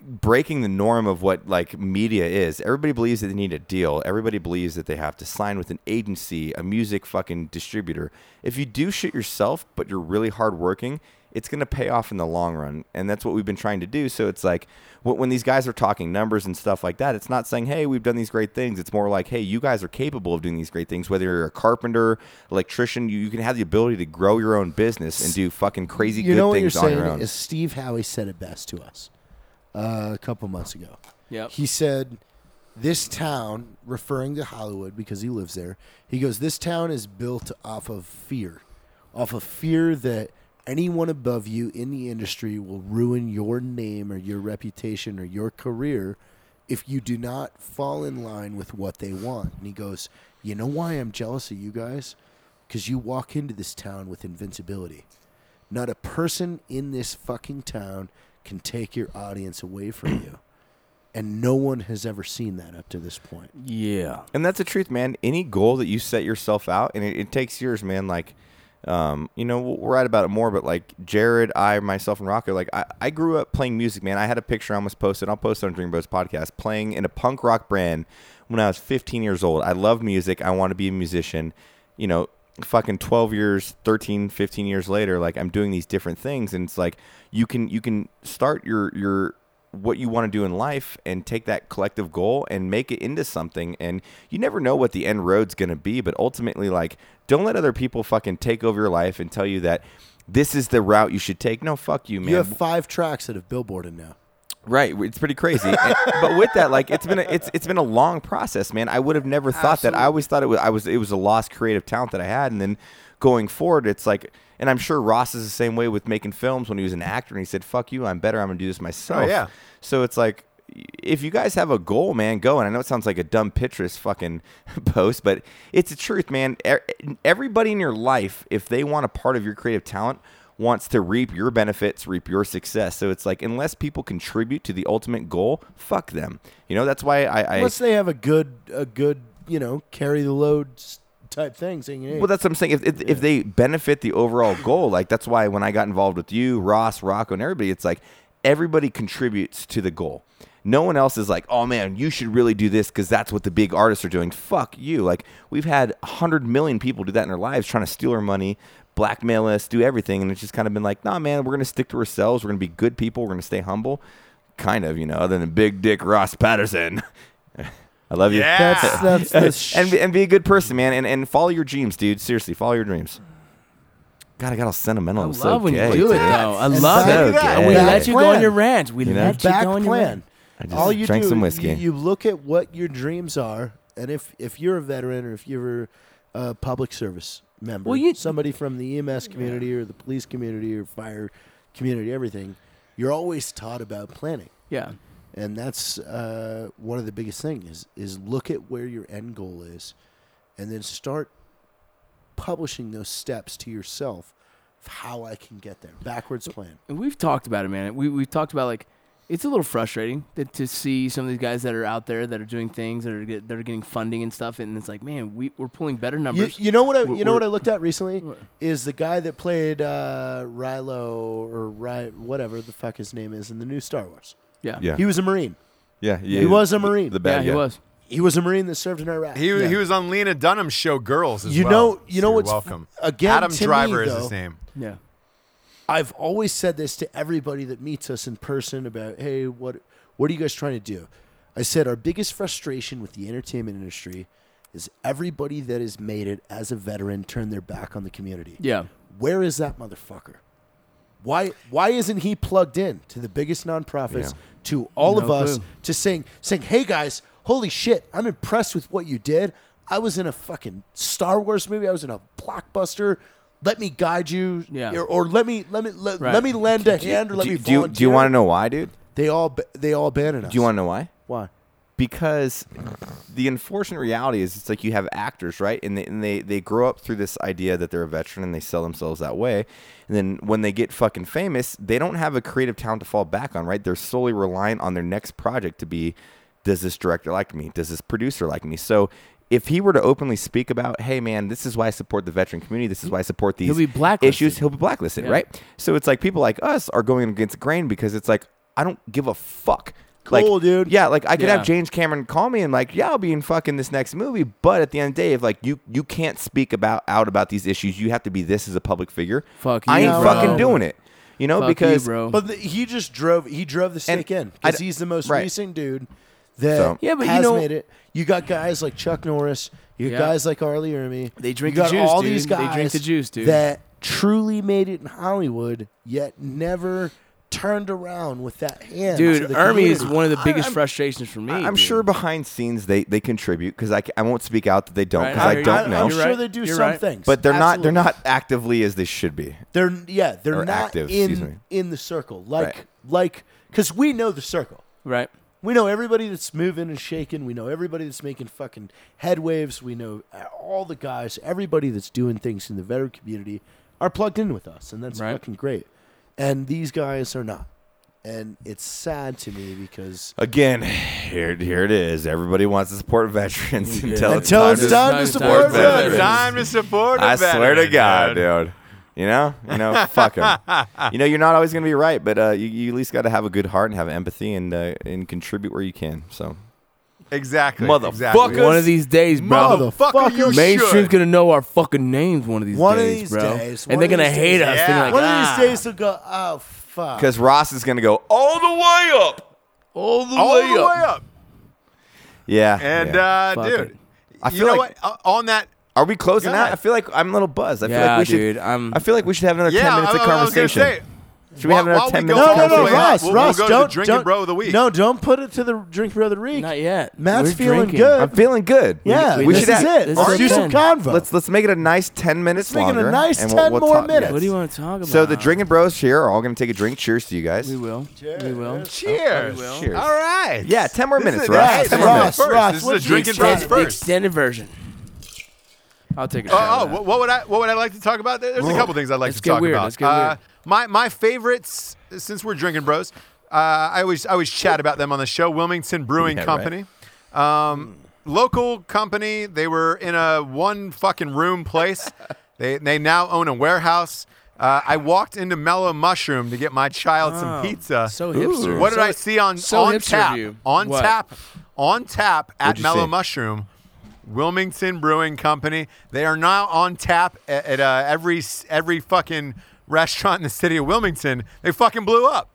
[SPEAKER 2] breaking the norm of what like media is. Everybody believes that they need a deal. Everybody believes that they have to sign with an agency, a music fucking distributor. If you do shit yourself, but you're really hardworking, it's going to pay off in the long run. And that's what we've been trying to do. So it's like wh- when these guys are talking numbers and stuff like that, it's not saying, "Hey, we've done these great things." It's more like, "Hey, you guys are capable of doing these great things. Whether you're a carpenter, electrician, you, you can have the ability to grow your own business and do fucking crazy
[SPEAKER 4] you
[SPEAKER 2] good
[SPEAKER 4] know what you're
[SPEAKER 2] things on
[SPEAKER 4] saying
[SPEAKER 2] your own."
[SPEAKER 4] is Steve Howie said it best to us uh, a couple months ago.
[SPEAKER 5] Yep.
[SPEAKER 4] He said, This town, referring to Hollywood because he lives there, he goes, This town is built off of fear, off of fear that anyone above you in the industry will ruin your name or your reputation or your career if you do not fall in line with what they want. And he goes, You know why I'm jealous of you guys? Because you walk into this town with invincibility. Not a person in this fucking town can take your audience away from you. And no one has ever seen that up to this point.
[SPEAKER 5] yeah.
[SPEAKER 2] And that's the truth, man. Any goal that you set yourself out, and it, it takes years, man. Like, um, you know, we'll, we'll write about it more, but like Jared, I, myself, and Rocco, like I, I grew up playing music, man. I had a picture I almost posted. I'll post it on Dreamboat's podcast, playing in a punk rock band when I was 15 years old. I loved music. I want to be a musician. You know, fucking 12 years 13 15 years later like i'm doing these different things and it's like you can you can start your your what you want to do in life and take that collective goal and make it into something and you never know what the end road's going to be but ultimately like don't let other people fucking take over your life and tell you that this is the route you should take no fuck you man
[SPEAKER 4] You have five tracks that have billboarded now.
[SPEAKER 2] Right, it's pretty crazy. And- but with that, like it's been a, it's it's been a long process, man. I would have never thought that. I always thought it was I was it was a lost creative talent that I had, and then going forward, it's like. And I'm sure Ross is the same way with making films when he was an actor and he said, "Fuck you, I'm better. I'm gonna do this myself."
[SPEAKER 3] yeah.
[SPEAKER 2] So it's like, if you guys have a goal, man, go. And I know it sounds like a dumb pitcher's fucking post, but it's the truth, man. E- Everybody in your life, if they want a part of your creative talent, wants to reap your benefits, reap your success. So it's like, unless people contribute to the ultimate goal, fuck them. You know, that's why I. I
[SPEAKER 4] Unless they have a good, a good, you know, carry the load s- type thing. Saying, hey,
[SPEAKER 2] well, that's what I'm saying. If if, if they benefit the overall goal, like that's why when I got involved with you, Ross, Rocco, and everybody, it's like everybody contributes to the goal. No one else is like, oh man, you should really do this because that's what the big artists are doing. Fuck you. Like we've had hundred million people do that in their lives, trying to steal our money, blackmail us, do everything, and it's just kind of been like, nah, man, we're gonna stick to ourselves. We're gonna be good people. We're gonna stay humble, kind of, you know, other than Big Dick Ross Patterson. I love you
[SPEAKER 3] Yeah.
[SPEAKER 4] that's that's, that's sh-
[SPEAKER 2] and be, and be a good person, man, and and follow your dreams, dude. Seriously, follow your dreams. God, I got all sentimental.
[SPEAKER 5] I
[SPEAKER 2] I'm
[SPEAKER 5] love
[SPEAKER 2] so
[SPEAKER 5] when
[SPEAKER 2] gay
[SPEAKER 5] you do it,
[SPEAKER 2] today.
[SPEAKER 5] though. I
[SPEAKER 4] And
[SPEAKER 5] love
[SPEAKER 4] back-
[SPEAKER 5] it.
[SPEAKER 2] So
[SPEAKER 5] And we
[SPEAKER 2] gay.
[SPEAKER 5] let you go
[SPEAKER 4] Plan.
[SPEAKER 5] on your rant. We
[SPEAKER 2] You know?
[SPEAKER 5] let you
[SPEAKER 4] back
[SPEAKER 5] go on your
[SPEAKER 4] plan.
[SPEAKER 5] rant.
[SPEAKER 2] I just
[SPEAKER 4] All you
[SPEAKER 2] drank
[SPEAKER 4] do,
[SPEAKER 2] some whiskey.
[SPEAKER 4] You, you look at what your dreams are, and if if you're a veteran or if you're a public service member,
[SPEAKER 5] Well, you-
[SPEAKER 4] somebody from the EMS community or the police community or fire community, everything, you're always taught about planning.
[SPEAKER 5] Yeah.
[SPEAKER 4] and that's uh, one of the biggest things is, is look at where your end goal is and then start publishing those steps to yourself of how i can get there backwards plan
[SPEAKER 5] And we've talked about it, man. We we've talked about like it's a little frustrating that to see some of these guys that are out there that are doing things that are get, that are getting funding and stuff, and it's like, man, we we're pulling better
[SPEAKER 4] You,
[SPEAKER 5] numbers.
[SPEAKER 4] you know what I
[SPEAKER 5] We're-
[SPEAKER 4] you know what I
[SPEAKER 5] we're-
[SPEAKER 4] looked at recently is the guy that played uh, Rilo or Ry- whatever the fuck his name is in the new Star Wars.
[SPEAKER 5] yeah,
[SPEAKER 2] Yeah.
[SPEAKER 4] He was a Marine.
[SPEAKER 2] Yeah, yeah.
[SPEAKER 4] He was a Marine.
[SPEAKER 2] The
[SPEAKER 5] yeah,
[SPEAKER 2] bad
[SPEAKER 5] he
[SPEAKER 2] guy.
[SPEAKER 5] was.
[SPEAKER 4] He was a Marine that served in Iraq.
[SPEAKER 3] He, he was on Lena Dunham's show Girls as
[SPEAKER 4] you
[SPEAKER 3] well.
[SPEAKER 4] know you know
[SPEAKER 3] You're
[SPEAKER 4] what's
[SPEAKER 3] welcome.
[SPEAKER 4] again
[SPEAKER 3] Adam
[SPEAKER 4] to
[SPEAKER 3] Driver
[SPEAKER 4] me,
[SPEAKER 3] is his
[SPEAKER 4] though,
[SPEAKER 3] name.
[SPEAKER 5] Yeah,
[SPEAKER 4] I've always said this to everybody that meets us in person about, hey, what what are you guys trying to do? I said our biggest frustration with the entertainment industry is everybody that has made it as a veteran turned their back on the community.
[SPEAKER 5] yeah.
[SPEAKER 4] Where is that motherfucker? Why why isn't he plugged in to the biggest nonprofits,
[SPEAKER 2] Yeah.
[SPEAKER 4] to all
[SPEAKER 5] No
[SPEAKER 4] of us,
[SPEAKER 5] clue.
[SPEAKER 4] to saying saying, hey guys, holy shit, I'm impressed with what you did. I was in a fucking Star Wars movie. I was in a blockbuster. Let me guide you,
[SPEAKER 5] Yeah.
[SPEAKER 4] or, or let me let me let,
[SPEAKER 5] Right.
[SPEAKER 4] let me lend a hand, or let
[SPEAKER 2] do,
[SPEAKER 4] me
[SPEAKER 2] do you,
[SPEAKER 4] volunteer.
[SPEAKER 2] do you want to know why, dude?
[SPEAKER 4] They all ba- they all abandoned us.
[SPEAKER 2] Do you want to know why?
[SPEAKER 4] why?
[SPEAKER 2] because the unfortunate reality is it's like you have actors right and they, and they they grow up through this idea that they're a veteran and they sell themselves that way and then when they get fucking famous they don't have a creative talent to fall back on right they're solely reliant on their next project to be does this director like me does this producer like me so if he were to openly speak about hey man this is why i support the veteran community this is why i support these
[SPEAKER 5] be blacklisted.
[SPEAKER 2] issues he'll be blacklisted
[SPEAKER 5] Yeah.
[SPEAKER 2] right so it's like people like us are going against the grain because it's like i don't give a fuck
[SPEAKER 4] Cool,
[SPEAKER 2] like,
[SPEAKER 4] dude.
[SPEAKER 2] Yeah, like I could
[SPEAKER 5] Yeah.
[SPEAKER 2] have James Cameron call me and like, yeah, I'll be in fucking this next movie. But at the end of the day, if like you you can't speak about out about these issues, you have to be this as a public figure.
[SPEAKER 5] Fuck
[SPEAKER 2] I
[SPEAKER 5] you,
[SPEAKER 2] ain't
[SPEAKER 4] bro.
[SPEAKER 2] fucking doing it. You know
[SPEAKER 5] Fuck you,
[SPEAKER 2] because
[SPEAKER 5] bro.
[SPEAKER 4] But the, he just drove. He drove the stake in
[SPEAKER 2] I
[SPEAKER 4] because
[SPEAKER 2] d-
[SPEAKER 4] he's the most
[SPEAKER 2] right.
[SPEAKER 4] recent dude that
[SPEAKER 2] So-
[SPEAKER 5] Yeah, but you
[SPEAKER 4] has
[SPEAKER 5] know-
[SPEAKER 4] made it. You got guys like Chuck Norris. You got
[SPEAKER 5] Yeah.
[SPEAKER 4] guys like Arlie Ermy.
[SPEAKER 5] They drink
[SPEAKER 4] you
[SPEAKER 5] the
[SPEAKER 4] got
[SPEAKER 5] juice,
[SPEAKER 4] all
[SPEAKER 5] dude.
[SPEAKER 4] these
[SPEAKER 5] They
[SPEAKER 4] guys.
[SPEAKER 5] drink the juice, dude.
[SPEAKER 4] That truly made it in Hollywood, yet never turned around with that hand.
[SPEAKER 5] Dude,
[SPEAKER 4] to the
[SPEAKER 5] Ermy is
[SPEAKER 4] community.
[SPEAKER 5] one of the biggest
[SPEAKER 2] I'm-
[SPEAKER 5] frustrations for me.
[SPEAKER 2] I- I'm
[SPEAKER 5] dude.
[SPEAKER 2] sure behind scenes they they contribute because I, c- I won't speak out that they don't
[SPEAKER 5] Right,
[SPEAKER 2] because
[SPEAKER 5] I
[SPEAKER 2] I,
[SPEAKER 5] hear you.
[SPEAKER 2] don't
[SPEAKER 4] I'm
[SPEAKER 2] know.
[SPEAKER 5] You're
[SPEAKER 4] sure
[SPEAKER 5] right.
[SPEAKER 4] they do
[SPEAKER 5] You're
[SPEAKER 4] some
[SPEAKER 5] right.
[SPEAKER 4] things,
[SPEAKER 2] But they're not they're
[SPEAKER 4] Absolutely.
[SPEAKER 2] not actively as they should be.
[SPEAKER 4] They're yeah, they're
[SPEAKER 2] Or
[SPEAKER 4] not
[SPEAKER 2] active, excuse me.
[SPEAKER 4] in in the circle like
[SPEAKER 2] Right.
[SPEAKER 4] like because we know the circle.
[SPEAKER 5] Right.
[SPEAKER 4] We know everybody that's moving and shaking. We know everybody that's making fucking head waves. We know all the guys, everybody that's doing things in the veteran community are plugged in with us, and that's
[SPEAKER 5] Right.
[SPEAKER 4] fucking great. And these guys are not. And it's sad to me because
[SPEAKER 2] Again, here here it is. Everybody wants to support veterans until it's
[SPEAKER 4] until
[SPEAKER 2] time
[SPEAKER 4] it's
[SPEAKER 2] to-
[SPEAKER 4] time to
[SPEAKER 5] it's
[SPEAKER 4] support
[SPEAKER 2] time to
[SPEAKER 4] veterans.
[SPEAKER 2] support
[SPEAKER 3] Time to support. a
[SPEAKER 2] I swear to
[SPEAKER 3] veteran,
[SPEAKER 2] God, dude. You know, you know, fuck them. You know, you're not always gonna be right, but uh, you, you at least got to have a good heart and have empathy and uh, and contribute where you can. So
[SPEAKER 3] Exactly.
[SPEAKER 2] Motherfucker.
[SPEAKER 3] Exactly.
[SPEAKER 5] One of these days, bro.
[SPEAKER 3] Motherfucker, you
[SPEAKER 5] Mainstream's
[SPEAKER 3] should.
[SPEAKER 5] gonna know our fucking names one of these
[SPEAKER 4] One of
[SPEAKER 5] days,
[SPEAKER 4] these
[SPEAKER 5] bro.
[SPEAKER 4] days,
[SPEAKER 5] and
[SPEAKER 4] one
[SPEAKER 5] they're
[SPEAKER 4] of
[SPEAKER 5] gonna
[SPEAKER 4] these
[SPEAKER 5] hate
[SPEAKER 4] days.
[SPEAKER 5] us.
[SPEAKER 3] Yeah.
[SPEAKER 5] They're like,
[SPEAKER 4] One
[SPEAKER 5] ah,
[SPEAKER 4] of these days they'll go, oh fuck.
[SPEAKER 2] because Ross is gonna go all the way up.
[SPEAKER 5] all the
[SPEAKER 3] All
[SPEAKER 5] way
[SPEAKER 3] the
[SPEAKER 5] up.
[SPEAKER 3] way up.
[SPEAKER 2] Yeah.
[SPEAKER 3] And
[SPEAKER 2] yeah.
[SPEAKER 3] uh,
[SPEAKER 5] Fuck
[SPEAKER 3] dude,
[SPEAKER 5] it.
[SPEAKER 2] I
[SPEAKER 3] you
[SPEAKER 2] feel
[SPEAKER 3] know
[SPEAKER 2] like-
[SPEAKER 3] what? Uh, on that,
[SPEAKER 2] are we closing
[SPEAKER 3] God.
[SPEAKER 2] out? I feel like I'm a little buzzed. I feel
[SPEAKER 5] Yeah,
[SPEAKER 2] like we should.
[SPEAKER 5] dude, I'm-
[SPEAKER 2] I feel like we should have another
[SPEAKER 3] yeah,
[SPEAKER 2] ten minutes of
[SPEAKER 3] I, I- I was gonna
[SPEAKER 2] conversation.
[SPEAKER 3] say,
[SPEAKER 2] should we have
[SPEAKER 3] while-
[SPEAKER 2] another
[SPEAKER 3] while
[SPEAKER 2] ten
[SPEAKER 3] we
[SPEAKER 2] minutes?
[SPEAKER 3] go
[SPEAKER 2] of
[SPEAKER 4] no, no, no,
[SPEAKER 3] We'll-
[SPEAKER 2] conversation?
[SPEAKER 4] Ross,
[SPEAKER 3] we'll
[SPEAKER 4] Ross,
[SPEAKER 3] go to
[SPEAKER 4] don't
[SPEAKER 3] Drinking
[SPEAKER 4] don't-
[SPEAKER 3] Bro of the Week.
[SPEAKER 4] No, don't put it to the Drink Bro of the Week.
[SPEAKER 5] Not yet.
[SPEAKER 4] Matt's
[SPEAKER 5] We're
[SPEAKER 4] feeling
[SPEAKER 5] drinking.
[SPEAKER 4] good.
[SPEAKER 2] I'm feeling good.
[SPEAKER 4] Yeah,
[SPEAKER 5] We-
[SPEAKER 2] we,
[SPEAKER 5] we
[SPEAKER 4] this
[SPEAKER 2] should
[SPEAKER 4] is
[SPEAKER 2] have,
[SPEAKER 4] it.
[SPEAKER 5] This
[SPEAKER 4] Let's
[SPEAKER 5] is
[SPEAKER 4] do
[SPEAKER 5] it.
[SPEAKER 4] some convo.
[SPEAKER 2] Let's let's make it a nice ten minutes
[SPEAKER 4] Let's make it a
[SPEAKER 2] longer.
[SPEAKER 4] nice
[SPEAKER 2] and we'll-
[SPEAKER 4] 10
[SPEAKER 2] we'll
[SPEAKER 4] more
[SPEAKER 2] talk- yeah.
[SPEAKER 4] minutes.
[SPEAKER 5] What do you want to talk about?
[SPEAKER 2] So the drinking bros here are all gonna take a drink. Cheers to you guys.
[SPEAKER 5] We will. We will.
[SPEAKER 3] cheers.
[SPEAKER 5] will.
[SPEAKER 2] Cheers.
[SPEAKER 3] All right.
[SPEAKER 2] Yeah, 10 more
[SPEAKER 3] This
[SPEAKER 2] minutes,
[SPEAKER 3] is a-
[SPEAKER 2] Ross.
[SPEAKER 3] hey,
[SPEAKER 2] 10
[SPEAKER 3] this
[SPEAKER 2] more
[SPEAKER 3] is
[SPEAKER 2] minutes.
[SPEAKER 3] first.
[SPEAKER 4] Ross,
[SPEAKER 3] This is a
[SPEAKER 4] what'd you
[SPEAKER 3] drinking
[SPEAKER 4] expect?
[SPEAKER 3] bros
[SPEAKER 5] Extended, the
[SPEAKER 3] first.
[SPEAKER 5] extended version. I'll take a shot.
[SPEAKER 3] Oh,
[SPEAKER 5] of
[SPEAKER 3] oh,
[SPEAKER 5] that.
[SPEAKER 3] what, what would I what would I like to talk about? There- There's a couple things I'd like
[SPEAKER 5] Let's
[SPEAKER 3] to
[SPEAKER 5] get
[SPEAKER 3] talk
[SPEAKER 5] weird,
[SPEAKER 3] about.
[SPEAKER 5] let's get
[SPEAKER 3] uh,
[SPEAKER 5] weird.
[SPEAKER 3] My my favorites since we're drinking bros. Uh, I always I always chat about them on the show. Wilmington Brewing
[SPEAKER 2] Yeah, right.
[SPEAKER 3] Company, um, local company. They were in a one fucking room place. they they now own a warehouse. Uh, I walked into Mellow Mushroom to get my child some pizza.
[SPEAKER 5] Oh, so hipster.
[SPEAKER 3] What did
[SPEAKER 5] So-
[SPEAKER 3] I see on
[SPEAKER 5] so
[SPEAKER 3] on
[SPEAKER 5] hipster
[SPEAKER 3] tap?
[SPEAKER 5] of you.
[SPEAKER 3] On
[SPEAKER 5] What?
[SPEAKER 3] tap, on tap at
[SPEAKER 2] you
[SPEAKER 3] Mellow
[SPEAKER 2] see?
[SPEAKER 3] Mushroom. Wilmington Brewing Company. They are now on tap at, at uh, every every fucking restaurant in the city of Wilmington. They fucking blew up.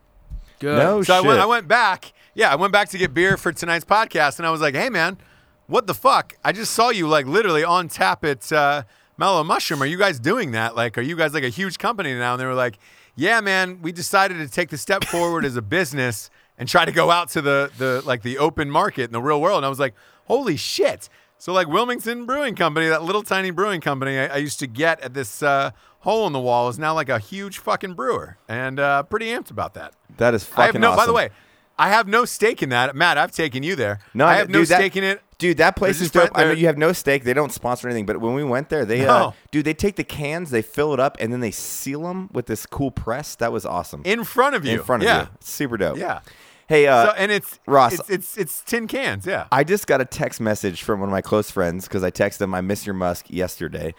[SPEAKER 5] Good.
[SPEAKER 2] No
[SPEAKER 3] So I went,
[SPEAKER 2] Oh, shit.
[SPEAKER 3] I went back. Yeah, I went back to get beer for tonight's podcast, and I was like, "Hey, man, what the fuck? I just saw you like literally on tap at uh, Mellow Mushroom. Are you guys doing that? Like, are you guys like a huge company now?" And they were like, "Yeah, man, we decided to take the step forward as a business and try to go out to the the like the open market in the real world." And I was like, "Holy shit!" So like Wilmington Brewing Company, that little tiny brewing company I, I used to get at this uh, hole in the wall, is now like a huge fucking brewer, and uh, pretty amped about that.
[SPEAKER 2] That is fucking
[SPEAKER 3] I have no. By the
[SPEAKER 2] awesome.
[SPEAKER 3] way, I have no stake in that, Matt. I've taken you there.
[SPEAKER 2] No,
[SPEAKER 3] I have no
[SPEAKER 2] dude, that-
[SPEAKER 3] stake in it.
[SPEAKER 2] Dude, that place
[SPEAKER 3] They're
[SPEAKER 2] is
[SPEAKER 3] just right
[SPEAKER 2] dope. I know
[SPEAKER 3] there.
[SPEAKER 2] you have no stake. They don't sponsor anything, but when we went there, they uh,
[SPEAKER 3] No.
[SPEAKER 2] dude, they take the cans, they fill it up, and then they seal them with this cool press. That was awesome.
[SPEAKER 3] in front of you.
[SPEAKER 2] In front of
[SPEAKER 3] yeah.
[SPEAKER 2] you, super dope.
[SPEAKER 3] Yeah.
[SPEAKER 2] Hey Hey, uh,
[SPEAKER 3] So, and it's
[SPEAKER 2] Ross.
[SPEAKER 3] It's, it's it's tin cans. Yeah.
[SPEAKER 2] I just got a text message from one of my close friends because I texted him, I miss your Musk yesterday.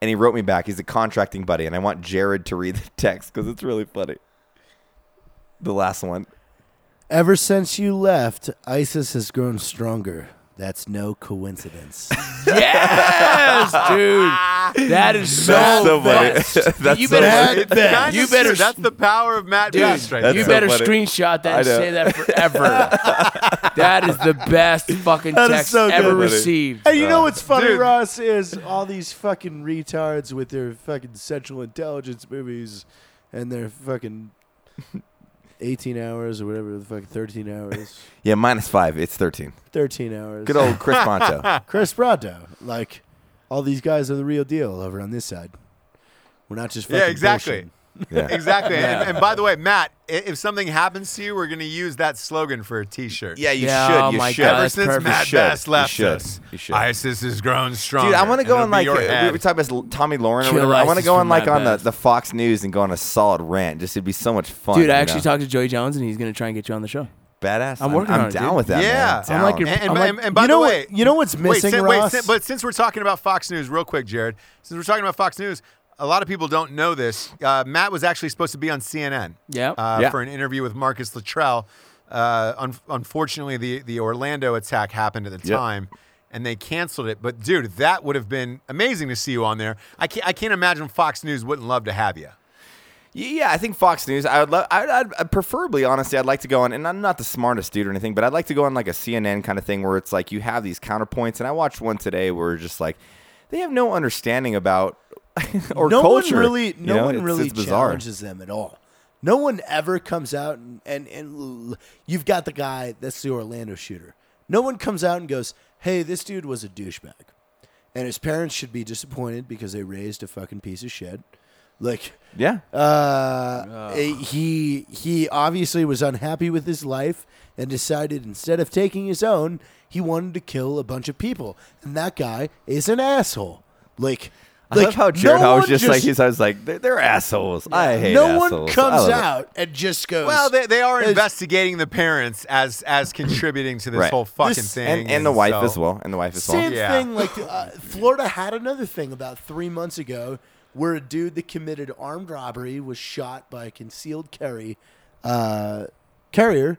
[SPEAKER 2] And he wrote me back. He's a contracting buddy. And I want Jared to read the text because it's really funny. The last one.
[SPEAKER 4] Ever since you left, ISIS has grown stronger. That's no coincidence.
[SPEAKER 5] Yes, dude. That is so
[SPEAKER 2] That's so funny.
[SPEAKER 5] best.
[SPEAKER 2] That's
[SPEAKER 5] you
[SPEAKER 2] so
[SPEAKER 5] better,
[SPEAKER 2] funny.
[SPEAKER 3] It's kinda
[SPEAKER 5] you
[SPEAKER 3] true.
[SPEAKER 5] better,
[SPEAKER 3] That's the power of Matt
[SPEAKER 5] dude,
[SPEAKER 3] Best right
[SPEAKER 5] you
[SPEAKER 2] so
[SPEAKER 5] better
[SPEAKER 2] funny.
[SPEAKER 5] screenshot that
[SPEAKER 2] I
[SPEAKER 5] and
[SPEAKER 2] know.
[SPEAKER 5] say that forever. that is the best fucking
[SPEAKER 4] That is
[SPEAKER 5] text
[SPEAKER 4] so
[SPEAKER 5] ever
[SPEAKER 4] good.
[SPEAKER 5] received.
[SPEAKER 4] And you know what's funny,
[SPEAKER 3] dude.
[SPEAKER 4] Ross, is all these fucking retards with their fucking central intelligence movies and their fucking 18 hours or whatever the fucking 13 hours.
[SPEAKER 2] Yeah, minus five. It's 13.
[SPEAKER 4] 13 hours.
[SPEAKER 2] Good old Chris Ponto.
[SPEAKER 4] Chris Brado. Like, all these guys are the real deal over on this side. We're not just fucking
[SPEAKER 3] Yeah, exactly.
[SPEAKER 4] bullshitting.
[SPEAKER 2] Yeah.
[SPEAKER 3] Exactly. And, and by the way, Matt, i- if something happens to you, we're going to use that slogan for a T-shirt.
[SPEAKER 2] Yeah, you
[SPEAKER 5] Yeah,
[SPEAKER 2] should.
[SPEAKER 5] oh
[SPEAKER 2] you
[SPEAKER 5] my
[SPEAKER 2] should.
[SPEAKER 5] God,
[SPEAKER 3] Ever
[SPEAKER 5] that's
[SPEAKER 3] since
[SPEAKER 5] perfect.
[SPEAKER 2] You
[SPEAKER 3] Matt
[SPEAKER 2] should.
[SPEAKER 3] Best
[SPEAKER 2] You
[SPEAKER 3] left
[SPEAKER 2] should.
[SPEAKER 3] us,
[SPEAKER 2] You should.
[SPEAKER 3] ISIS has grown stronger.
[SPEAKER 2] Dude, I want to
[SPEAKER 3] and
[SPEAKER 2] go
[SPEAKER 3] it'll
[SPEAKER 2] on
[SPEAKER 3] be
[SPEAKER 2] like
[SPEAKER 3] your
[SPEAKER 2] uh, we
[SPEAKER 3] head.
[SPEAKER 2] were talking about Tommy Lauren or
[SPEAKER 5] Kill
[SPEAKER 2] whatever. I want to
[SPEAKER 5] ISIS
[SPEAKER 2] go
[SPEAKER 5] for
[SPEAKER 2] on like
[SPEAKER 5] my
[SPEAKER 2] on the,
[SPEAKER 5] best.
[SPEAKER 2] the Fox News and go on a solid rant. Just it'd be so much fun.
[SPEAKER 5] Dude, I
[SPEAKER 2] you
[SPEAKER 5] actually
[SPEAKER 2] know?
[SPEAKER 5] talked to Joey Jones, and he's gonna try and get you on the show.
[SPEAKER 2] badass.
[SPEAKER 5] I'm working
[SPEAKER 2] I'm,
[SPEAKER 5] on it,
[SPEAKER 2] down
[SPEAKER 5] dude.
[SPEAKER 2] with that.
[SPEAKER 3] Yeah.
[SPEAKER 2] man.
[SPEAKER 3] I'm
[SPEAKER 2] down.
[SPEAKER 5] like your-
[SPEAKER 3] And, and,
[SPEAKER 5] I'm
[SPEAKER 3] and-
[SPEAKER 5] like-
[SPEAKER 3] and by
[SPEAKER 4] you
[SPEAKER 3] the
[SPEAKER 4] know
[SPEAKER 3] way,
[SPEAKER 4] what- you know what's missing,
[SPEAKER 3] wait, sin- wait,
[SPEAKER 4] Ross?
[SPEAKER 3] sin- but since we're talking about Fox News, real quick, Jared, since we're talking about Fox News, a lot of people don't know this. Uh, Matt was actually supposed to be on CNN
[SPEAKER 5] Yeah.
[SPEAKER 3] uh,
[SPEAKER 2] Yeah.
[SPEAKER 3] for an interview with Marcus Luttrell. Uh, un- unfortunately, the, the Orlando attack happened at the
[SPEAKER 2] Yeah.
[SPEAKER 3] time. And they canceled it, but dude, that would have been amazing to see you on there. I can't, I can't imagine Fox News wouldn't love to have you.
[SPEAKER 2] Yeah, I think Fox News. I would love. I'd, I'd, I'd preferably, honestly, I'd like to go on. And I'm not the smartest dude or anything, but I'd like to go on like a CNN kind of thing where it's like you have these counterpoints. And I watched one today where just like they have no understanding about or
[SPEAKER 4] no
[SPEAKER 2] culture.
[SPEAKER 4] One really,
[SPEAKER 2] you
[SPEAKER 4] no
[SPEAKER 2] know?
[SPEAKER 4] one
[SPEAKER 2] It's-
[SPEAKER 4] really
[SPEAKER 2] it's bizarre.
[SPEAKER 4] challenges them at all. No one ever comes out and, and, and l- you've got the guy that's the Orlando shooter. No one comes out and goes, hey, this dude was a douchebag. And his parents should be disappointed because they raised a fucking piece of shit. Like,
[SPEAKER 2] Yeah,
[SPEAKER 4] uh, he he obviously was unhappy with his life and decided instead of taking his own, he wanted to kill a bunch of people. And that guy is an asshole. Like,
[SPEAKER 2] I
[SPEAKER 4] like
[SPEAKER 2] love how Jared
[SPEAKER 4] no
[SPEAKER 2] Hall was
[SPEAKER 4] one
[SPEAKER 2] just, like he's always like they're, they're assholes. I hate
[SPEAKER 4] no one
[SPEAKER 2] assholes. I
[SPEAKER 4] comes
[SPEAKER 2] love it.
[SPEAKER 4] out and just goes.
[SPEAKER 3] Well, they, they are
[SPEAKER 4] It's-
[SPEAKER 3] investigating the parents as as contributing to this
[SPEAKER 2] Right.
[SPEAKER 3] whole fucking
[SPEAKER 4] This-
[SPEAKER 3] thing,
[SPEAKER 2] and, and the wife
[SPEAKER 3] so-
[SPEAKER 2] as well, and the wife as well.
[SPEAKER 4] same
[SPEAKER 3] Yeah.
[SPEAKER 4] thing. Like uh, Florida had another thing about three months ago where a dude that committed armed robbery was shot by a concealed carry uh, carrier,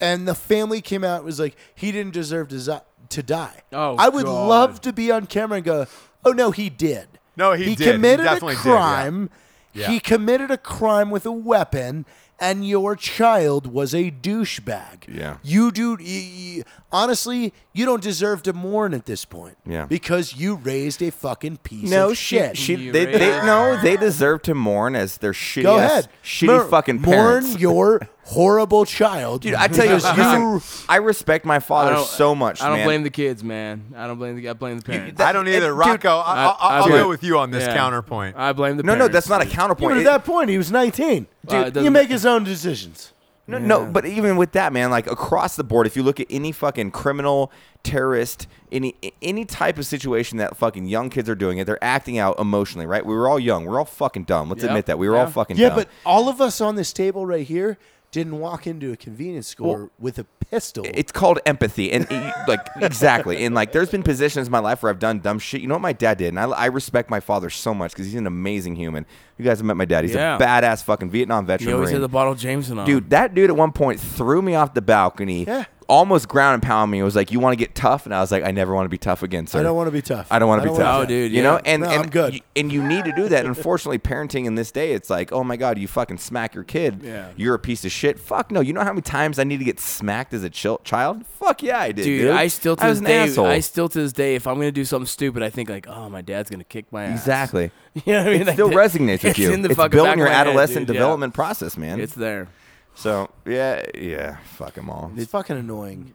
[SPEAKER 4] and the family came out and was like, he didn't deserve to, zi- to die.
[SPEAKER 5] Oh,
[SPEAKER 4] I would
[SPEAKER 5] God.
[SPEAKER 4] love to be on camera and go, oh no, he did.
[SPEAKER 3] No, he did. He
[SPEAKER 4] committed a
[SPEAKER 3] definitely did, yeah.
[SPEAKER 4] crime.
[SPEAKER 3] Yeah.
[SPEAKER 4] He committed a crime with a weapon, and your child was a douchebag.
[SPEAKER 2] Yeah.
[SPEAKER 4] You do. y- y- honestly, you don't deserve to mourn at this point.
[SPEAKER 2] Yeah.
[SPEAKER 4] Because you raised a fucking piece
[SPEAKER 2] No
[SPEAKER 4] of
[SPEAKER 2] she,
[SPEAKER 4] shit.
[SPEAKER 2] She,
[SPEAKER 5] You
[SPEAKER 2] they, they,
[SPEAKER 5] raised-
[SPEAKER 2] no, they deserve to mourn as their shitty,
[SPEAKER 4] Go
[SPEAKER 2] ass-
[SPEAKER 4] ahead.
[SPEAKER 2] shitty
[SPEAKER 4] Mourn-
[SPEAKER 2] fucking parents.
[SPEAKER 4] Mourn your horrible child.
[SPEAKER 2] Dude, I tell you,
[SPEAKER 4] because
[SPEAKER 2] listen, I respect my father so much.
[SPEAKER 5] I don't
[SPEAKER 2] man.
[SPEAKER 5] blame the kids, man. I don't blame the. I blame the parents.
[SPEAKER 3] I don't either,
[SPEAKER 2] dude,
[SPEAKER 3] Rocco. I, I, I'll
[SPEAKER 5] I-
[SPEAKER 3] go with you on this
[SPEAKER 5] Yeah.
[SPEAKER 3] counterpoint.
[SPEAKER 5] I blame the.
[SPEAKER 2] No, no,
[SPEAKER 5] parents.
[SPEAKER 2] that's not a
[SPEAKER 4] Even
[SPEAKER 2] counterpoint.
[SPEAKER 4] at
[SPEAKER 2] It-
[SPEAKER 4] that point, he was 19.
[SPEAKER 5] Wow, Uh, it
[SPEAKER 4] Dude, you
[SPEAKER 5] doesn't-
[SPEAKER 4] make his own decisions.
[SPEAKER 2] no, no, but even with that, man, like across the board, if you look at any fucking criminal, terrorist, any any type of situation that fucking young kids are doing it, they're acting out emotionally, right? We were all young. We're all fucking dumb. Let's
[SPEAKER 5] Yep.
[SPEAKER 2] admit that. We were all
[SPEAKER 5] Yeah.
[SPEAKER 2] fucking
[SPEAKER 4] Yeah,
[SPEAKER 2] dumb.
[SPEAKER 4] but all of us on this table right here didn't walk into a convenience store with a pistol.
[SPEAKER 2] it's called empathy and it- like exactly and like there's been positions in my life where i've done dumb shit you know what my dad did and i, I respect my father so much because he's an amazing human you guys have met my dad he's
[SPEAKER 5] Yeah.
[SPEAKER 2] a badass fucking vietnam veteran
[SPEAKER 5] You always
[SPEAKER 2] Marine.
[SPEAKER 5] had the bottle of Jameson on,
[SPEAKER 2] dude that dude at one point threw me off the balcony
[SPEAKER 4] Um, Yeah.
[SPEAKER 2] almost ground and pounded me and was like you want to get tough and i was like i never want to be tough again sir
[SPEAKER 4] I don't want to be tough.
[SPEAKER 2] I don't want to be
[SPEAKER 4] wanna
[SPEAKER 2] tough,
[SPEAKER 5] Oh, dude,
[SPEAKER 2] You
[SPEAKER 5] yeah.
[SPEAKER 2] know, and
[SPEAKER 4] No,
[SPEAKER 2] and
[SPEAKER 4] I'm good.
[SPEAKER 2] You, and you need to do that. Unfortunately, parenting in this day, it's like, oh my god, you fucking smack your kid.
[SPEAKER 5] Yeah.
[SPEAKER 2] you're a piece of shit. Fuck no. You know how many times I need to get smacked as a chil- child? Fuck yeah, I did.
[SPEAKER 5] dude.
[SPEAKER 2] Dude,
[SPEAKER 5] I still to
[SPEAKER 2] I was
[SPEAKER 5] this
[SPEAKER 2] an
[SPEAKER 5] day.
[SPEAKER 2] asshole.
[SPEAKER 5] I still to this day, if I'm gonna do something stupid, I think like, oh, my dad's gonna kick my ass.
[SPEAKER 2] exactly.
[SPEAKER 5] You know what I mean?
[SPEAKER 2] It still
[SPEAKER 5] that-
[SPEAKER 2] resonates with
[SPEAKER 5] it's
[SPEAKER 2] you.
[SPEAKER 5] in the
[SPEAKER 2] it's
[SPEAKER 5] fucking
[SPEAKER 2] building
[SPEAKER 5] back
[SPEAKER 2] your
[SPEAKER 5] of my head,
[SPEAKER 2] adolescent
[SPEAKER 5] dude, yeah.
[SPEAKER 2] development process, man.
[SPEAKER 5] It's there.
[SPEAKER 2] so yeah, yeah. Fuck them all.
[SPEAKER 4] It's fucking annoying.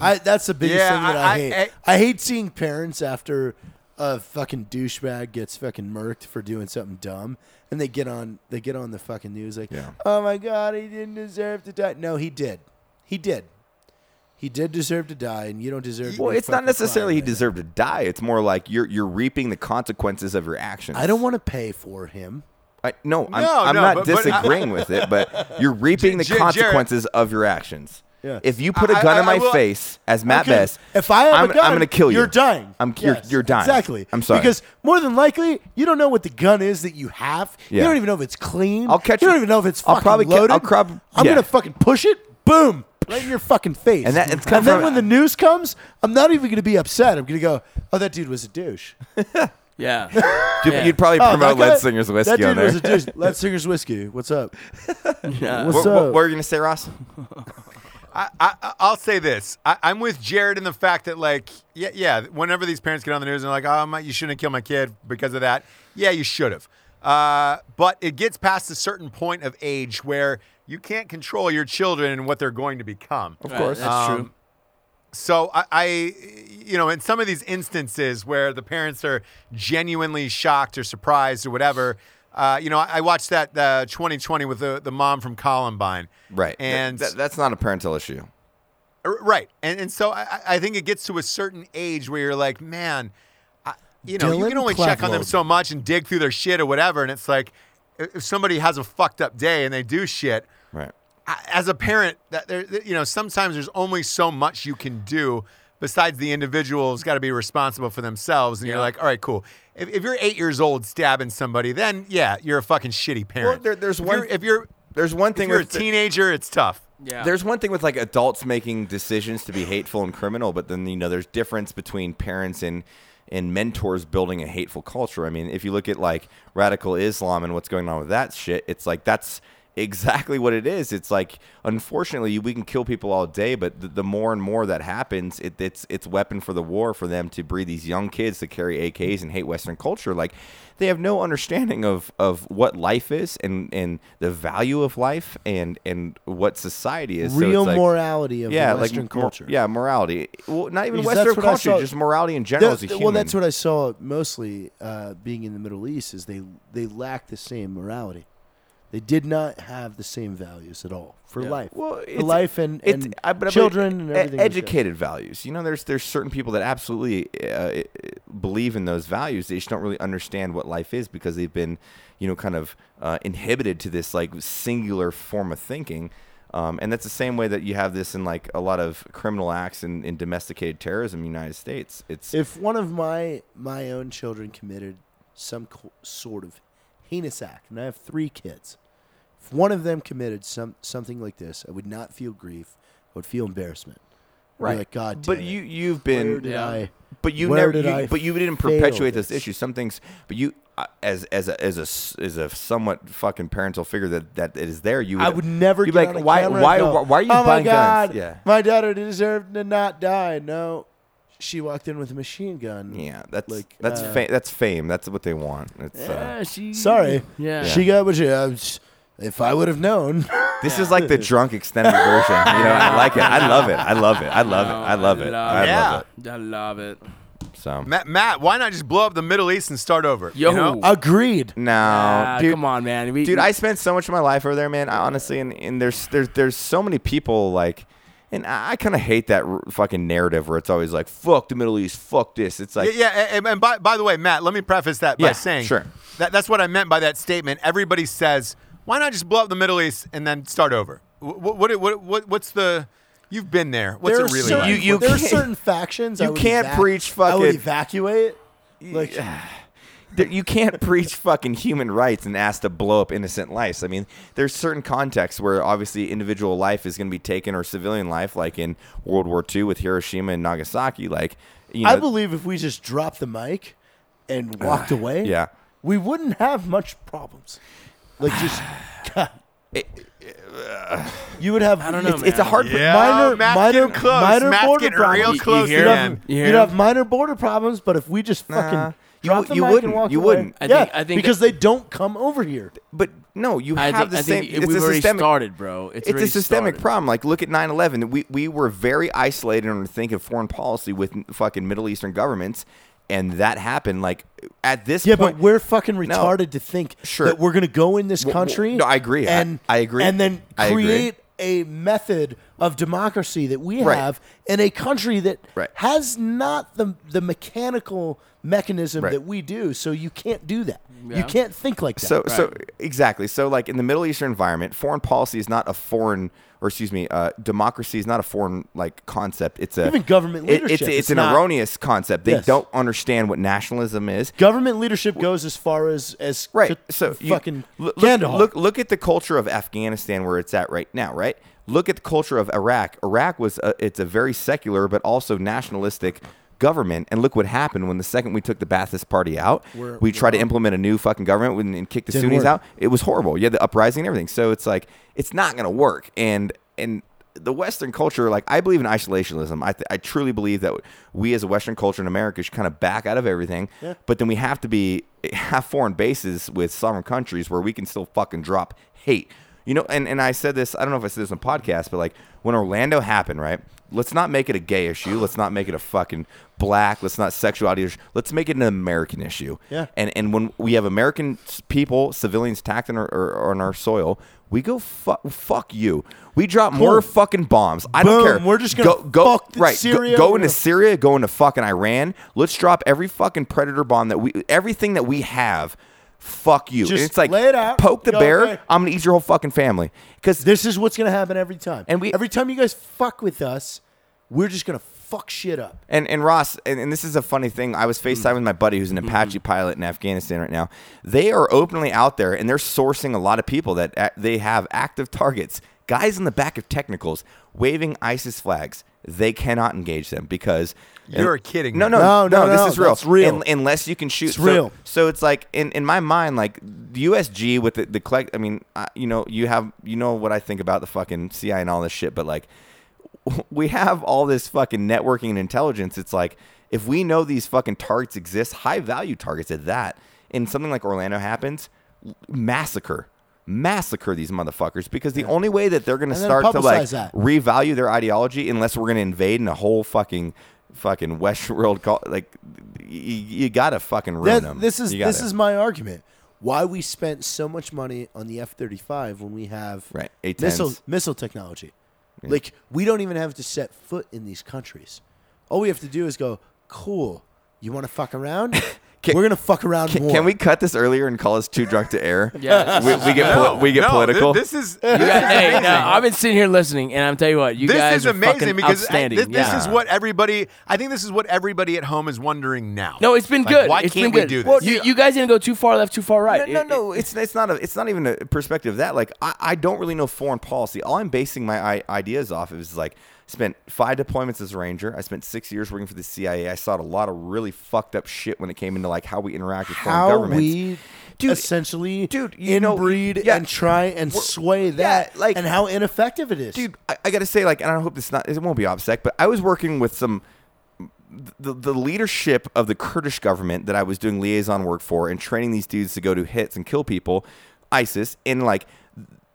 [SPEAKER 4] I, that's the biggest
[SPEAKER 3] Yeah,
[SPEAKER 4] thing that
[SPEAKER 3] I-
[SPEAKER 4] I,
[SPEAKER 3] I-
[SPEAKER 4] hate.
[SPEAKER 3] I-
[SPEAKER 4] I, hate seeing parents after a fucking douchebag gets fucking murked for doing something dumb, and they get on they get on the fucking news like,
[SPEAKER 2] Yeah.
[SPEAKER 4] "Oh my god, he didn't deserve to die." No, he did. He did. He did deserve to die, and you don't deserve. to
[SPEAKER 2] Well,
[SPEAKER 4] be
[SPEAKER 2] it's not
[SPEAKER 4] fucking
[SPEAKER 2] necessarily he
[SPEAKER 4] crying right now.
[SPEAKER 2] deserved to die. It's more like you're you're reaping the consequences of your actions.
[SPEAKER 4] I don't want to pay for him.
[SPEAKER 2] I, no, I'm,
[SPEAKER 3] No,
[SPEAKER 2] I'm
[SPEAKER 3] no,
[SPEAKER 2] not
[SPEAKER 3] but- but-
[SPEAKER 2] disagreeing with it, but you're reaping the
[SPEAKER 3] J- Jared-
[SPEAKER 2] consequences of your actions.
[SPEAKER 4] Yeah.
[SPEAKER 2] If you put a
[SPEAKER 3] I-
[SPEAKER 2] gun
[SPEAKER 3] I-
[SPEAKER 2] in my
[SPEAKER 3] I will-
[SPEAKER 2] face as Matt
[SPEAKER 4] Okay,
[SPEAKER 2] Best,
[SPEAKER 4] If I have
[SPEAKER 2] I'm,
[SPEAKER 4] a gun,
[SPEAKER 2] I'm going to kill you.
[SPEAKER 4] You're dying.
[SPEAKER 2] I'm you're,
[SPEAKER 4] Yes,
[SPEAKER 2] you're dying.
[SPEAKER 4] Exactly.
[SPEAKER 2] I'm sorry.
[SPEAKER 4] Because more than likely, you don't know what the gun is that you have. You
[SPEAKER 2] Yeah.
[SPEAKER 4] don't even know if it's clean.
[SPEAKER 2] I'll catch
[SPEAKER 4] You don't
[SPEAKER 2] you-
[SPEAKER 4] even know if it's
[SPEAKER 2] I'll
[SPEAKER 4] fucking
[SPEAKER 2] probably ca-
[SPEAKER 4] loaded.
[SPEAKER 2] I'll prob-
[SPEAKER 4] I'm
[SPEAKER 2] yeah.
[SPEAKER 4] gonna fucking push it. Boom. Right in your fucking face.
[SPEAKER 2] And that- it's come
[SPEAKER 4] then
[SPEAKER 2] from-
[SPEAKER 4] when the news comes, I'm not even gonna be upset. I'm gonna go, oh, that dude was a douche.
[SPEAKER 5] Yeah.
[SPEAKER 2] Dude,
[SPEAKER 5] Yeah.
[SPEAKER 2] You'd probably
[SPEAKER 4] Oh,
[SPEAKER 2] promote
[SPEAKER 4] that guy-
[SPEAKER 2] Lead Singer's whiskey
[SPEAKER 4] That dude
[SPEAKER 2] on there.
[SPEAKER 4] was a douche. Lead Singer's whiskey. What's up?
[SPEAKER 5] Yeah.
[SPEAKER 4] What's
[SPEAKER 2] what,
[SPEAKER 4] up?
[SPEAKER 2] what, what are you going to say, Ross?
[SPEAKER 3] I, I I'll say this. I, I'm with Jared in the fact that like yeah yeah. Whenever these parents get on the news and they're like oh my, you shouldn't kill my kid because of that. Yeah, you should have. Uh, but it gets past a certain point of age where you can't control your children and what they're going to become.
[SPEAKER 5] Of course. that's
[SPEAKER 2] Um,
[SPEAKER 5] true.
[SPEAKER 3] So I, I, you know, in some of these instances where the parents are genuinely shocked or surprised or whatever, uh, you know, I, I watched that uh, 2020 with the, the mom from Columbine,
[SPEAKER 2] Right. Th-
[SPEAKER 3] And
[SPEAKER 2] th- that's not a parental issue.
[SPEAKER 3] r- right, and and so I, I- I think it gets to a certain age where you're like, man, I, you know, you
[SPEAKER 4] Dylan
[SPEAKER 3] can only check on them
[SPEAKER 4] Klevlob.
[SPEAKER 3] so much and dig through their shit or whatever, and it's like, if if somebody has a fucked up day and they do shit,
[SPEAKER 2] Right.
[SPEAKER 3] I- as a parent that there that, you know sometimes there's only so much you can do besides the individual's got to be responsible for themselves and you're like all right cool if, if you're eight years old stabbing somebody then yeah you're a fucking shitty parent
[SPEAKER 2] there- there's
[SPEAKER 3] if
[SPEAKER 2] one-
[SPEAKER 3] you're, if you're
[SPEAKER 2] There's one
[SPEAKER 3] if
[SPEAKER 2] thing
[SPEAKER 3] you're a
[SPEAKER 2] with the-
[SPEAKER 3] teenager it's tough
[SPEAKER 5] Yeah.
[SPEAKER 2] There's one thing with like adults making decisions to be hateful and criminal, but then you know there's difference between parents and and mentors building a hateful culture. I mean, if you look at like radical Islam and what's going on with that shit, it's like that's exactly what it is. It's like unfortunately we can kill people all day, but the, the more and more that happens, it, it's it's weapon for the war for them to breed these young kids that carry AKs and hate Western culture. Like they have no understanding of of what life is and and the value of life and and what society is. So it's
[SPEAKER 4] Real
[SPEAKER 2] like-
[SPEAKER 4] morality of
[SPEAKER 2] yeah,
[SPEAKER 4] the Western
[SPEAKER 2] like, mor-
[SPEAKER 4] culture.
[SPEAKER 2] yeah, morality. Well, not even
[SPEAKER 4] Because
[SPEAKER 2] Western
[SPEAKER 4] that's what I
[SPEAKER 2] culture,
[SPEAKER 4] saw-
[SPEAKER 2] just morality in general
[SPEAKER 4] That-
[SPEAKER 2] as a
[SPEAKER 4] that-
[SPEAKER 2] human.
[SPEAKER 4] Well, that's what I saw mostly uh, being in the Middle East is they they lack the same morality. They did not have the same values at all for life,
[SPEAKER 2] Well,
[SPEAKER 4] for life and,
[SPEAKER 2] it's-
[SPEAKER 4] and
[SPEAKER 2] I- but I believe
[SPEAKER 4] children and
[SPEAKER 2] e-
[SPEAKER 4] everything. was good.
[SPEAKER 2] Educated values. You know, there's there's certain people that absolutely uh, i- i- believe in those values. They just don't really understand what life is because they've been, you know, kind of uh, inhibited to this like singular form of thinking. Um, and that's the same way that you have this in like a lot of criminal acts and in, domesticated terrorism in the United States. It's
[SPEAKER 4] If one of my my own children committed some co- sort of heinous act, and I have three kids, if one of them committed some something like this, I would not feel grief. I would feel embarrassment. I'd be
[SPEAKER 2] Right.
[SPEAKER 4] like God.
[SPEAKER 2] but
[SPEAKER 4] damn it.
[SPEAKER 2] you you've
[SPEAKER 4] Where
[SPEAKER 2] been
[SPEAKER 4] did I?
[SPEAKER 2] But you
[SPEAKER 4] Where
[SPEAKER 2] never.
[SPEAKER 4] did
[SPEAKER 2] you-
[SPEAKER 4] I
[SPEAKER 2] but you didn't
[SPEAKER 4] fail
[SPEAKER 2] perpetuate this
[SPEAKER 4] this?
[SPEAKER 2] issue. Some things. But you, uh, as as a as a s- as a somewhat fucking parental figure that that it is there. You.
[SPEAKER 4] I would never.
[SPEAKER 2] You'd
[SPEAKER 4] get
[SPEAKER 2] be like,
[SPEAKER 4] on a
[SPEAKER 2] why
[SPEAKER 4] camera
[SPEAKER 2] why,
[SPEAKER 4] and go,
[SPEAKER 2] why why are you
[SPEAKER 4] oh
[SPEAKER 2] buying
[SPEAKER 4] my God,
[SPEAKER 2] guns? Yeah.
[SPEAKER 4] my daughter deserved to not die. No, she walked in with a machine gun.
[SPEAKER 2] Yeah. That's
[SPEAKER 4] Like,
[SPEAKER 2] that's
[SPEAKER 4] uh,
[SPEAKER 2] fa- that's fame. That's what they want. It's. Uh,
[SPEAKER 5] Yeah, she,
[SPEAKER 4] Sorry.
[SPEAKER 5] Yeah.
[SPEAKER 4] She got what she. I was- uh, if I would have known,
[SPEAKER 2] this is like the drunk extended version. You know, I like it. I love it. I love it. I love it. I love it. I
[SPEAKER 3] Yeah.
[SPEAKER 2] love it.
[SPEAKER 5] I love it.
[SPEAKER 2] So
[SPEAKER 3] matt, matt why not just blow up the middle east and start over
[SPEAKER 5] Yo.
[SPEAKER 3] you know?
[SPEAKER 4] agreed.
[SPEAKER 2] no,
[SPEAKER 5] Ah,
[SPEAKER 2] dude.
[SPEAKER 5] come on, man. We,
[SPEAKER 2] dude i spent so much of my life over there man I honestly and, and there's there's there's so many people like and i, I kind of hate that r- fucking narrative where it's always like fuck the middle east fuck this it's like
[SPEAKER 3] yeah, yeah, and, and by, by the way, Matt, let me preface that by
[SPEAKER 2] Yeah,
[SPEAKER 3] saying
[SPEAKER 2] sure.
[SPEAKER 3] that, that's what I meant by that statement. Everybody says, why not just blow up the Middle East and then start over? What, what, what, what, what's the, you've been there. What's
[SPEAKER 4] There
[SPEAKER 3] it
[SPEAKER 4] are
[SPEAKER 3] really
[SPEAKER 4] certain-
[SPEAKER 3] like?
[SPEAKER 2] You- you
[SPEAKER 4] there are
[SPEAKER 2] can't-
[SPEAKER 4] certain factions. I
[SPEAKER 2] you
[SPEAKER 4] would
[SPEAKER 2] can't
[SPEAKER 4] evac-
[SPEAKER 2] preach
[SPEAKER 4] I would
[SPEAKER 2] fucking-
[SPEAKER 4] evacuate. Like
[SPEAKER 2] there- you can't preach fucking human rights and ask to blow up innocent lives. I mean, there's certain contexts where obviously individual life is going to be taken or civilian life, like in World War II with Hiroshima and Nagasaki. Like, you know, Uh,
[SPEAKER 4] I believe if we just dropped the mic and walked away,
[SPEAKER 2] yeah.
[SPEAKER 4] we wouldn't have much problems. Like just, God.
[SPEAKER 2] uh,
[SPEAKER 4] you would have.
[SPEAKER 5] I don't know,
[SPEAKER 4] it's-
[SPEAKER 5] man.
[SPEAKER 2] it's a hard.
[SPEAKER 3] yeah,
[SPEAKER 4] minor-
[SPEAKER 3] Matt's
[SPEAKER 4] minor-
[SPEAKER 3] getting close.
[SPEAKER 4] minor
[SPEAKER 3] Matt's
[SPEAKER 4] border
[SPEAKER 3] getting
[SPEAKER 4] problem.
[SPEAKER 3] real
[SPEAKER 4] You- you
[SPEAKER 3] close
[SPEAKER 5] hear
[SPEAKER 4] You'd
[SPEAKER 3] again.
[SPEAKER 4] have,
[SPEAKER 5] You
[SPEAKER 4] you'd
[SPEAKER 5] hear
[SPEAKER 4] have
[SPEAKER 5] him?
[SPEAKER 4] minor border problems, but if we just fucking
[SPEAKER 2] Nah. You
[SPEAKER 4] drop
[SPEAKER 2] wou-
[SPEAKER 4] the
[SPEAKER 2] you
[SPEAKER 4] mic
[SPEAKER 2] wouldn't.
[SPEAKER 4] and walk
[SPEAKER 2] You
[SPEAKER 4] away,
[SPEAKER 2] wouldn't.
[SPEAKER 5] I
[SPEAKER 4] yeah,
[SPEAKER 5] think- I think-
[SPEAKER 4] because they don't come over here.
[SPEAKER 2] But no, you
[SPEAKER 5] I
[SPEAKER 2] have
[SPEAKER 5] think,
[SPEAKER 2] the
[SPEAKER 5] I
[SPEAKER 2] same.
[SPEAKER 5] think
[SPEAKER 2] it's
[SPEAKER 5] we've
[SPEAKER 2] a
[SPEAKER 5] already
[SPEAKER 2] systemic,
[SPEAKER 5] started, bro. It's,
[SPEAKER 2] it's
[SPEAKER 5] already
[SPEAKER 2] a systemic
[SPEAKER 5] started.
[SPEAKER 2] problem. Like look at 9/11. We we were very isolated on thinking foreign policy with n- fucking Middle Eastern governments, and that happened. Like at this
[SPEAKER 4] Yeah,
[SPEAKER 2] point,
[SPEAKER 4] but we're fucking retarded to think
[SPEAKER 2] Sure.
[SPEAKER 4] that we're going to go in this
[SPEAKER 2] W- w-
[SPEAKER 4] country.
[SPEAKER 2] no, I agree. I-
[SPEAKER 4] And
[SPEAKER 2] I agree.
[SPEAKER 4] And then
[SPEAKER 2] I agree.
[SPEAKER 4] create a method of democracy that we
[SPEAKER 2] Right.
[SPEAKER 4] have in a country that
[SPEAKER 2] Right.
[SPEAKER 4] has not the the mechanical mechanism
[SPEAKER 2] Right.
[SPEAKER 4] that we do. So you can't do that.
[SPEAKER 5] Yeah.
[SPEAKER 4] You can't think like that.
[SPEAKER 2] So, so exactly. So, like in the Middle Eastern environment, foreign policy is not a foreign, or excuse me, uh, democracy is not a foreign like concept. It's a
[SPEAKER 4] Even government
[SPEAKER 2] it- it's-
[SPEAKER 4] leadership,
[SPEAKER 2] it's,
[SPEAKER 4] it's
[SPEAKER 2] an
[SPEAKER 4] not-
[SPEAKER 2] erroneous concept. They
[SPEAKER 4] Yes.
[SPEAKER 2] don't understand what nationalism is.
[SPEAKER 4] government leadership goes as far as as
[SPEAKER 2] Right.
[SPEAKER 4] to
[SPEAKER 2] So you-
[SPEAKER 4] fucking
[SPEAKER 2] loo- look,
[SPEAKER 4] Kandahar.
[SPEAKER 2] look look at the culture of Afghanistan where it's at right now. Right. Look at the culture of Iraq. Iraq was a, it's a very secular but also nationalistic government. And look what happened when the second we took the Ba'athist Party out, we tried to implement a new fucking government and, and kick the
[SPEAKER 4] Didn't
[SPEAKER 2] Sunnis
[SPEAKER 4] work.
[SPEAKER 2] out. It was horrible. You had the uprising and everything. So it's like it's not going to work. And and the Western culture, like I believe in isolationism. I, th- I truly believe that we as a Western culture in America should kind of back out of everything. But then we have to be have foreign bases with sovereign countries where we can still fucking drop hate. You know, and, and I said this, I don't know if I said this on podcast, but like when Orlando happened, right? Let's not make it a gay issue. Let's not make it a fucking black. Let's not sexuality issue. Let's make it an American issue.
[SPEAKER 4] Yeah.
[SPEAKER 2] And and when we have American s- people, civilians attacked on our, or, on our soil, we go fuck fuck you. We drop more fucking bombs. I don't
[SPEAKER 4] Boom.
[SPEAKER 2] care.
[SPEAKER 4] We're just gonna
[SPEAKER 2] go, go
[SPEAKER 4] fuck the
[SPEAKER 2] right. go-
[SPEAKER 4] Syria.
[SPEAKER 2] Go,
[SPEAKER 4] We're
[SPEAKER 2] into
[SPEAKER 4] gonna-
[SPEAKER 2] Syria. Go into fucking Iran. Let's drop every fucking predator bomb that we everything that we have. Fuck you. And
[SPEAKER 4] Just
[SPEAKER 2] it's like
[SPEAKER 4] lay it out.
[SPEAKER 2] poke the
[SPEAKER 4] Go,
[SPEAKER 2] bear.
[SPEAKER 4] okay.
[SPEAKER 2] I'm gonna eat your whole fucking family because
[SPEAKER 4] This is what's gonna happen every time.
[SPEAKER 2] And we-
[SPEAKER 4] every time you guys fuck with us, we're just gonna fuck shit up.
[SPEAKER 2] And and Ross, and, and this is a funny thing. I
[SPEAKER 3] Hmm.
[SPEAKER 2] was FaceTime with my buddy who's an Apache pilot in Afghanistan right now. They are openly out there and they're sourcing a lot of people that a they have active targets. Guys in the back of technicals waving ISIS flags. They cannot engage them because
[SPEAKER 3] You're kidding
[SPEAKER 2] No,
[SPEAKER 3] me.
[SPEAKER 2] no, no,
[SPEAKER 4] No,
[SPEAKER 2] no,
[SPEAKER 4] no,
[SPEAKER 2] This
[SPEAKER 4] no,
[SPEAKER 2] is real.
[SPEAKER 4] that's real.
[SPEAKER 2] Un- unless you can shoot.
[SPEAKER 4] It's
[SPEAKER 2] so,
[SPEAKER 4] real.
[SPEAKER 2] So it's like in, in my mind, like the USG with the the collect. I mean, I, you know, you have you know what I think about the fucking CI and all this shit, but like we have all this fucking networking and intelligence. It's like if we know these fucking targets exist, high value targets at that, and something like Orlando happens, massacre, massacre these motherfuckers because the only way that they're gonna
[SPEAKER 4] And then
[SPEAKER 2] start to like
[SPEAKER 4] publicize that.
[SPEAKER 2] revalue their ideology unless we're gonna invade in a whole fucking fucking Westworld call like y- y- you gotta fucking ruin
[SPEAKER 4] That-
[SPEAKER 2] them.
[SPEAKER 4] This is
[SPEAKER 2] You gotta.
[SPEAKER 4] this is my argument. Why we spent so much money on the F thirty five when we have
[SPEAKER 2] Right, A-10s.
[SPEAKER 4] missile missile technology. Like we don't even have to set foot in these countries. All we have to do is go, cool. You want to fuck around?
[SPEAKER 2] Can-
[SPEAKER 4] We're gonna fuck around
[SPEAKER 2] Can,
[SPEAKER 4] more.
[SPEAKER 2] can we cut this earlier and call us too drunk to air?
[SPEAKER 5] Yeah.
[SPEAKER 2] we, we get poli- we get
[SPEAKER 3] no, thi-
[SPEAKER 2] political.
[SPEAKER 3] This is
[SPEAKER 5] You guys- hey, no, I've been sitting here listening, and I'm telling you what, you guys
[SPEAKER 3] this is
[SPEAKER 5] are fucking
[SPEAKER 3] amazing because I-
[SPEAKER 5] outstanding.
[SPEAKER 3] thi- this
[SPEAKER 5] yeah.
[SPEAKER 3] is what everybody. I think this is what everybody at home is wondering now.
[SPEAKER 5] No, it's been
[SPEAKER 3] Like,
[SPEAKER 5] good.
[SPEAKER 3] Why
[SPEAKER 5] It's been
[SPEAKER 3] can't we
[SPEAKER 5] good.
[SPEAKER 3] do this?
[SPEAKER 5] Well, you, you guys didn't go too far left, too far right.
[SPEAKER 2] No,
[SPEAKER 5] It-
[SPEAKER 2] no, no. It's it's not a it's not even a perspective of that like I, I don't really know foreign policy. All I'm basing my I- ideas off of is like spent five deployments as a ranger. I spent six years working for the CIA. I saw a lot of really fucked up shit when it came into like how we interact with foreign
[SPEAKER 4] how
[SPEAKER 2] governments.
[SPEAKER 4] we
[SPEAKER 2] Dude,
[SPEAKER 4] essentially
[SPEAKER 2] dude, you know-
[SPEAKER 4] inbreed
[SPEAKER 2] yeah.
[SPEAKER 4] and try and sway that
[SPEAKER 2] like-
[SPEAKER 4] and how ineffective it is.
[SPEAKER 2] dude, I, I gotta say, like, and I hope this not it won't be OPSEC, but I was working with some the, the leadership of the Kurdish government that I was doing liaison work for and training these dudes to go to hits and kill people, ISIS, and like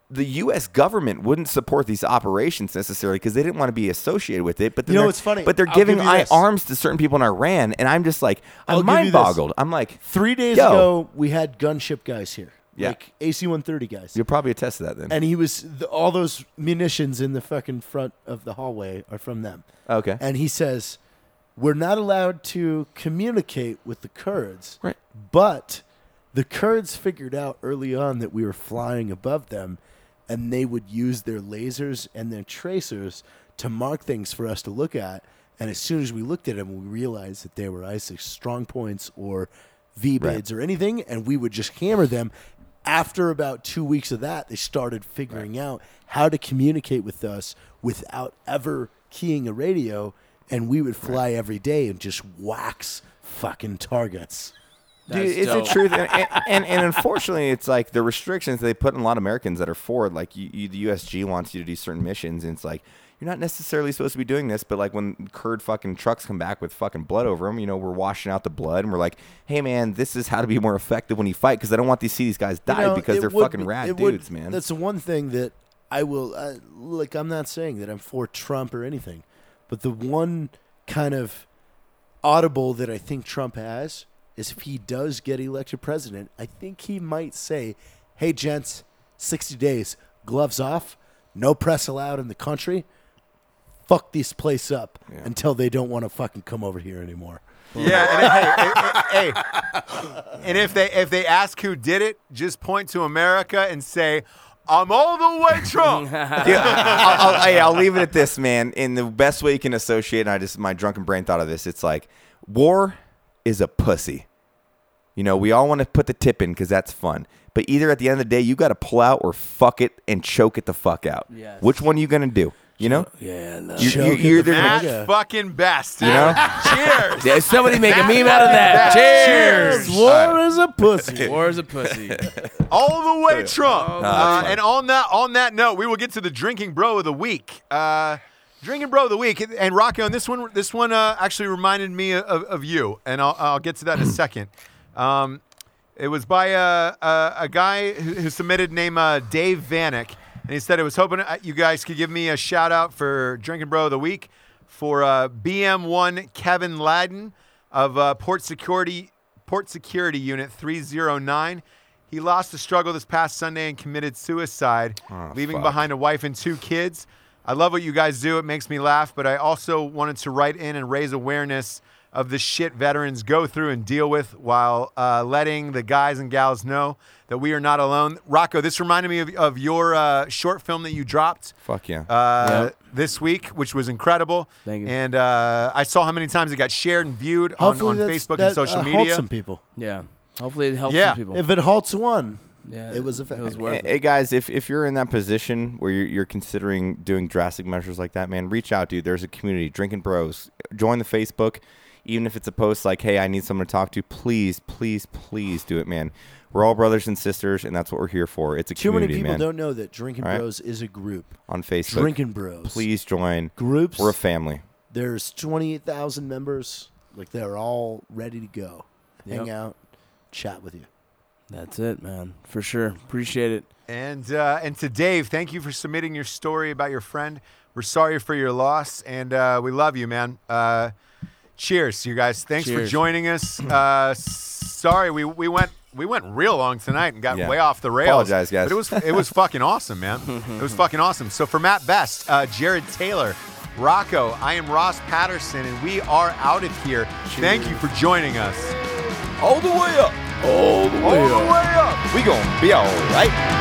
[SPEAKER 2] the U.S. government wouldn't support these operations necessarily because they didn't want to be associated with it. But then
[SPEAKER 4] You know
[SPEAKER 2] they're-
[SPEAKER 4] what's funny?
[SPEAKER 2] But they're
[SPEAKER 4] I'll
[SPEAKER 2] giving
[SPEAKER 4] give you
[SPEAKER 2] I-
[SPEAKER 4] this.
[SPEAKER 2] arms to certain people in Iran, and I'm just like, I'm
[SPEAKER 4] I'll give you
[SPEAKER 2] mind
[SPEAKER 4] this.
[SPEAKER 2] boggled. I'm like,
[SPEAKER 4] Three days
[SPEAKER 2] Yo.
[SPEAKER 4] ago, we had gunship guys here,
[SPEAKER 2] Yeah.
[SPEAKER 4] like AC one thirty guys.
[SPEAKER 2] you'll probably attest to that then.
[SPEAKER 4] and he was the, all those munitions in the fucking front of the hallway are from them.
[SPEAKER 2] Okay.
[SPEAKER 4] And he says, "We're not allowed to communicate with the Kurds,
[SPEAKER 2] Right.
[SPEAKER 4] But the Kurds figured out early on that we were flying above them, and they would use their lasers and their tracers to mark things for us to look at. And as soon as we looked at them, we realized that they were ISIS strong points or V bids or anything, and we would just hammer them. After about two weeks of that, they started figuring out how to communicate with us without ever keying a radio, and we would fly every day and just wax fucking targets.
[SPEAKER 2] Dude,
[SPEAKER 5] That's
[SPEAKER 2] it's
[SPEAKER 5] dope.
[SPEAKER 2] the truth, and, and, and and unfortunately, it's like the restrictions they put on a lot of Americans that are forward. Like you, you, the USG wants you to do certain missions, and it's like you're not necessarily supposed to be doing this. But like when Kurd fucking trucks come back with fucking blood over them, you know, we're washing out the blood, and we're like, hey man, this is how to be more effective when you fight because I don't want to see these guys die
[SPEAKER 4] You know,
[SPEAKER 2] because
[SPEAKER 4] it
[SPEAKER 2] they're
[SPEAKER 4] would
[SPEAKER 2] fucking
[SPEAKER 4] be-
[SPEAKER 2] rad
[SPEAKER 4] it would-
[SPEAKER 2] dudes, man.
[SPEAKER 4] That's the one thing that I will uh, like. I'm not saying that I'm for Trump or anything, but the one kind of audible that I think Trump has is if he does get elected president, I think he might say, "Hey, gents, 60 days, gloves off, no press allowed in the country. fuck this place up until they don't want to fucking come over here anymore.
[SPEAKER 3] Yeah, and, hey, hey, hey, and if they if they ask who did it, just point to America and say, "I'm all the way Trump."
[SPEAKER 2] Yeah, I'll, I'll, hey, I'll leave it at this, man. In the best way you can associate, and I just my drunken brain thought of this. It's like war is a pussy. You know, we all want to put the tip in because that's fun. But either at the end of the day, you got to pull out or fuck it and choke it the fuck out.
[SPEAKER 5] Yes.
[SPEAKER 2] Which one are you gonna do? You know,
[SPEAKER 5] yeah, no.
[SPEAKER 2] you,
[SPEAKER 4] Choke
[SPEAKER 2] you,
[SPEAKER 4] it
[SPEAKER 2] you're either
[SPEAKER 4] the
[SPEAKER 2] gonna-
[SPEAKER 3] That's
[SPEAKER 4] Okay.
[SPEAKER 3] fucking best.
[SPEAKER 2] you know.
[SPEAKER 3] Cheers.
[SPEAKER 5] Yeah, somebody make a meme out of that. Cheers.
[SPEAKER 4] War is a pussy.
[SPEAKER 5] War is a pussy.
[SPEAKER 3] all the way Trump. uh,
[SPEAKER 2] fine.
[SPEAKER 3] and on that on that note, we will get to the drinking bro of the week. Uh, drinking bro of the week, and Rocky on this one. This one uh, actually reminded me of, of you, and I'll, I'll get to that in a second. Um, it was by a, a, a guy who, who submitted named uh, Dave Vanek, and he said I was hoping uh, you guys could give me a shout out for drinking bro of the week for uh, BM1 Kevin Ladden of uh, Port Security Port Security Unit 309. He lost the struggle this past Sunday and committed suicide, leaving
[SPEAKER 2] Oh, fuck.
[SPEAKER 3] behind a wife and two kids. I love what you guys do. It makes me laugh, but I also wanted to write in and raise awareness of the shit veterans go through and deal with while uh, letting the guys and gals know that we are not alone. Rocco, this reminded me of, of your uh, short film that you dropped
[SPEAKER 2] Fuck yeah.
[SPEAKER 3] uh,
[SPEAKER 5] Yep.
[SPEAKER 3] this week, which was incredible.
[SPEAKER 5] Thank you.
[SPEAKER 3] And uh, I saw how many times it got shared and viewed on,
[SPEAKER 4] Hopefully
[SPEAKER 3] on
[SPEAKER 4] that's-
[SPEAKER 3] Facebook
[SPEAKER 4] that,
[SPEAKER 3] and social
[SPEAKER 4] uh, halts
[SPEAKER 3] media.
[SPEAKER 4] some people.
[SPEAKER 5] yeah. Hopefully it helps
[SPEAKER 3] Yeah.
[SPEAKER 5] some people.
[SPEAKER 4] If it halts one,
[SPEAKER 5] yeah,
[SPEAKER 4] it was a eh, fact.
[SPEAKER 5] It was worth
[SPEAKER 2] Hey,
[SPEAKER 5] it.
[SPEAKER 2] hey, guys, if, if you're in that position where you're, you're considering doing drastic measures like that, man, reach out, dude. There's a community, Drinking Bros. Join the Facebook. Even if it's a post like, hey, I need someone to talk to, please, please, please do it, man. We're all brothers and sisters, and that's what we're here for. It's a
[SPEAKER 4] too many
[SPEAKER 2] community,
[SPEAKER 4] people
[SPEAKER 2] man,
[SPEAKER 4] don't know that Drinking
[SPEAKER 2] All right.
[SPEAKER 4] Bros is a group.
[SPEAKER 2] on Facebook.
[SPEAKER 4] Drinking Bros.
[SPEAKER 2] Please join.
[SPEAKER 4] Groups.
[SPEAKER 2] We're a family.
[SPEAKER 4] There's 28,000 members. Like they're all ready to go. Hang
[SPEAKER 5] Yep.
[SPEAKER 4] out, chat with you.
[SPEAKER 5] That's it, man. For sure. Appreciate it.
[SPEAKER 3] And uh, and to Dave, thank you for submitting your story about your friend. We're sorry for your loss, and uh, we love you, man. Uh, cheers, you guys. Thanks for
[SPEAKER 5] Cheers.
[SPEAKER 3] joining us. Uh, sorry, we, we went we went real long tonight and got
[SPEAKER 2] Yeah.
[SPEAKER 3] way off the rails.
[SPEAKER 2] Apologize, guys.
[SPEAKER 3] But it was it was fucking awesome, man. It was fucking awesome. So for Matt Best, uh, Jared Taylor, Rocco, I am Ross Patterson, and we are out of here. Thank you for joining us.
[SPEAKER 2] All the way up. All the way up. We gonna be all right.